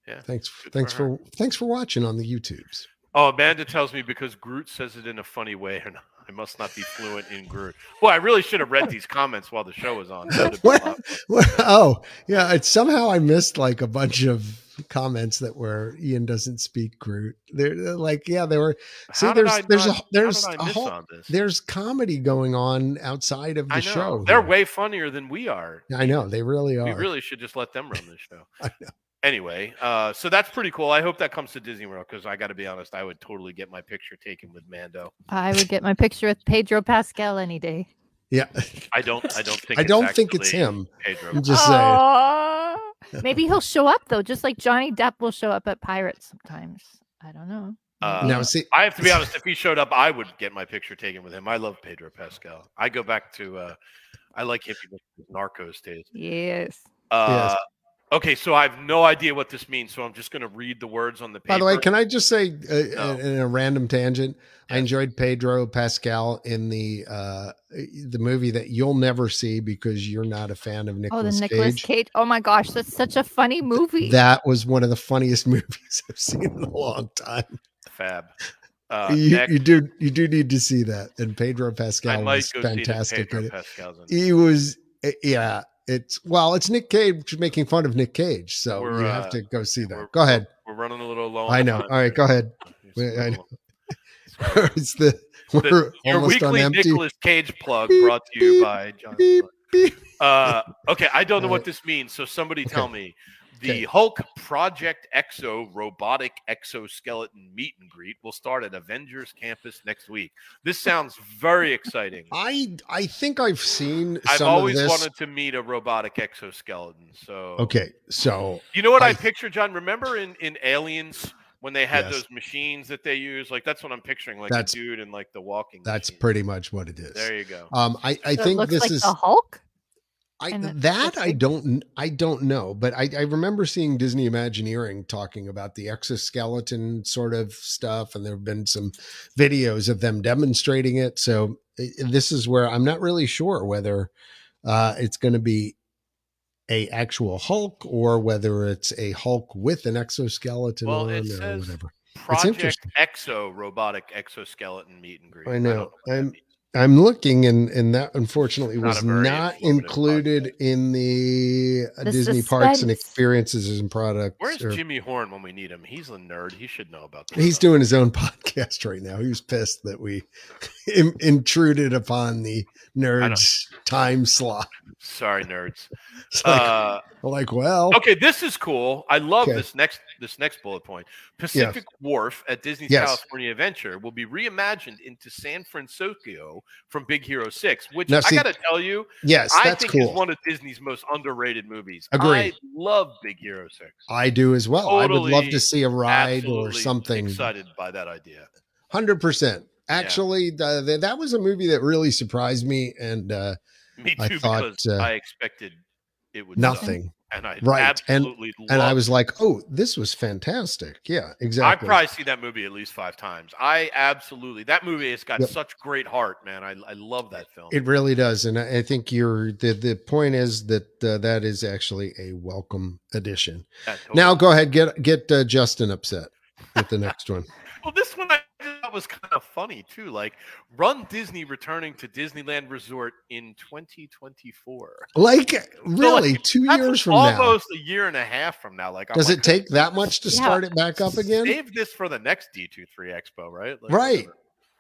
Speaker 3: Yeah,
Speaker 2: Thanks.
Speaker 3: good for
Speaker 2: thanks
Speaker 3: her.
Speaker 2: for, thanks for watching on the YouTubes.
Speaker 3: Oh, Amanda tells me because Groot says it in a funny way, [LAUGHS] and I must not be fluent in Groot. Boy, I really should have read these comments while the show was on. That would've been
Speaker 2: Where-
Speaker 3: a lot-
Speaker 2: where- oh, yeah. It, somehow I missed like a bunch of comments that were Ian doesn't speak Groot. They're, they're like, yeah, they were. [LAUGHS] See,
Speaker 3: How did
Speaker 2: there's-
Speaker 3: I
Speaker 2: there's a-
Speaker 3: not- how did
Speaker 2: there's
Speaker 3: I
Speaker 2: a
Speaker 3: miss
Speaker 2: whole-
Speaker 3: on this?
Speaker 2: There's comedy going on outside of the
Speaker 3: I know.
Speaker 2: show.
Speaker 3: They're
Speaker 2: here.
Speaker 3: way funnier than we are.
Speaker 2: I know they really are.
Speaker 3: We really should just let them run this show.
Speaker 2: [LAUGHS] I
Speaker 3: Anyway, uh, so that's pretty cool. I hope that comes to Disney World because I got to be honest, I would totally get my picture taken with Mando.
Speaker 4: I would get my picture with Pedro Pascal any day.
Speaker 3: [LAUGHS]
Speaker 2: yeah,
Speaker 3: I don't. I don't think.
Speaker 2: I
Speaker 3: it's
Speaker 2: don't think it's
Speaker 3: actually
Speaker 2: him.
Speaker 3: Pedro.
Speaker 2: I'm just saying. [LAUGHS]
Speaker 4: Aw. Maybe he'll show up though, just like Johnny Depp will show up at Pirates sometimes. I don't know.
Speaker 3: Uh,
Speaker 2: Now see,
Speaker 3: I have to be honest. If he showed up, I would get my picture taken with him. I love Pedro Pascal. I go back to. Uh, I like him from his Narcos days.
Speaker 4: Yes.
Speaker 3: Uh, Okay, so I have no idea what this means, so I'm just going to read the words on the paper.
Speaker 2: by the way, can I just say uh,
Speaker 3: No.
Speaker 2: in a random tangent? I
Speaker 3: Yes.
Speaker 2: enjoyed Pedro Pascal in the uh the movie that you'll never see because you're not a fan of
Speaker 4: Oh, the
Speaker 2: Nicolas
Speaker 4: Nicolas
Speaker 2: Cage.
Speaker 4: Cage. Oh my gosh, that's such a funny movie.
Speaker 2: That was one of the funniest [LAUGHS] movies I've seen in a long time.
Speaker 3: Fab. Uh,
Speaker 2: you,
Speaker 3: next,
Speaker 2: you do you do need to see that. And Pedro
Speaker 3: I
Speaker 2: Pascal
Speaker 3: might
Speaker 2: was
Speaker 3: go see that
Speaker 2: fantastic in
Speaker 3: Pedro
Speaker 2: it.
Speaker 3: Pascal's in.
Speaker 2: He was eh, yeah. It's well, it's Nick Cage making fun of Nick Cage, so
Speaker 3: We're,
Speaker 2: you
Speaker 3: uh,
Speaker 2: have to go see
Speaker 3: we're-
Speaker 2: that. Go ahead.
Speaker 3: We're running a little low.
Speaker 2: I know. All right, go ahead. [LAUGHS] Wait, I know. it's the we're
Speaker 3: The,
Speaker 2: [LAUGHS]
Speaker 3: your
Speaker 2: almost on
Speaker 3: weekly
Speaker 2: empty.
Speaker 3: Nicolas Cage plug
Speaker 2: Beep,
Speaker 3: brought to you
Speaker 2: beep,
Speaker 3: by John.
Speaker 2: beep, beep.
Speaker 3: Uh, okay, I don't know
Speaker 2: All
Speaker 3: what
Speaker 2: right.
Speaker 3: this means, so somebody
Speaker 2: Okay.
Speaker 3: tell me. The
Speaker 2: Okay.
Speaker 3: Hulk Project Exo robotic exoskeleton meet and greet will start at Avengers Campus next week. This sounds very exciting.
Speaker 2: I I think I've seen
Speaker 3: I've
Speaker 2: some
Speaker 3: always
Speaker 2: of this.
Speaker 3: wanted to meet a robotic exoskeleton. So
Speaker 2: Okay, so
Speaker 3: you know what I,
Speaker 2: I-
Speaker 3: picture, John? Remember in in Aliens when they had
Speaker 2: Yes.
Speaker 3: those machines that they use? Like that's what I'm picturing, like
Speaker 2: That's-
Speaker 3: a dude in like the walking.
Speaker 2: that's
Speaker 3: machine.
Speaker 2: pretty much what it is.
Speaker 3: There you go.
Speaker 2: Um, I I
Speaker 4: So it
Speaker 2: think
Speaker 4: looks
Speaker 2: this
Speaker 4: like
Speaker 2: is
Speaker 4: the Hulk.
Speaker 2: I
Speaker 4: And that-
Speaker 2: that
Speaker 4: that's
Speaker 2: I
Speaker 4: big.
Speaker 2: don't kn- I don't know, but I, I remember seeing Disney Imagineering talking about the exoskeleton sort of stuff, and there have been some videos of them demonstrating it. So i- this is where I'm not really sure whether uh, it's going to be a actual Hulk or whether it's a Hulk with an exoskeleton
Speaker 3: Well,
Speaker 2: on
Speaker 3: it
Speaker 2: or
Speaker 3: says-
Speaker 2: whatever.
Speaker 3: Project
Speaker 2: interesting.
Speaker 3: Exo robotic exoskeleton meet and greet.
Speaker 2: I
Speaker 3: don't
Speaker 2: know.
Speaker 3: what that
Speaker 2: I'm-
Speaker 3: means.
Speaker 2: I'm looking, and and that unfortunately
Speaker 3: It's not
Speaker 2: was
Speaker 3: a very
Speaker 2: not
Speaker 3: informative
Speaker 2: included in the, uh
Speaker 4: The
Speaker 2: Disney Parks and
Speaker 4: suspense.
Speaker 2: Experiences and Products.
Speaker 3: Where's
Speaker 2: or-
Speaker 3: Jimmy Horn when we need him? He's a nerd. He should know about this.
Speaker 2: He's
Speaker 3: stuff.
Speaker 2: doing his own [LAUGHS] podcast right now. He was pissed that we [LAUGHS] in, intruded upon the nerds time slot. [LAUGHS]
Speaker 3: Sorry, nerds.
Speaker 2: It's like,
Speaker 3: Uh,
Speaker 2: like, well,
Speaker 3: okay, this is cool. I love
Speaker 2: Okay.
Speaker 3: this next this next bullet point. Pacific Wharf at Disney's
Speaker 2: Yes.
Speaker 3: California Adventure will be reimagined into San Francisco from Big Hero Six, which
Speaker 2: Now, see,
Speaker 3: I gotta tell you,
Speaker 2: yes,
Speaker 3: I
Speaker 2: that's
Speaker 3: think
Speaker 2: cool.
Speaker 3: is one of Disney's most underrated movies. I
Speaker 2: Agreed.
Speaker 3: love Big Hero Six.
Speaker 2: I do as well. I would love
Speaker 3: Totally,
Speaker 2: to see a ride or
Speaker 3: Absolutely
Speaker 2: something.
Speaker 3: Excited by that idea.
Speaker 2: Hundred percent. Actually, the, the, that was a movie that really surprised me, and uh,
Speaker 3: Me
Speaker 2: I
Speaker 3: too,
Speaker 2: thought,
Speaker 3: because
Speaker 2: uh,
Speaker 3: I expected it would suck,
Speaker 2: nothing.
Speaker 3: and I
Speaker 2: Right, and-
Speaker 3: absolutely
Speaker 2: And I
Speaker 3: loved
Speaker 2: was like, "Oh, this was fantastic!" Yeah,
Speaker 3: I
Speaker 2: exactly.
Speaker 3: probably see that movie at least five times. I absolutely that movie has got
Speaker 2: Yep.
Speaker 3: such great heart, man. I, I love that film.
Speaker 2: It really does, and I I think you're the the point is that uh, that is actually a welcome addition.
Speaker 3: That totally-
Speaker 2: Now go ahead, get get uh, Justin upset with the next
Speaker 3: [LAUGHS]
Speaker 2: one.
Speaker 3: well, this one I thought was kind of funny too. Like, Run Disney returning to Disneyland Resort in 2024.
Speaker 2: Like really, two
Speaker 3: That's
Speaker 2: years from now.
Speaker 3: almost a year and a half from now. Like, I'm
Speaker 2: Does
Speaker 3: like,
Speaker 2: it take that much to
Speaker 4: Yeah.
Speaker 2: start it back up again?
Speaker 3: Save this for the next D23 Expo, right? Like,
Speaker 2: Right.
Speaker 3: whatever.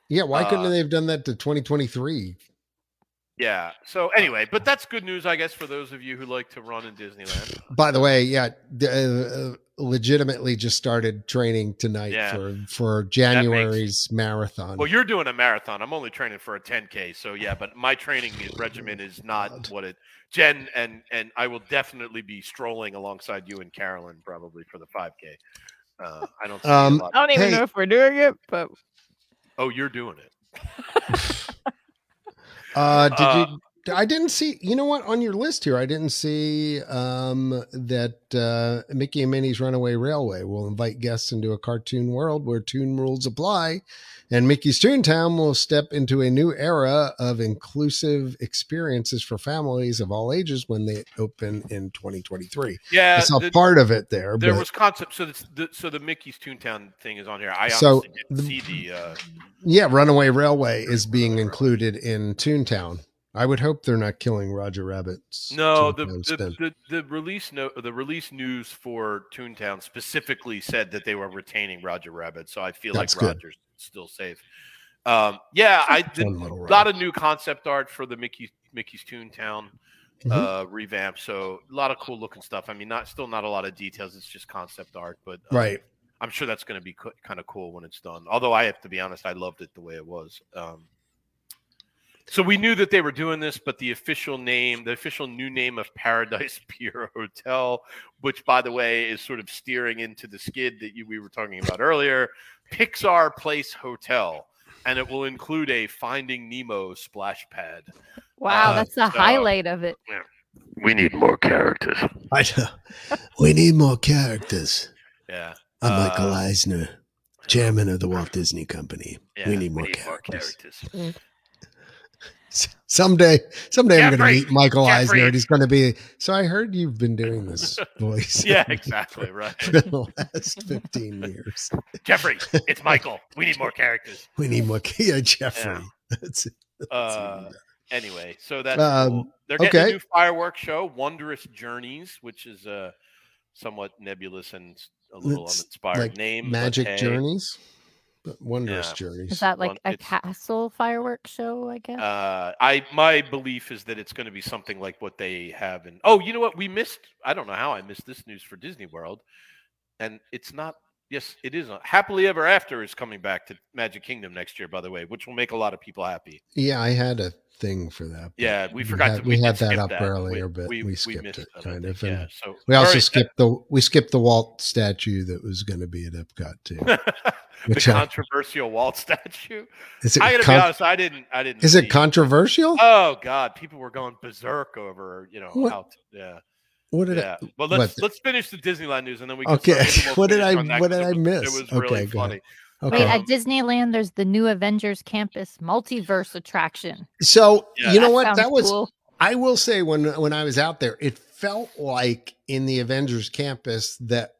Speaker 2: yeah, why
Speaker 3: uh,
Speaker 2: couldn't they have done that to 2023?
Speaker 3: Yeah. So anyway, but that's good news, I guess, for those of you who like to run in Disneyland.
Speaker 2: By the way, yeah, d- uh, uh, legitimately just started training tonight
Speaker 3: Yeah.
Speaker 2: for for January's marathon.
Speaker 3: Well, you're doing a marathon. I'm only training for a 10k. So yeah, but my training regimen is not
Speaker 2: God.
Speaker 3: what it. Jen and and I will definitely be strolling alongside you and Carolyn probably for the 5k. Uh, I don't. see
Speaker 2: Um,
Speaker 3: a lot.
Speaker 6: I don't even
Speaker 2: Hey.
Speaker 6: know if we're doing it, but
Speaker 3: oh, you're doing it.
Speaker 2: Uh, did
Speaker 3: Uh,
Speaker 2: you? I didn't see. You know what? On your list here, I didn't see um, that uh, Mickey and Minnie's Runaway Railway will invite guests into a cartoon world where tune rules apply, and Mickey's Toontown will step into a new era of inclusive experiences for families of all ages when they open in 2023.
Speaker 3: Yeah,
Speaker 2: I saw
Speaker 3: the-
Speaker 2: part of it there,
Speaker 3: there
Speaker 2: but
Speaker 3: was concept. So the, the so the Mickey's Toontown thing is on here. I
Speaker 2: So,
Speaker 3: honestly didn't
Speaker 2: the-
Speaker 3: see the. Uh,
Speaker 2: yeah, Runaway Railway is being included in Toontown. I would hope they're not killing Roger Rabbit's.
Speaker 3: No, the,
Speaker 2: Toontown
Speaker 3: the,
Speaker 2: spin.
Speaker 3: the the release no the release news for Toontown specifically said that they were retaining Roger Rabbit, so I feel
Speaker 2: That's
Speaker 3: like
Speaker 2: good.
Speaker 3: Roger's still safe. Um, yeah, I did
Speaker 2: Fun
Speaker 3: a
Speaker 2: little
Speaker 3: lot of new concept art for the Mickey Mickey's Toontown
Speaker 2: Mhm.
Speaker 3: uh, revamp, so a lot of cool looking stuff. I mean, not still not a lot of details; it's just concept art, but um,
Speaker 2: right.
Speaker 3: I'm sure that's going to be co- kind of cool when it's done. Although I have to be honest, I loved it the way it was. Um, so we knew that they were doing this, but the official name, the official new name of Paradise [LAUGHS] Pier Hotel, which by the way is sort of steering into the skid that you, we were talking about earlier, Pixar Place Hotel, and it will include a Finding Nemo splash pad.
Speaker 4: Wow,
Speaker 3: Uh,
Speaker 4: that's the
Speaker 3: so-
Speaker 4: highlight of it.
Speaker 3: We need more characters.
Speaker 2: I know. We need more characters.
Speaker 3: Yeah.
Speaker 2: I'm
Speaker 3: Uh,
Speaker 2: Michael Eisner, chairman of the Walt Disney Company.
Speaker 3: yeah,
Speaker 2: we need more characters.
Speaker 3: characters. [LAUGHS]
Speaker 2: S- Someday, someday I'm going
Speaker 3: Jeffrey!
Speaker 2: to meet Michael
Speaker 3: Jeffrey!
Speaker 2: Eisner, and he's going to be. So I heard you've been doing
Speaker 3: [LAUGHS]
Speaker 2: this voice.
Speaker 3: Yeah, exactly. Right.
Speaker 2: [LAUGHS] For the last 15 years,
Speaker 3: Jeffrey, it's Michael. We need more characters.
Speaker 2: we need more. [LAUGHS] Yeah, Jeffrey. That's it. That's even
Speaker 3: Uh,
Speaker 2: better.
Speaker 3: anyway, so that's
Speaker 2: Um,
Speaker 3: cool. they're getting
Speaker 2: okay.
Speaker 3: a new fireworks show, Wondrous Journeys, which is a somewhat nebulous and a little
Speaker 2: It's
Speaker 3: uninspired
Speaker 2: like
Speaker 3: name. but
Speaker 2: Magic
Speaker 3: hey,
Speaker 2: journeys, but wondrous
Speaker 3: Yeah.
Speaker 4: Is
Speaker 2: journeys.
Speaker 4: that
Speaker 3: one-
Speaker 4: like a
Speaker 3: it's-
Speaker 4: castle fireworks show? I guess.
Speaker 3: Uh, I my belief is that it's going to be something like what they have in. Oh, you know what? We missed. I don't know how I missed this news for Disney World, and it's not. Yes, it is. On, Happily Ever After is coming back to Magic Kingdom next year, by the way, which will make a lot of people happy.
Speaker 2: Yeah, I had a thing for that. but
Speaker 3: Yeah, we
Speaker 2: We
Speaker 3: forgot
Speaker 2: had-
Speaker 3: to.
Speaker 2: we
Speaker 3: did
Speaker 2: had that
Speaker 3: skip
Speaker 2: up earlier,
Speaker 3: We-
Speaker 2: but
Speaker 3: we,
Speaker 2: we skipped
Speaker 3: missed
Speaker 2: it,
Speaker 3: I
Speaker 2: kind
Speaker 3: think,
Speaker 2: of, and
Speaker 3: Yeah, so
Speaker 2: We also
Speaker 3: All right,
Speaker 2: skipped the we skipped the Walt statue that was going to be at Epcot too.
Speaker 3: [LAUGHS] [LAUGHS] the
Speaker 2: Which, uh,
Speaker 3: controversial Walt [LAUGHS] statue.
Speaker 2: Is it
Speaker 3: I gotta
Speaker 2: con-
Speaker 3: be honest, I didn't. I didn't.
Speaker 2: is
Speaker 3: see-
Speaker 2: it controversial?
Speaker 3: Oh God, people were going berserk over you know
Speaker 2: What?
Speaker 3: how. t- yeah,
Speaker 2: what did
Speaker 3: yeah.
Speaker 2: I?
Speaker 3: Well, let's
Speaker 2: what-
Speaker 3: let's finish the Disneyland news and then we.
Speaker 2: Okay, [LAUGHS]
Speaker 3: start- maybe we'll
Speaker 2: what did
Speaker 3: finish
Speaker 2: I-
Speaker 3: on that
Speaker 2: what
Speaker 3: 'cause
Speaker 2: did I
Speaker 3: it was-
Speaker 2: miss?
Speaker 3: It was really
Speaker 2: Okay, go ahead.
Speaker 3: funny.
Speaker 2: Okay,
Speaker 4: Wait, at
Speaker 3: um,
Speaker 4: Disneyland, there's the new Avengers Campus Multiverse attraction.
Speaker 2: so
Speaker 3: Yeah.
Speaker 2: you know what?
Speaker 4: sounds
Speaker 2: That was
Speaker 4: cool.
Speaker 2: I will say when when I was out there, it felt like in the Avengers campus that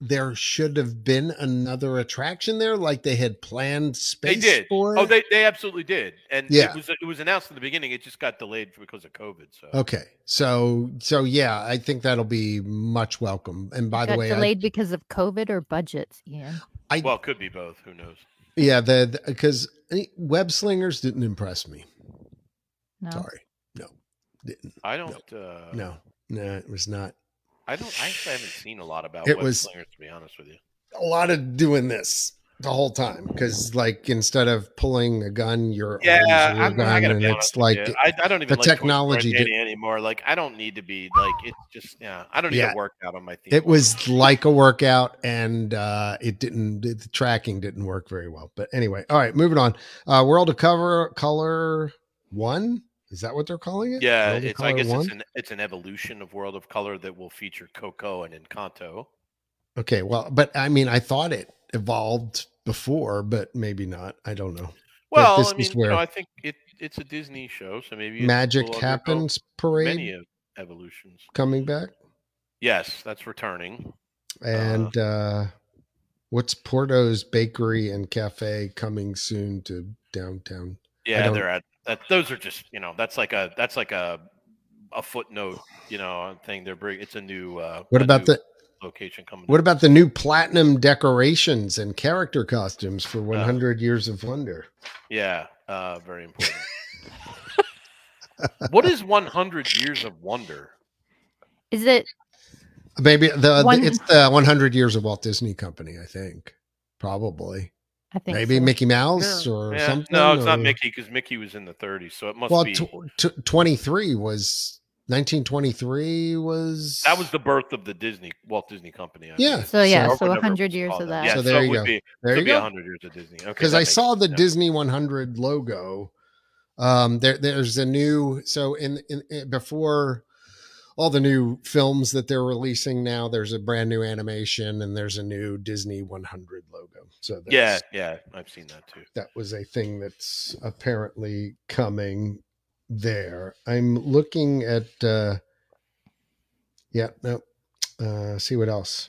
Speaker 2: there should have been another attraction there, like they had planned space.
Speaker 3: did.
Speaker 2: For
Speaker 3: Oh,
Speaker 2: it.
Speaker 3: they, they absolutely did, and
Speaker 2: Yeah.
Speaker 3: it was it was announced in the beginning. It just got delayed because of COVID. So
Speaker 2: okay. So so yeah, I think that'll be much welcome. And by the
Speaker 4: Got
Speaker 2: way, I-
Speaker 4: delayed because of COVID or budgets. Ian.
Speaker 3: well, it could be both. Who knows?
Speaker 2: yeah, the because web slingers didn't impress me.
Speaker 4: No.
Speaker 2: Sorry, no, didn't.
Speaker 3: I don't. uh,
Speaker 2: No, no, it was not.
Speaker 3: I don't. I actually haven't seen a lot about
Speaker 2: It
Speaker 3: web
Speaker 2: was-
Speaker 3: slingers, to be honest with you.
Speaker 2: A lot of doing this the whole time because, like, instead of pulling a gun, you're
Speaker 3: Yeah, I'm,
Speaker 2: gun,
Speaker 3: I gotta
Speaker 2: and
Speaker 3: be
Speaker 2: it's
Speaker 3: honest.
Speaker 2: like,
Speaker 3: with you. I, I don't even
Speaker 2: the
Speaker 3: like Toy Story
Speaker 2: technology
Speaker 3: Mania
Speaker 2: did-
Speaker 3: anymore. Like I don't need to be like it's just yeah. I don't need
Speaker 2: Yeah.
Speaker 3: to work out on my theme.
Speaker 2: it
Speaker 3: park.
Speaker 2: was like a workout, and uh, it didn't. The tracking didn't work very well. But anyway, all right, moving on. Uh, World of Cover Color One is that what they're calling it?
Speaker 3: yeah.
Speaker 2: World of
Speaker 3: It's I
Speaker 2: Color
Speaker 3: guess
Speaker 2: One?
Speaker 3: it's an it's an evolution of World of Color that will feature Coco and Encanto.
Speaker 2: okay. Well, but I mean, I thought it evolved before, but maybe not. I don't know.
Speaker 3: Well,
Speaker 2: this
Speaker 3: I
Speaker 2: is
Speaker 3: mean, you
Speaker 2: where-
Speaker 3: know, I think it it's a Disney show, so maybe it
Speaker 2: Magic
Speaker 3: will undergo
Speaker 2: happens parade
Speaker 3: Many of evolutions.
Speaker 2: coming back.
Speaker 3: Yes, that's returning. Uh-huh.
Speaker 2: And uh, what's Porto's Bakery and Cafe coming soon to downtown?
Speaker 3: Yeah,
Speaker 2: don't-
Speaker 3: they're at that. Those are just you know that's like a that's like a a footnote you know thing they're bringing. It's a new uh,
Speaker 2: What
Speaker 3: a
Speaker 2: about
Speaker 3: new
Speaker 2: the
Speaker 3: location coming?
Speaker 2: what about the new platinum decorations and character costumes
Speaker 3: Uh-huh.
Speaker 2: for 100 years of wonder?
Speaker 3: Yeah, uh,
Speaker 2: [LAUGHS]
Speaker 3: very important. what is 100 years of wonder?
Speaker 4: Is it
Speaker 2: Maybe the,
Speaker 4: One-
Speaker 2: it's the 100 years of Walt Disney Company, I think. Probably.
Speaker 4: I think
Speaker 2: Maybe
Speaker 4: so.
Speaker 2: Mickey Mouse or
Speaker 3: Yeah,
Speaker 2: something.
Speaker 3: no, it's not
Speaker 2: or-
Speaker 3: Mickey because Mickey was in the 30s, so it must
Speaker 2: Well,
Speaker 3: be.
Speaker 2: tw- tw- 23 was 1923 was
Speaker 3: That was the birth of the Disney Walt Disney Company. I
Speaker 2: Yeah.
Speaker 3: think.
Speaker 4: So yeah,
Speaker 3: Or
Speaker 4: so
Speaker 3: whatever
Speaker 4: hundred
Speaker 3: we
Speaker 4: years
Speaker 3: call
Speaker 4: of
Speaker 3: that.
Speaker 4: that.
Speaker 3: Yeah,
Speaker 2: So
Speaker 3: so,
Speaker 2: there
Speaker 3: it
Speaker 2: you
Speaker 3: would
Speaker 2: go.
Speaker 3: be
Speaker 2: there
Speaker 3: it
Speaker 2: you
Speaker 3: would be
Speaker 2: go.
Speaker 3: hundred years of Disney. Okay,
Speaker 2: Because
Speaker 3: that
Speaker 2: I
Speaker 3: makes
Speaker 2: saw
Speaker 3: sense.
Speaker 2: the
Speaker 3: Yeah.
Speaker 2: Disney 100 logo. Um, there, there's a new so in, in, in- before all the new films that they're releasing now. There's a brand new animation and there's a new Disney 100 logo. So that's,
Speaker 3: Yeah, yeah, I've seen that too.
Speaker 2: that was a thing that's apparently coming there. I'm looking at uh yeah, no. Uh see what else.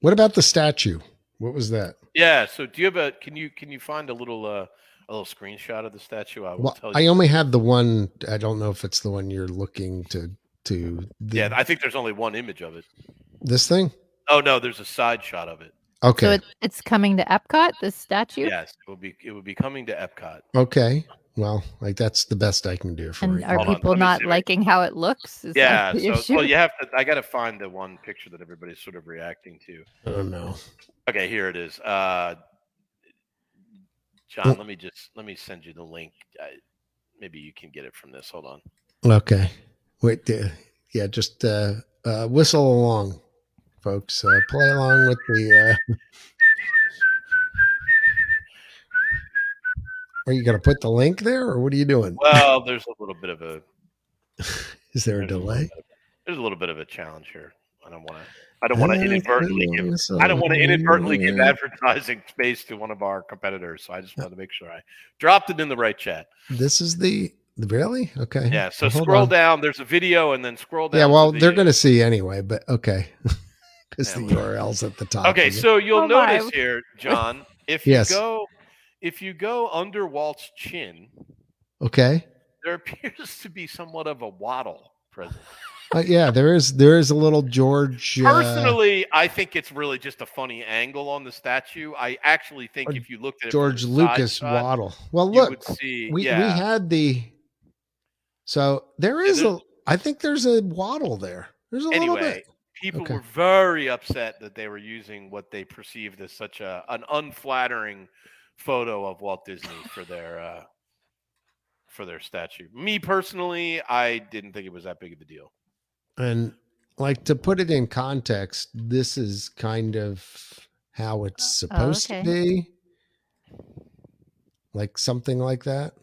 Speaker 2: What about the statue? What was that?
Speaker 3: Yeah. So do you have a? Can you can you find a little uh, a little screenshot of the statue? I will
Speaker 2: Well,
Speaker 3: tell you.
Speaker 2: I only had the one I don't know if it's the one you're looking to to the,
Speaker 3: yeah, I think there's only one image of it.
Speaker 2: this thing?
Speaker 3: Oh no, there's a side shot of it.
Speaker 2: Okay.
Speaker 4: So it, it's coming to Epcot, this statue,
Speaker 3: Yes, it will be it will be coming to Epcot.
Speaker 2: okay. Well, like that's the best I can do for
Speaker 4: and
Speaker 2: you.
Speaker 4: are
Speaker 3: Hold on,
Speaker 4: people
Speaker 3: let me
Speaker 4: not
Speaker 3: see if I-
Speaker 4: liking how it looks? Is
Speaker 3: yeah.
Speaker 4: that the
Speaker 3: So
Speaker 4: issue?
Speaker 3: well, you have to. I got to find the one picture that everybody's sort of reacting to.
Speaker 2: I don't know.
Speaker 3: Okay, here it is. Uh, John,
Speaker 2: Mm.
Speaker 3: let me just let me send you the link. I, maybe you can get it from this. Hold on.
Speaker 2: Okay. Wait. Uh, yeah. Just uh, uh, whistle along, folks. Uh, play along with the. Uh... Are you going to put the link there, or what are you doing?
Speaker 3: Well, there's a little bit of a
Speaker 2: Is there a
Speaker 3: there's a little
Speaker 2: delay?
Speaker 3: bit of- There's a little bit of a challenge here. I don't want to. I don't want
Speaker 2: Ah,
Speaker 3: to inadvertently give. I don't want to inadvertently give advertising [LAUGHS] space to one of our competitors. So I just wanted to make sure I dropped it in the right chat.
Speaker 2: [LAUGHS] This is the really okay.
Speaker 3: Yeah. So
Speaker 2: Hold
Speaker 3: scroll
Speaker 2: on.
Speaker 3: down. There's a video, and then scroll down.
Speaker 2: Yeah.
Speaker 3: to
Speaker 2: Well,
Speaker 3: the-
Speaker 2: they're going to see anyway, but okay, [LAUGHS] because
Speaker 3: Yeah,
Speaker 2: the
Speaker 3: well.
Speaker 2: URL's at the top.
Speaker 3: Okay,
Speaker 2: of it.
Speaker 3: so you'll
Speaker 4: Oh, my.
Speaker 3: notice
Speaker 2: [LAUGHS]
Speaker 3: here, John, if
Speaker 2: Yes.
Speaker 3: you go if you go under Walt's chin,
Speaker 2: okay.
Speaker 3: there [LAUGHS] appears to be somewhat of a waddle present.
Speaker 2: Uh, yeah, there is there is a little George. uh,
Speaker 3: Personally, I think it's really just a funny angle on the statue. I actually think
Speaker 2: Or
Speaker 3: if you looked at it from
Speaker 2: George
Speaker 3: the
Speaker 2: Lucas
Speaker 3: side shot,
Speaker 2: Waddle. Well,
Speaker 3: you would
Speaker 2: look,
Speaker 3: see,
Speaker 2: we
Speaker 3: yeah,
Speaker 2: we had the so there
Speaker 3: Yeah,
Speaker 2: is a
Speaker 3: there's-
Speaker 2: I think there's a waddle there. There's a little
Speaker 3: anyway,
Speaker 2: bit.
Speaker 3: people
Speaker 2: Okay.
Speaker 3: were very upset that they were using what they perceived as such a an unflattering photo of Walt Disney for their uh, for their statue. Me personally, I didn't think it was that big of a deal.
Speaker 2: And like to put it in context, this is kind of how it's supposed
Speaker 4: Oh, okay.
Speaker 2: to be. Like something like that.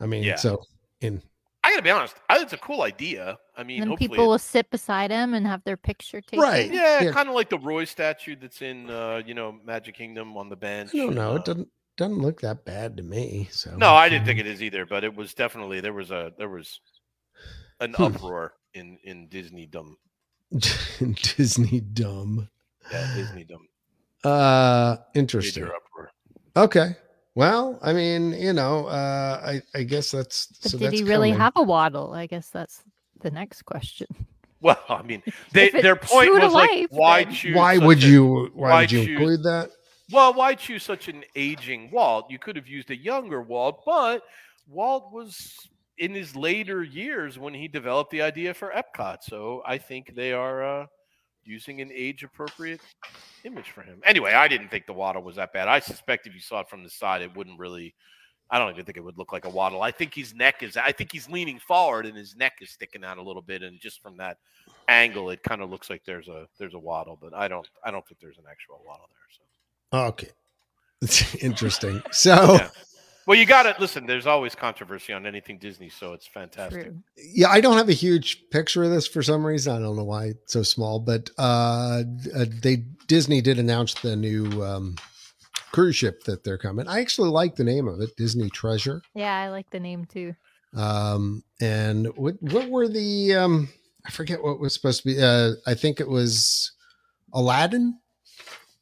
Speaker 2: I mean,
Speaker 3: Yeah.
Speaker 2: so in
Speaker 3: I gotta be honest, I, it's a cool idea. I mean,
Speaker 4: and then
Speaker 3: hopefully,
Speaker 4: people
Speaker 3: it-
Speaker 4: will sit beside him and have their picture taken.
Speaker 2: Right.
Speaker 3: yeah,
Speaker 2: Yeah.
Speaker 3: kind of like the Roy statue that's in uh, you know Magic Kingdom on the bench.
Speaker 2: I don't know,
Speaker 3: uh,
Speaker 2: it doesn't doesn't look that bad to me. So
Speaker 3: No, I didn't think it is either, but it was definitely there was a there was an
Speaker 2: Hmm.
Speaker 3: uproar in in Disneydom.
Speaker 2: it [LAUGHS] Disney dumb.
Speaker 3: Yeah, Disneydom.
Speaker 2: Uh interesting.
Speaker 3: Major uproar.
Speaker 2: Okay. Well, I mean, you know, uh, I I guess that's.
Speaker 4: But
Speaker 2: so
Speaker 4: did
Speaker 2: that's
Speaker 4: he really
Speaker 2: coming.
Speaker 4: have a waddle? I guess that's the next question.
Speaker 3: Well, I
Speaker 4: [LAUGHS]
Speaker 3: mean, they,
Speaker 4: If it's
Speaker 3: their point
Speaker 4: true to
Speaker 3: was like,
Speaker 4: life,
Speaker 3: why
Speaker 4: then-
Speaker 3: choose?
Speaker 2: Why
Speaker 3: such
Speaker 2: would
Speaker 3: a-
Speaker 2: you? Why,
Speaker 3: why
Speaker 2: would you
Speaker 3: choose-
Speaker 2: include that?
Speaker 3: Well, why choose such an aging Walt? You could have used a younger Walt, but Walt was in his later years when he developed the idea for Epcot. So I think they are uh, using an age appropriate image for him. Anyway, I didn't think the waddle was that bad. I suspect if you saw it from the side, it wouldn't really. I don't even think it would look like a waddle. I think his neck is. I think he's leaning forward and his neck is sticking out a little bit. And just from that angle, it kind of looks like there's a there's a waddle. But I don't. I don't think there's an actual waddle there. So. [LAUGHS]
Speaker 2: Okay, it's interesting. [LAUGHS] So yeah.
Speaker 3: Yeah. Well, you got to listen. There's always controversy on anything Disney, so it's fantastic.
Speaker 4: True.
Speaker 2: I don't have a huge picture of this for some reason. I don't know why it's so small, but uh, uh they Disney did announce the new um cruise ship that they're coming. I actually like the name of it, Disney Treasure.
Speaker 4: Yeah, I like the name too.
Speaker 2: Um, and what what were the um I forget what was supposed to be uh I think it was Aladdin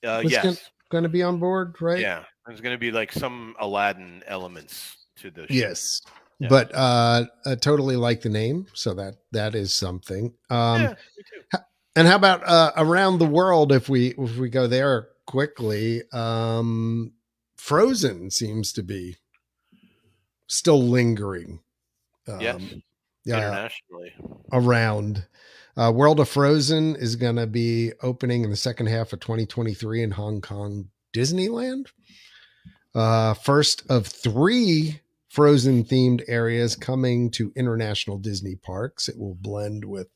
Speaker 3: Uh,
Speaker 2: Let's
Speaker 3: yes,
Speaker 2: go- going to be on board, right?
Speaker 3: yeah. There's going to be like some Aladdin elements to the. show.
Speaker 2: Yes.
Speaker 3: Yeah.
Speaker 2: But uh, I totally like the name, so that that is something. Um,
Speaker 3: Yeah, me too.
Speaker 2: And how about uh, around the world? If we if we go there quickly, um, Frozen seems to be still lingering. Um,
Speaker 3: Yes.
Speaker 2: Yeah,
Speaker 3: internationally.
Speaker 2: around. Uh, World of Frozen is going to be opening in the second half of 2023 in Hong Kong Disneyland. Uh, first of three frozen themed areas coming to international Disney parks. It will blend with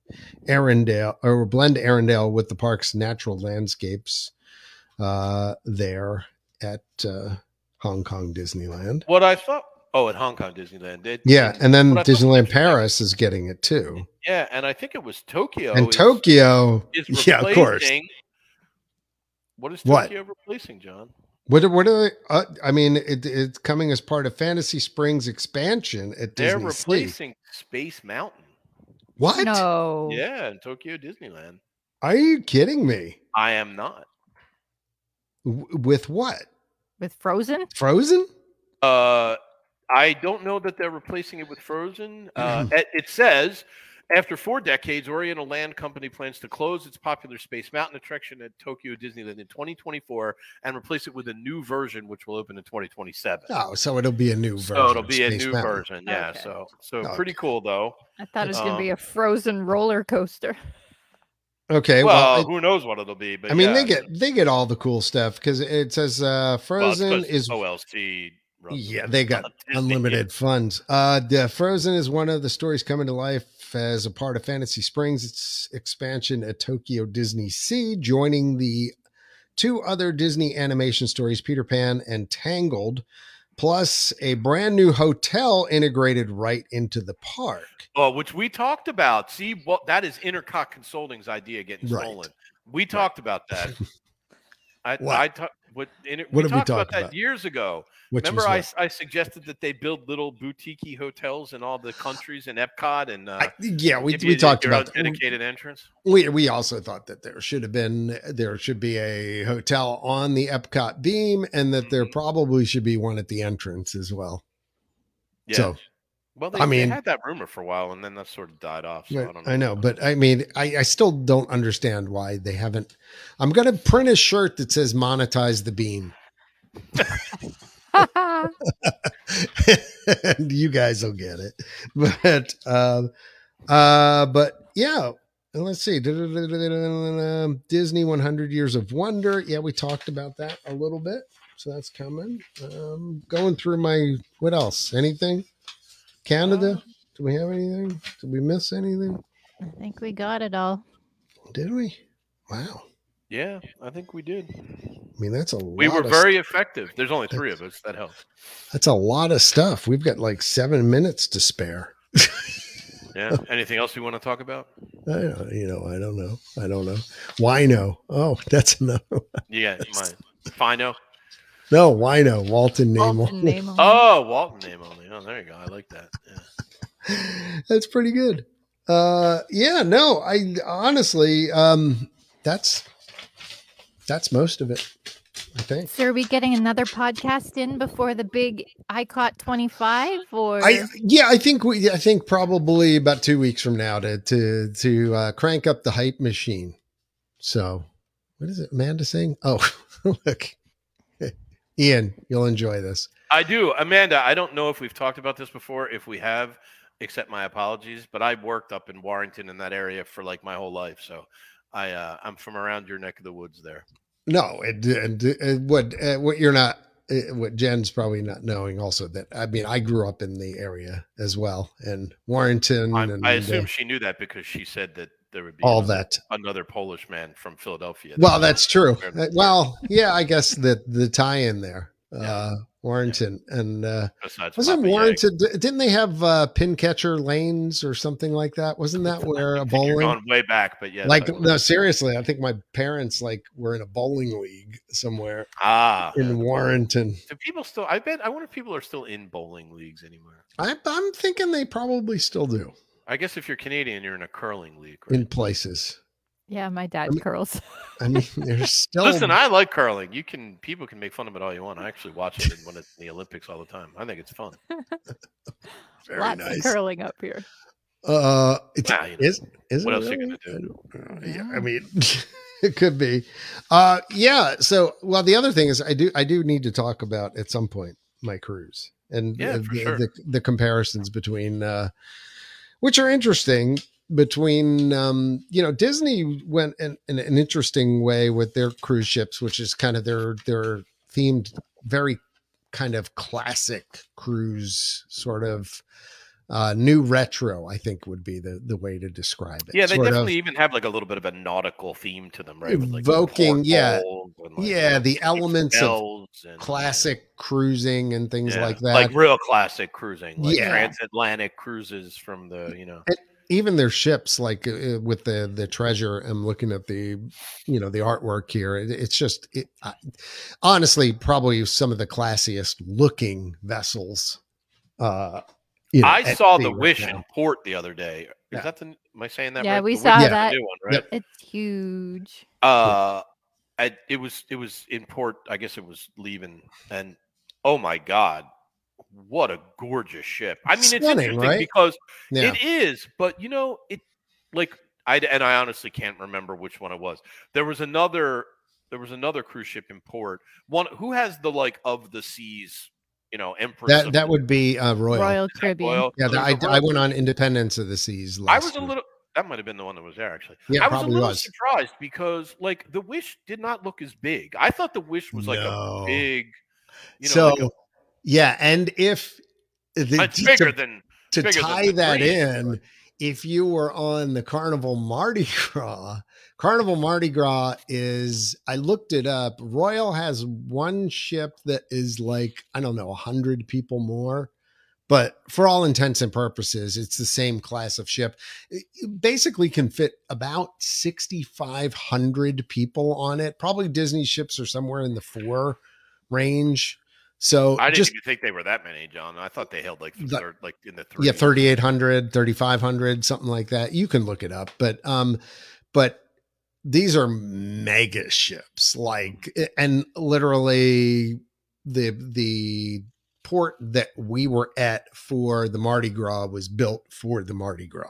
Speaker 2: Arendelle or blend Arendelle with the park's natural landscapes uh, there at uh, Hong Kong Disneyland.
Speaker 3: What I thought. Oh, at Hong Kong Disneyland. It-
Speaker 2: Yeah, and then
Speaker 3: what I thought
Speaker 2: Disneyland
Speaker 3: was-
Speaker 2: Paris is getting it too.
Speaker 3: Yeah, and I think it was Tokyo.
Speaker 2: and
Speaker 3: is-
Speaker 2: Tokyo, [LAUGHS]
Speaker 3: is
Speaker 2: yeah, of course.
Speaker 3: replacing- What is
Speaker 2: What?
Speaker 3: Tokyo replacing, John?
Speaker 2: What are- what are they? Uh, I mean, it, it's coming as part of Fantasy Springs expansion at
Speaker 3: They're
Speaker 2: Disney Sea.
Speaker 3: replacing Space Mountain.
Speaker 2: What?
Speaker 4: No.
Speaker 3: Yeah, in Tokyo Disneyland.
Speaker 2: Are you kidding me?
Speaker 3: I am not.
Speaker 2: W- with what?
Speaker 4: With Frozen?
Speaker 2: Frozen?
Speaker 3: Uh, I don't know that they're replacing it with Frozen.
Speaker 2: [LAUGHS]
Speaker 3: Uh, it, it says, after four decades, Oriental Land Company plans to close its popular Space Mountain attraction at Tokyo Disneyland in 2024 and replace it with a new version, which will open in 2027.
Speaker 2: Oh, so it'll be a new version.
Speaker 3: so it'll
Speaker 2: of
Speaker 3: be a
Speaker 2: Space
Speaker 3: new
Speaker 2: Mountain.
Speaker 3: version. Yeah.
Speaker 4: Okay.
Speaker 3: So so
Speaker 2: Okay.
Speaker 3: pretty cool though.
Speaker 4: I thought it was going to be
Speaker 3: Um,
Speaker 4: a Frozen roller
Speaker 2: [LAUGHS]
Speaker 4: coaster. [LAUGHS]
Speaker 2: Okay.
Speaker 3: well,
Speaker 2: Well, it-
Speaker 3: who knows what it'll be? But
Speaker 2: I mean,
Speaker 3: yeah,
Speaker 2: they get they get all the cool stuff because it says uh,
Speaker 3: well, it's
Speaker 2: Frozen
Speaker 3: 'cause
Speaker 2: is.
Speaker 3: OLC. runs
Speaker 2: Yeah,
Speaker 3: it.
Speaker 2: they got
Speaker 3: [LAUGHS] Disney.
Speaker 2: unlimited funds. Uh, the Frozen is one of the stories coming to life as a part of Fantasy Springs its expansion at Tokyo Disney Sea, joining the two other Disney animation stories, Peter Pan and Tangled, plus a brand new hotel integrated right into the park.
Speaker 3: Oh, which we talked about. See, what that is Intercock Consulting's idea getting
Speaker 2: Right.
Speaker 3: stolen. We talked about that.
Speaker 2: [LAUGHS]
Speaker 3: I,
Speaker 2: What?
Speaker 3: I talked. What, inter-
Speaker 2: What
Speaker 3: we
Speaker 2: did we
Speaker 3: talked about
Speaker 2: talk
Speaker 3: that
Speaker 2: about?
Speaker 3: years ago.
Speaker 2: Which
Speaker 3: Remember,
Speaker 2: was
Speaker 3: I,
Speaker 2: what?
Speaker 3: s- I suggested that they build little boutique hotels in all the countries in Epcot and uh,
Speaker 2: I- yeah, we,
Speaker 3: give
Speaker 2: we
Speaker 3: you
Speaker 2: talked
Speaker 3: your own
Speaker 2: about that.
Speaker 3: dedicated entrance.
Speaker 2: We we also thought that there should have been there should be a hotel on the Epcot beam, and that there
Speaker 3: Mhm.
Speaker 2: probably should be one at the entrance as well.
Speaker 3: Yeah.
Speaker 2: So
Speaker 3: well, they,
Speaker 2: I mean-
Speaker 3: they had that rumor for a while, and then that sort of died off. So
Speaker 2: Right,
Speaker 3: I don't know.
Speaker 2: I know, but I mean, I, I still don't understand why they haven't. I'm gonna print a shirt that says "Monetize the Beam," [LAUGHS] and you guys will get it. [LAUGHS] But um, uh, but yeah, and let's see. [LAUGHS] Disney 100 Years of Wonder. Yeah, we talked about that a little bit, so that's coming. Um, going through my what else? Anything? Canada? Do we have anything? Did we miss anything?
Speaker 4: I think we got it all.
Speaker 2: Did we? Wow.
Speaker 3: yeah, I think we did.
Speaker 2: I mean, that's a
Speaker 3: We
Speaker 2: lot
Speaker 3: were
Speaker 2: of-
Speaker 3: very effective. There's only three of us. That helps.
Speaker 2: that's a lot of stuff. We've got like seven minutes to spare.
Speaker 3: Yeah. Anything else you want to talk about?
Speaker 2: I don't, you know, I don't know. I don't know. Wino. Oh, [LAUGHS] that's another.
Speaker 3: Yeah, mine. Fino.
Speaker 2: No, Wino. Walton
Speaker 4: Walton
Speaker 2: Namel.
Speaker 4: Namel.
Speaker 3: Oh, Walton name only. Oh, there you go. I like that. Yeah.
Speaker 2: [LAUGHS] that's pretty good. Uh, yeah. No, I honestly, um, that's that's most of it. I think.
Speaker 4: So are we getting another podcast in before the big ICOT 25 or
Speaker 2: I yeah, I think we. I think probably about two weeks from now to to to uh, crank up the hype machine. So, what is it, Amanda saying? Oh, [LAUGHS] look, Ian, you'll enjoy this.
Speaker 3: I do. Amanda, I don't know if we've talked about this before. If we have, accept my apologies, but I worked up in Warrington in that area for like my whole life. So I, uh, I'm from around your neck of the woods there.
Speaker 2: No, and, and, and what uh, what you're not uh, what Jen's probably not knowing also that I mean I grew up in the area as well and Warrington
Speaker 3: I'm-
Speaker 2: and
Speaker 3: I
Speaker 2: uh,
Speaker 3: assume she knew that because she said that there would be
Speaker 2: all
Speaker 3: another,
Speaker 2: that.
Speaker 3: another Polish man from Philadelphia.
Speaker 2: Well, that's true.
Speaker 3: Where-
Speaker 2: Uh, Well, yeah, I guess that the tie-in there,
Speaker 3: Yeah.
Speaker 2: uh, Warrington and. uh
Speaker 3: besides
Speaker 2: Wasn't
Speaker 3: Papa Yeg.
Speaker 2: warranted? di- Didn't they have uh, pin catcher lanes or something like that? Wasn't
Speaker 3: [LAUGHS]
Speaker 2: that where a
Speaker 3: You're
Speaker 2: bowling?
Speaker 3: going way back, but yeah.
Speaker 2: Like
Speaker 3: that-
Speaker 2: no, seriously, I think my parents like were in a bowling league somewhere
Speaker 3: ah,
Speaker 2: in Warrenton.
Speaker 3: do people still? I bet. I wonder if people are still in bowling leagues anymore.
Speaker 2: I, I'm thinking they probably still do
Speaker 3: I guess if you're Canadian, you're in a curling league. Right?
Speaker 2: in places.
Speaker 4: Yeah, my dad
Speaker 2: I mean-
Speaker 4: curls. [LAUGHS]
Speaker 2: I mean, [LAUGHS] there's still
Speaker 3: Listen, I like curling. You can people can make fun of it all you want. I actually watch it in- when it's in the Olympics all the time. I think it's fun.
Speaker 2: very
Speaker 4: Lots of
Speaker 2: nice.
Speaker 4: curling up here.
Speaker 2: Uh, it,
Speaker 3: Wow, you know.
Speaker 2: is, is
Speaker 3: What
Speaker 2: it
Speaker 3: else you
Speaker 2: really?
Speaker 3: gonna do?
Speaker 2: I don't- yeah, I
Speaker 4: Yeah.
Speaker 2: mean, [LAUGHS] it could be. Uh, yeah. So, well, the other thing is, I do, I do need to talk about at some point my cruise and
Speaker 3: Yeah,
Speaker 2: uh,
Speaker 3: for
Speaker 2: the,
Speaker 3: sure.
Speaker 2: the the comparisons between, uh, which are interesting between um you know disney went in, in an interesting way with their cruise ships which is kind of their their themed very kind of classic cruise sort of uh, new retro. I think would be the the way to describe it.
Speaker 3: Yeah, they
Speaker 2: Sort of-
Speaker 3: definitely even have like a little bit of a nautical theme to them, right? With, like,
Speaker 2: Evoking, yeah.
Speaker 3: portholes and, like,
Speaker 2: yeah,
Speaker 3: the
Speaker 2: the elements of
Speaker 3: bells and-
Speaker 2: classic cruising and things
Speaker 3: yeah,
Speaker 2: like that.
Speaker 3: like real classic cruising, like
Speaker 2: Yeah.
Speaker 3: transatlantic cruises from the you know,
Speaker 2: even their ships like uh, with the the treasure i'm looking at the you know the artwork here it, it's just it, I, honestly probably some of the classiest looking vessels uh you know,
Speaker 3: I
Speaker 2: at
Speaker 3: saw
Speaker 2: sea
Speaker 3: the
Speaker 2: right
Speaker 3: Wish
Speaker 2: now.
Speaker 3: in port the other day. Is
Speaker 2: Yeah.
Speaker 3: that the? Am I saying that?
Speaker 4: Yeah,
Speaker 3: right?
Speaker 4: we
Speaker 3: The Wish
Speaker 4: saw
Speaker 3: is the
Speaker 4: that.
Speaker 3: new one, right?
Speaker 4: It's huge.
Speaker 3: Uh, I, it was it was in port. I guess it was leaving, and oh my god, what a gorgeous ship! I mean, it's
Speaker 2: Stunning,
Speaker 3: interesting
Speaker 2: right?
Speaker 3: because
Speaker 2: yeah
Speaker 3: it is, but you know, it like I and I honestly can't remember which one it was. There was another. There was another cruise ship in port. One who has the like of the seas, you know, empress.
Speaker 2: that
Speaker 3: of
Speaker 2: that
Speaker 3: the
Speaker 2: would be uh royal,
Speaker 4: Royal
Speaker 3: Is that
Speaker 4: Caribbean.
Speaker 3: Royal?
Speaker 2: yeah the,
Speaker 3: There's
Speaker 2: I,
Speaker 3: a Royal
Speaker 2: I went on independence of the seas
Speaker 3: I
Speaker 2: last
Speaker 3: was a
Speaker 2: year.
Speaker 3: little. That might have been the one that was there actually.
Speaker 2: Yeah,
Speaker 3: I was a
Speaker 2: probably
Speaker 3: little
Speaker 2: was.
Speaker 3: surprised because like the wish did not look as big. I thought the wish was like
Speaker 2: No.
Speaker 3: a big, you know,
Speaker 2: so
Speaker 3: like
Speaker 2: yeah and if the,
Speaker 3: a, it's bigger
Speaker 2: to,
Speaker 3: than
Speaker 2: to
Speaker 3: bigger than
Speaker 2: tie
Speaker 3: the
Speaker 2: that
Speaker 3: three,
Speaker 2: in, if you were on the Carnival Mardi Gras, Carnival Mardi Gras is, I looked it up. Royal has one ship that is like, I don't know, 100 people more. But for all intents and purposes, it's the same class of ship. It it basically can fit about 6,500 people on it. Probably Disney ships are somewhere in the four range. So
Speaker 3: I didn't
Speaker 2: just
Speaker 3: even think they were that many, John. I thought they held like
Speaker 2: The-
Speaker 3: thir- like in the three.
Speaker 2: yeah 3800 3500 something like that you can look it up but um but these are mega ships like and literally the the port that we were at for the mardi gras was built for the mardi gras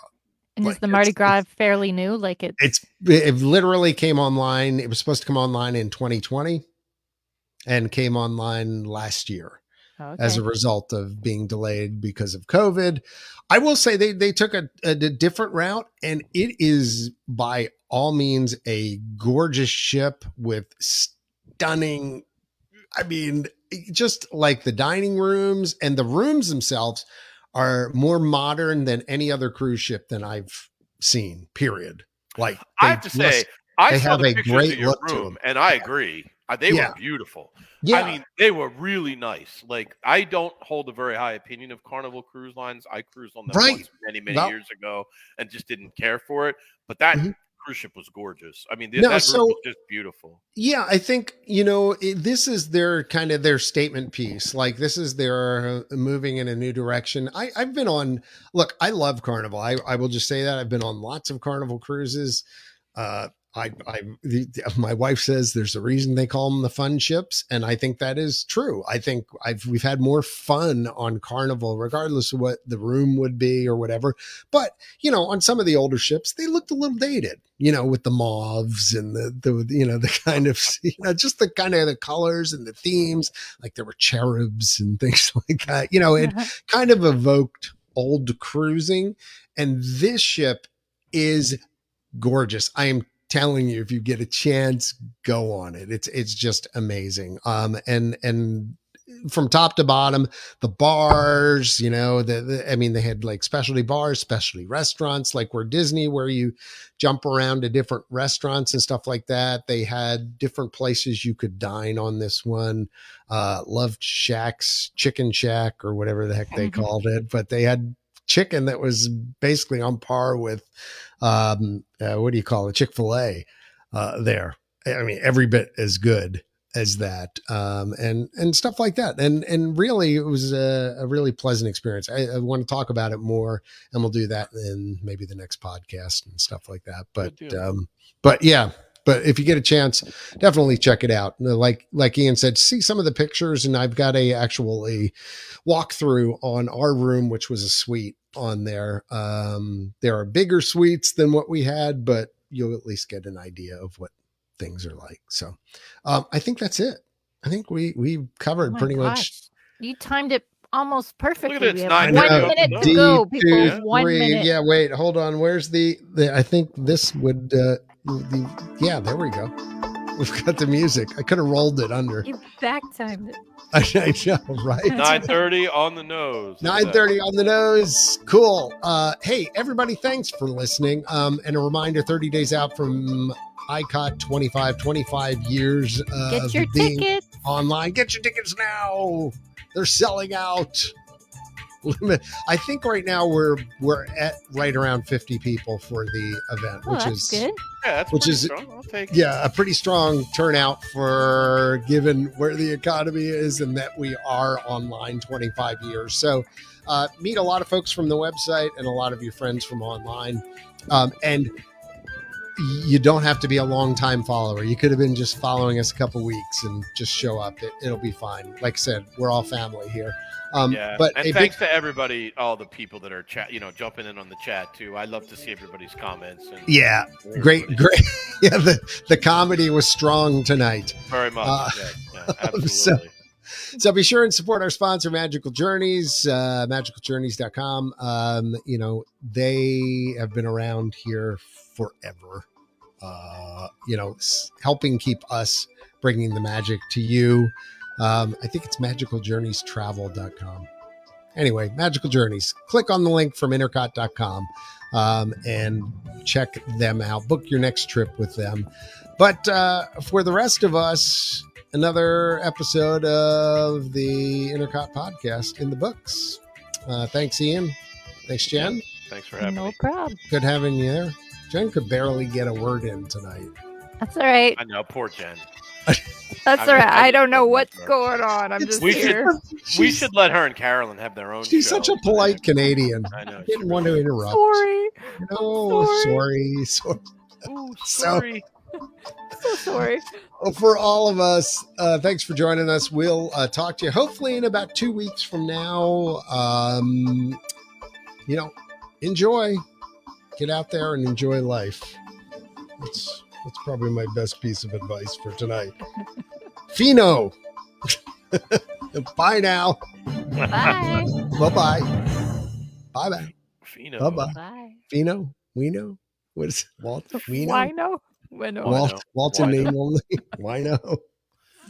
Speaker 4: And
Speaker 2: Like,
Speaker 4: is the
Speaker 2: it's-
Speaker 4: Mardi Gras
Speaker 2: it's-
Speaker 4: fairly new? Like it,
Speaker 2: it's it literally came online it was supposed to come online in 2020 and came online last year
Speaker 4: oh,
Speaker 2: as a
Speaker 4: okay.
Speaker 2: result of being delayed because of COVID. I will say they they took a, a d- different route, and it is by all means a gorgeous ship with stunning. I mean, e, just like the dining rooms and the rooms themselves are more modern than any other cruise ship than I've seen. Period. Like
Speaker 3: I
Speaker 2: they
Speaker 3: have to
Speaker 2: just-
Speaker 3: say, I
Speaker 2: they
Speaker 3: saw
Speaker 2: have
Speaker 3: the
Speaker 2: a
Speaker 3: pictures
Speaker 2: great
Speaker 3: of your
Speaker 2: look to
Speaker 3: room,
Speaker 2: them.
Speaker 3: and I agree. Uh, They
Speaker 2: Yeah.
Speaker 3: were beautiful.
Speaker 2: yeah,
Speaker 3: I mean, they were really nice. Like, I don't hold a very high opinion of Carnival Cruise Lines. I cruised on them
Speaker 2: Right.
Speaker 3: once many, many
Speaker 2: Well-
Speaker 3: years ago and just didn't care for it. But that
Speaker 2: Mhm.
Speaker 3: cruise ship was gorgeous. I mean, th-
Speaker 2: No,
Speaker 3: that
Speaker 2: so-
Speaker 3: room was just beautiful.
Speaker 2: Yeah, I think you know it, this is their kind of their statement piece. Like this is their uh, moving in a new direction. I I've been on. Look, I love Carnival. I I will just say that I've been on lots of Carnival cruises. Uh, I I the, my wife says there's a reason they call them the fun ships, and I think that is true. I think I've we've had more fun on Carnival, regardless of what the room would be or whatever. But you know, on some of the older ships, they looked a little dated, you know, with the mauves and the, the you know, the kind of, [LAUGHS] you know, just the kind of the colors and the themes, like there were cherubs and things [LAUGHS] like that, you know, it kind of evoked old cruising. And this ship is gorgeous. I am telling you, if you get a chance, go on it. It's, it's just amazing. Um, and, and, from top to bottom, the bars, you know, the, the I mean, they had like specialty bars, specialty restaurants, like where Disney, where you jump around to different restaurants and stuff like that. They had different places you could dine on this one. Uh, loved Shack's Chicken Shack or whatever the heck they called it, but they had chicken that was basically on par with, um, uh, what do you call it, Chick Fil A, uh, there. I mean, every bit as good as that um and and stuff like that and and really it was a, a really pleasant experience I, I want to talk about it more and we'll do that in maybe the next podcast and stuff like that but
Speaker 3: Good deal.
Speaker 2: um but yeah but if you get a chance definitely check it out And like like ian said see some of the pictures and i've got a actual a walkthrough on our room which was a suite on there um there are bigger suites than what we had but you'll at least get an idea of what things are like so um, I think that's it. I think we we
Speaker 4: Oh
Speaker 2: covered
Speaker 4: my
Speaker 2: pretty much.
Speaker 4: gosh. You timed it almost perfectly.
Speaker 3: it's
Speaker 4: We have
Speaker 3: nine
Speaker 4: one
Speaker 3: minutes.
Speaker 4: minute
Speaker 3: I
Speaker 4: to
Speaker 2: D,
Speaker 4: go,
Speaker 2: two,
Speaker 4: people. one
Speaker 2: three.
Speaker 4: minute.
Speaker 2: Yeah, wait, hold on. Where's the, the I think this would uh the, yeah, there we go. We've got the music. I could have rolled it under. [LAUGHS]
Speaker 4: You back timed it.
Speaker 2: I, I know, right?
Speaker 3: Nine thirty on the nose. Look at that.
Speaker 2: 930 on the nose cool uh hey everybody thanks for listening um and a reminder 30 days out from icot 25 25 years uh,
Speaker 4: Get your
Speaker 2: being
Speaker 4: ticket.
Speaker 2: online get your tickets now they're selling out Limit- i think right now we're we're at right around 50 people for the event
Speaker 4: Oh,
Speaker 2: which
Speaker 4: that's
Speaker 2: is
Speaker 4: good.
Speaker 3: Yeah, that's
Speaker 2: which
Speaker 3: pretty
Speaker 2: is-
Speaker 3: strong. I'll take it.
Speaker 2: yeah, a pretty strong turnout for given where the economy is and that we are online 25 years. So, uh, meet a lot of folks from the website and a lot of your friends from online. Um, and you don't have to be a long time follower. You could have been just following us a couple weeks and just show up. It, it'll be fine. Like I said, we're all family here. Um,
Speaker 3: Yeah,
Speaker 2: but a
Speaker 3: and
Speaker 2: big-
Speaker 3: thanks to everybody, all the people that are chat, you know, jumping in on the chat too. I love to see everybody's comments. And
Speaker 2: yeah, great, great. [LAUGHS] yeah, the, the comedy was strong tonight.
Speaker 3: very much.
Speaker 2: Uh, [LAUGHS]
Speaker 3: yeah, yeah, absolutely.
Speaker 2: so- So be sure and support our sponsor, Magical Journeys, uh, magicaljourneys.com. Um, you know, they have been around here forever, uh, you know, s- helping keep us bringing the magic to you. Um, I think it's magicaljourneystravel.com. Anyway, Magical Journeys. Click on the link from intercot.com um, and check them out. Book your next trip with them. But uh, for the rest of us, another episode of the Intercot podcast in the books. Uh, thanks, Ian. Thanks, Jen.
Speaker 3: Thanks for having
Speaker 4: No
Speaker 3: me.
Speaker 4: problem.
Speaker 2: Good having you there. Jen could barely get a word in tonight.
Speaker 4: That's all right.
Speaker 3: I know, poor Jen.
Speaker 4: That's
Speaker 3: I-
Speaker 4: all right.
Speaker 3: I-
Speaker 4: I don't know what's
Speaker 3: I-
Speaker 4: going on. I'm
Speaker 2: It's-
Speaker 4: just
Speaker 3: We should-
Speaker 4: here.
Speaker 3: we
Speaker 2: She's-
Speaker 3: should let her and Carolyn have their own.
Speaker 2: She's
Speaker 3: show.
Speaker 2: such a polite
Speaker 3: [LAUGHS]
Speaker 2: Canadian.
Speaker 3: I know. she
Speaker 2: Didn't want to
Speaker 3: really-
Speaker 2: interrupt.
Speaker 4: Sorry.
Speaker 2: No, sorry.
Speaker 4: Sorry.
Speaker 2: sorry. So
Speaker 3: Ooh,
Speaker 2: So-
Speaker 3: Oh, sorry.
Speaker 2: [LAUGHS]
Speaker 4: So sorry.
Speaker 2: for all of us, uh, thanks for joining us. We'll uh, talk to you hopefully in about two weeks from now. Um, you know, enjoy. Get out there and enjoy life. That's that's probably my best piece of advice for tonight. Fino. [LAUGHS] bye now.
Speaker 4: Bye.
Speaker 2: Bye bye. Bye bye.
Speaker 3: Fino.
Speaker 2: Bye bye.
Speaker 4: Bye.
Speaker 2: Fino. We know. What is it? Walt? We know.
Speaker 4: Wino.
Speaker 3: Well-
Speaker 4: Wino.
Speaker 2: Walt, Walt's a
Speaker 3: Wino.
Speaker 2: name only. [LAUGHS] Why no?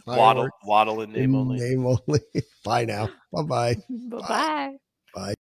Speaker 3: Waddle, waddle, and name only. [LAUGHS]
Speaker 2: Name only. Bye now. Bye bye.
Speaker 4: Bye. Bye.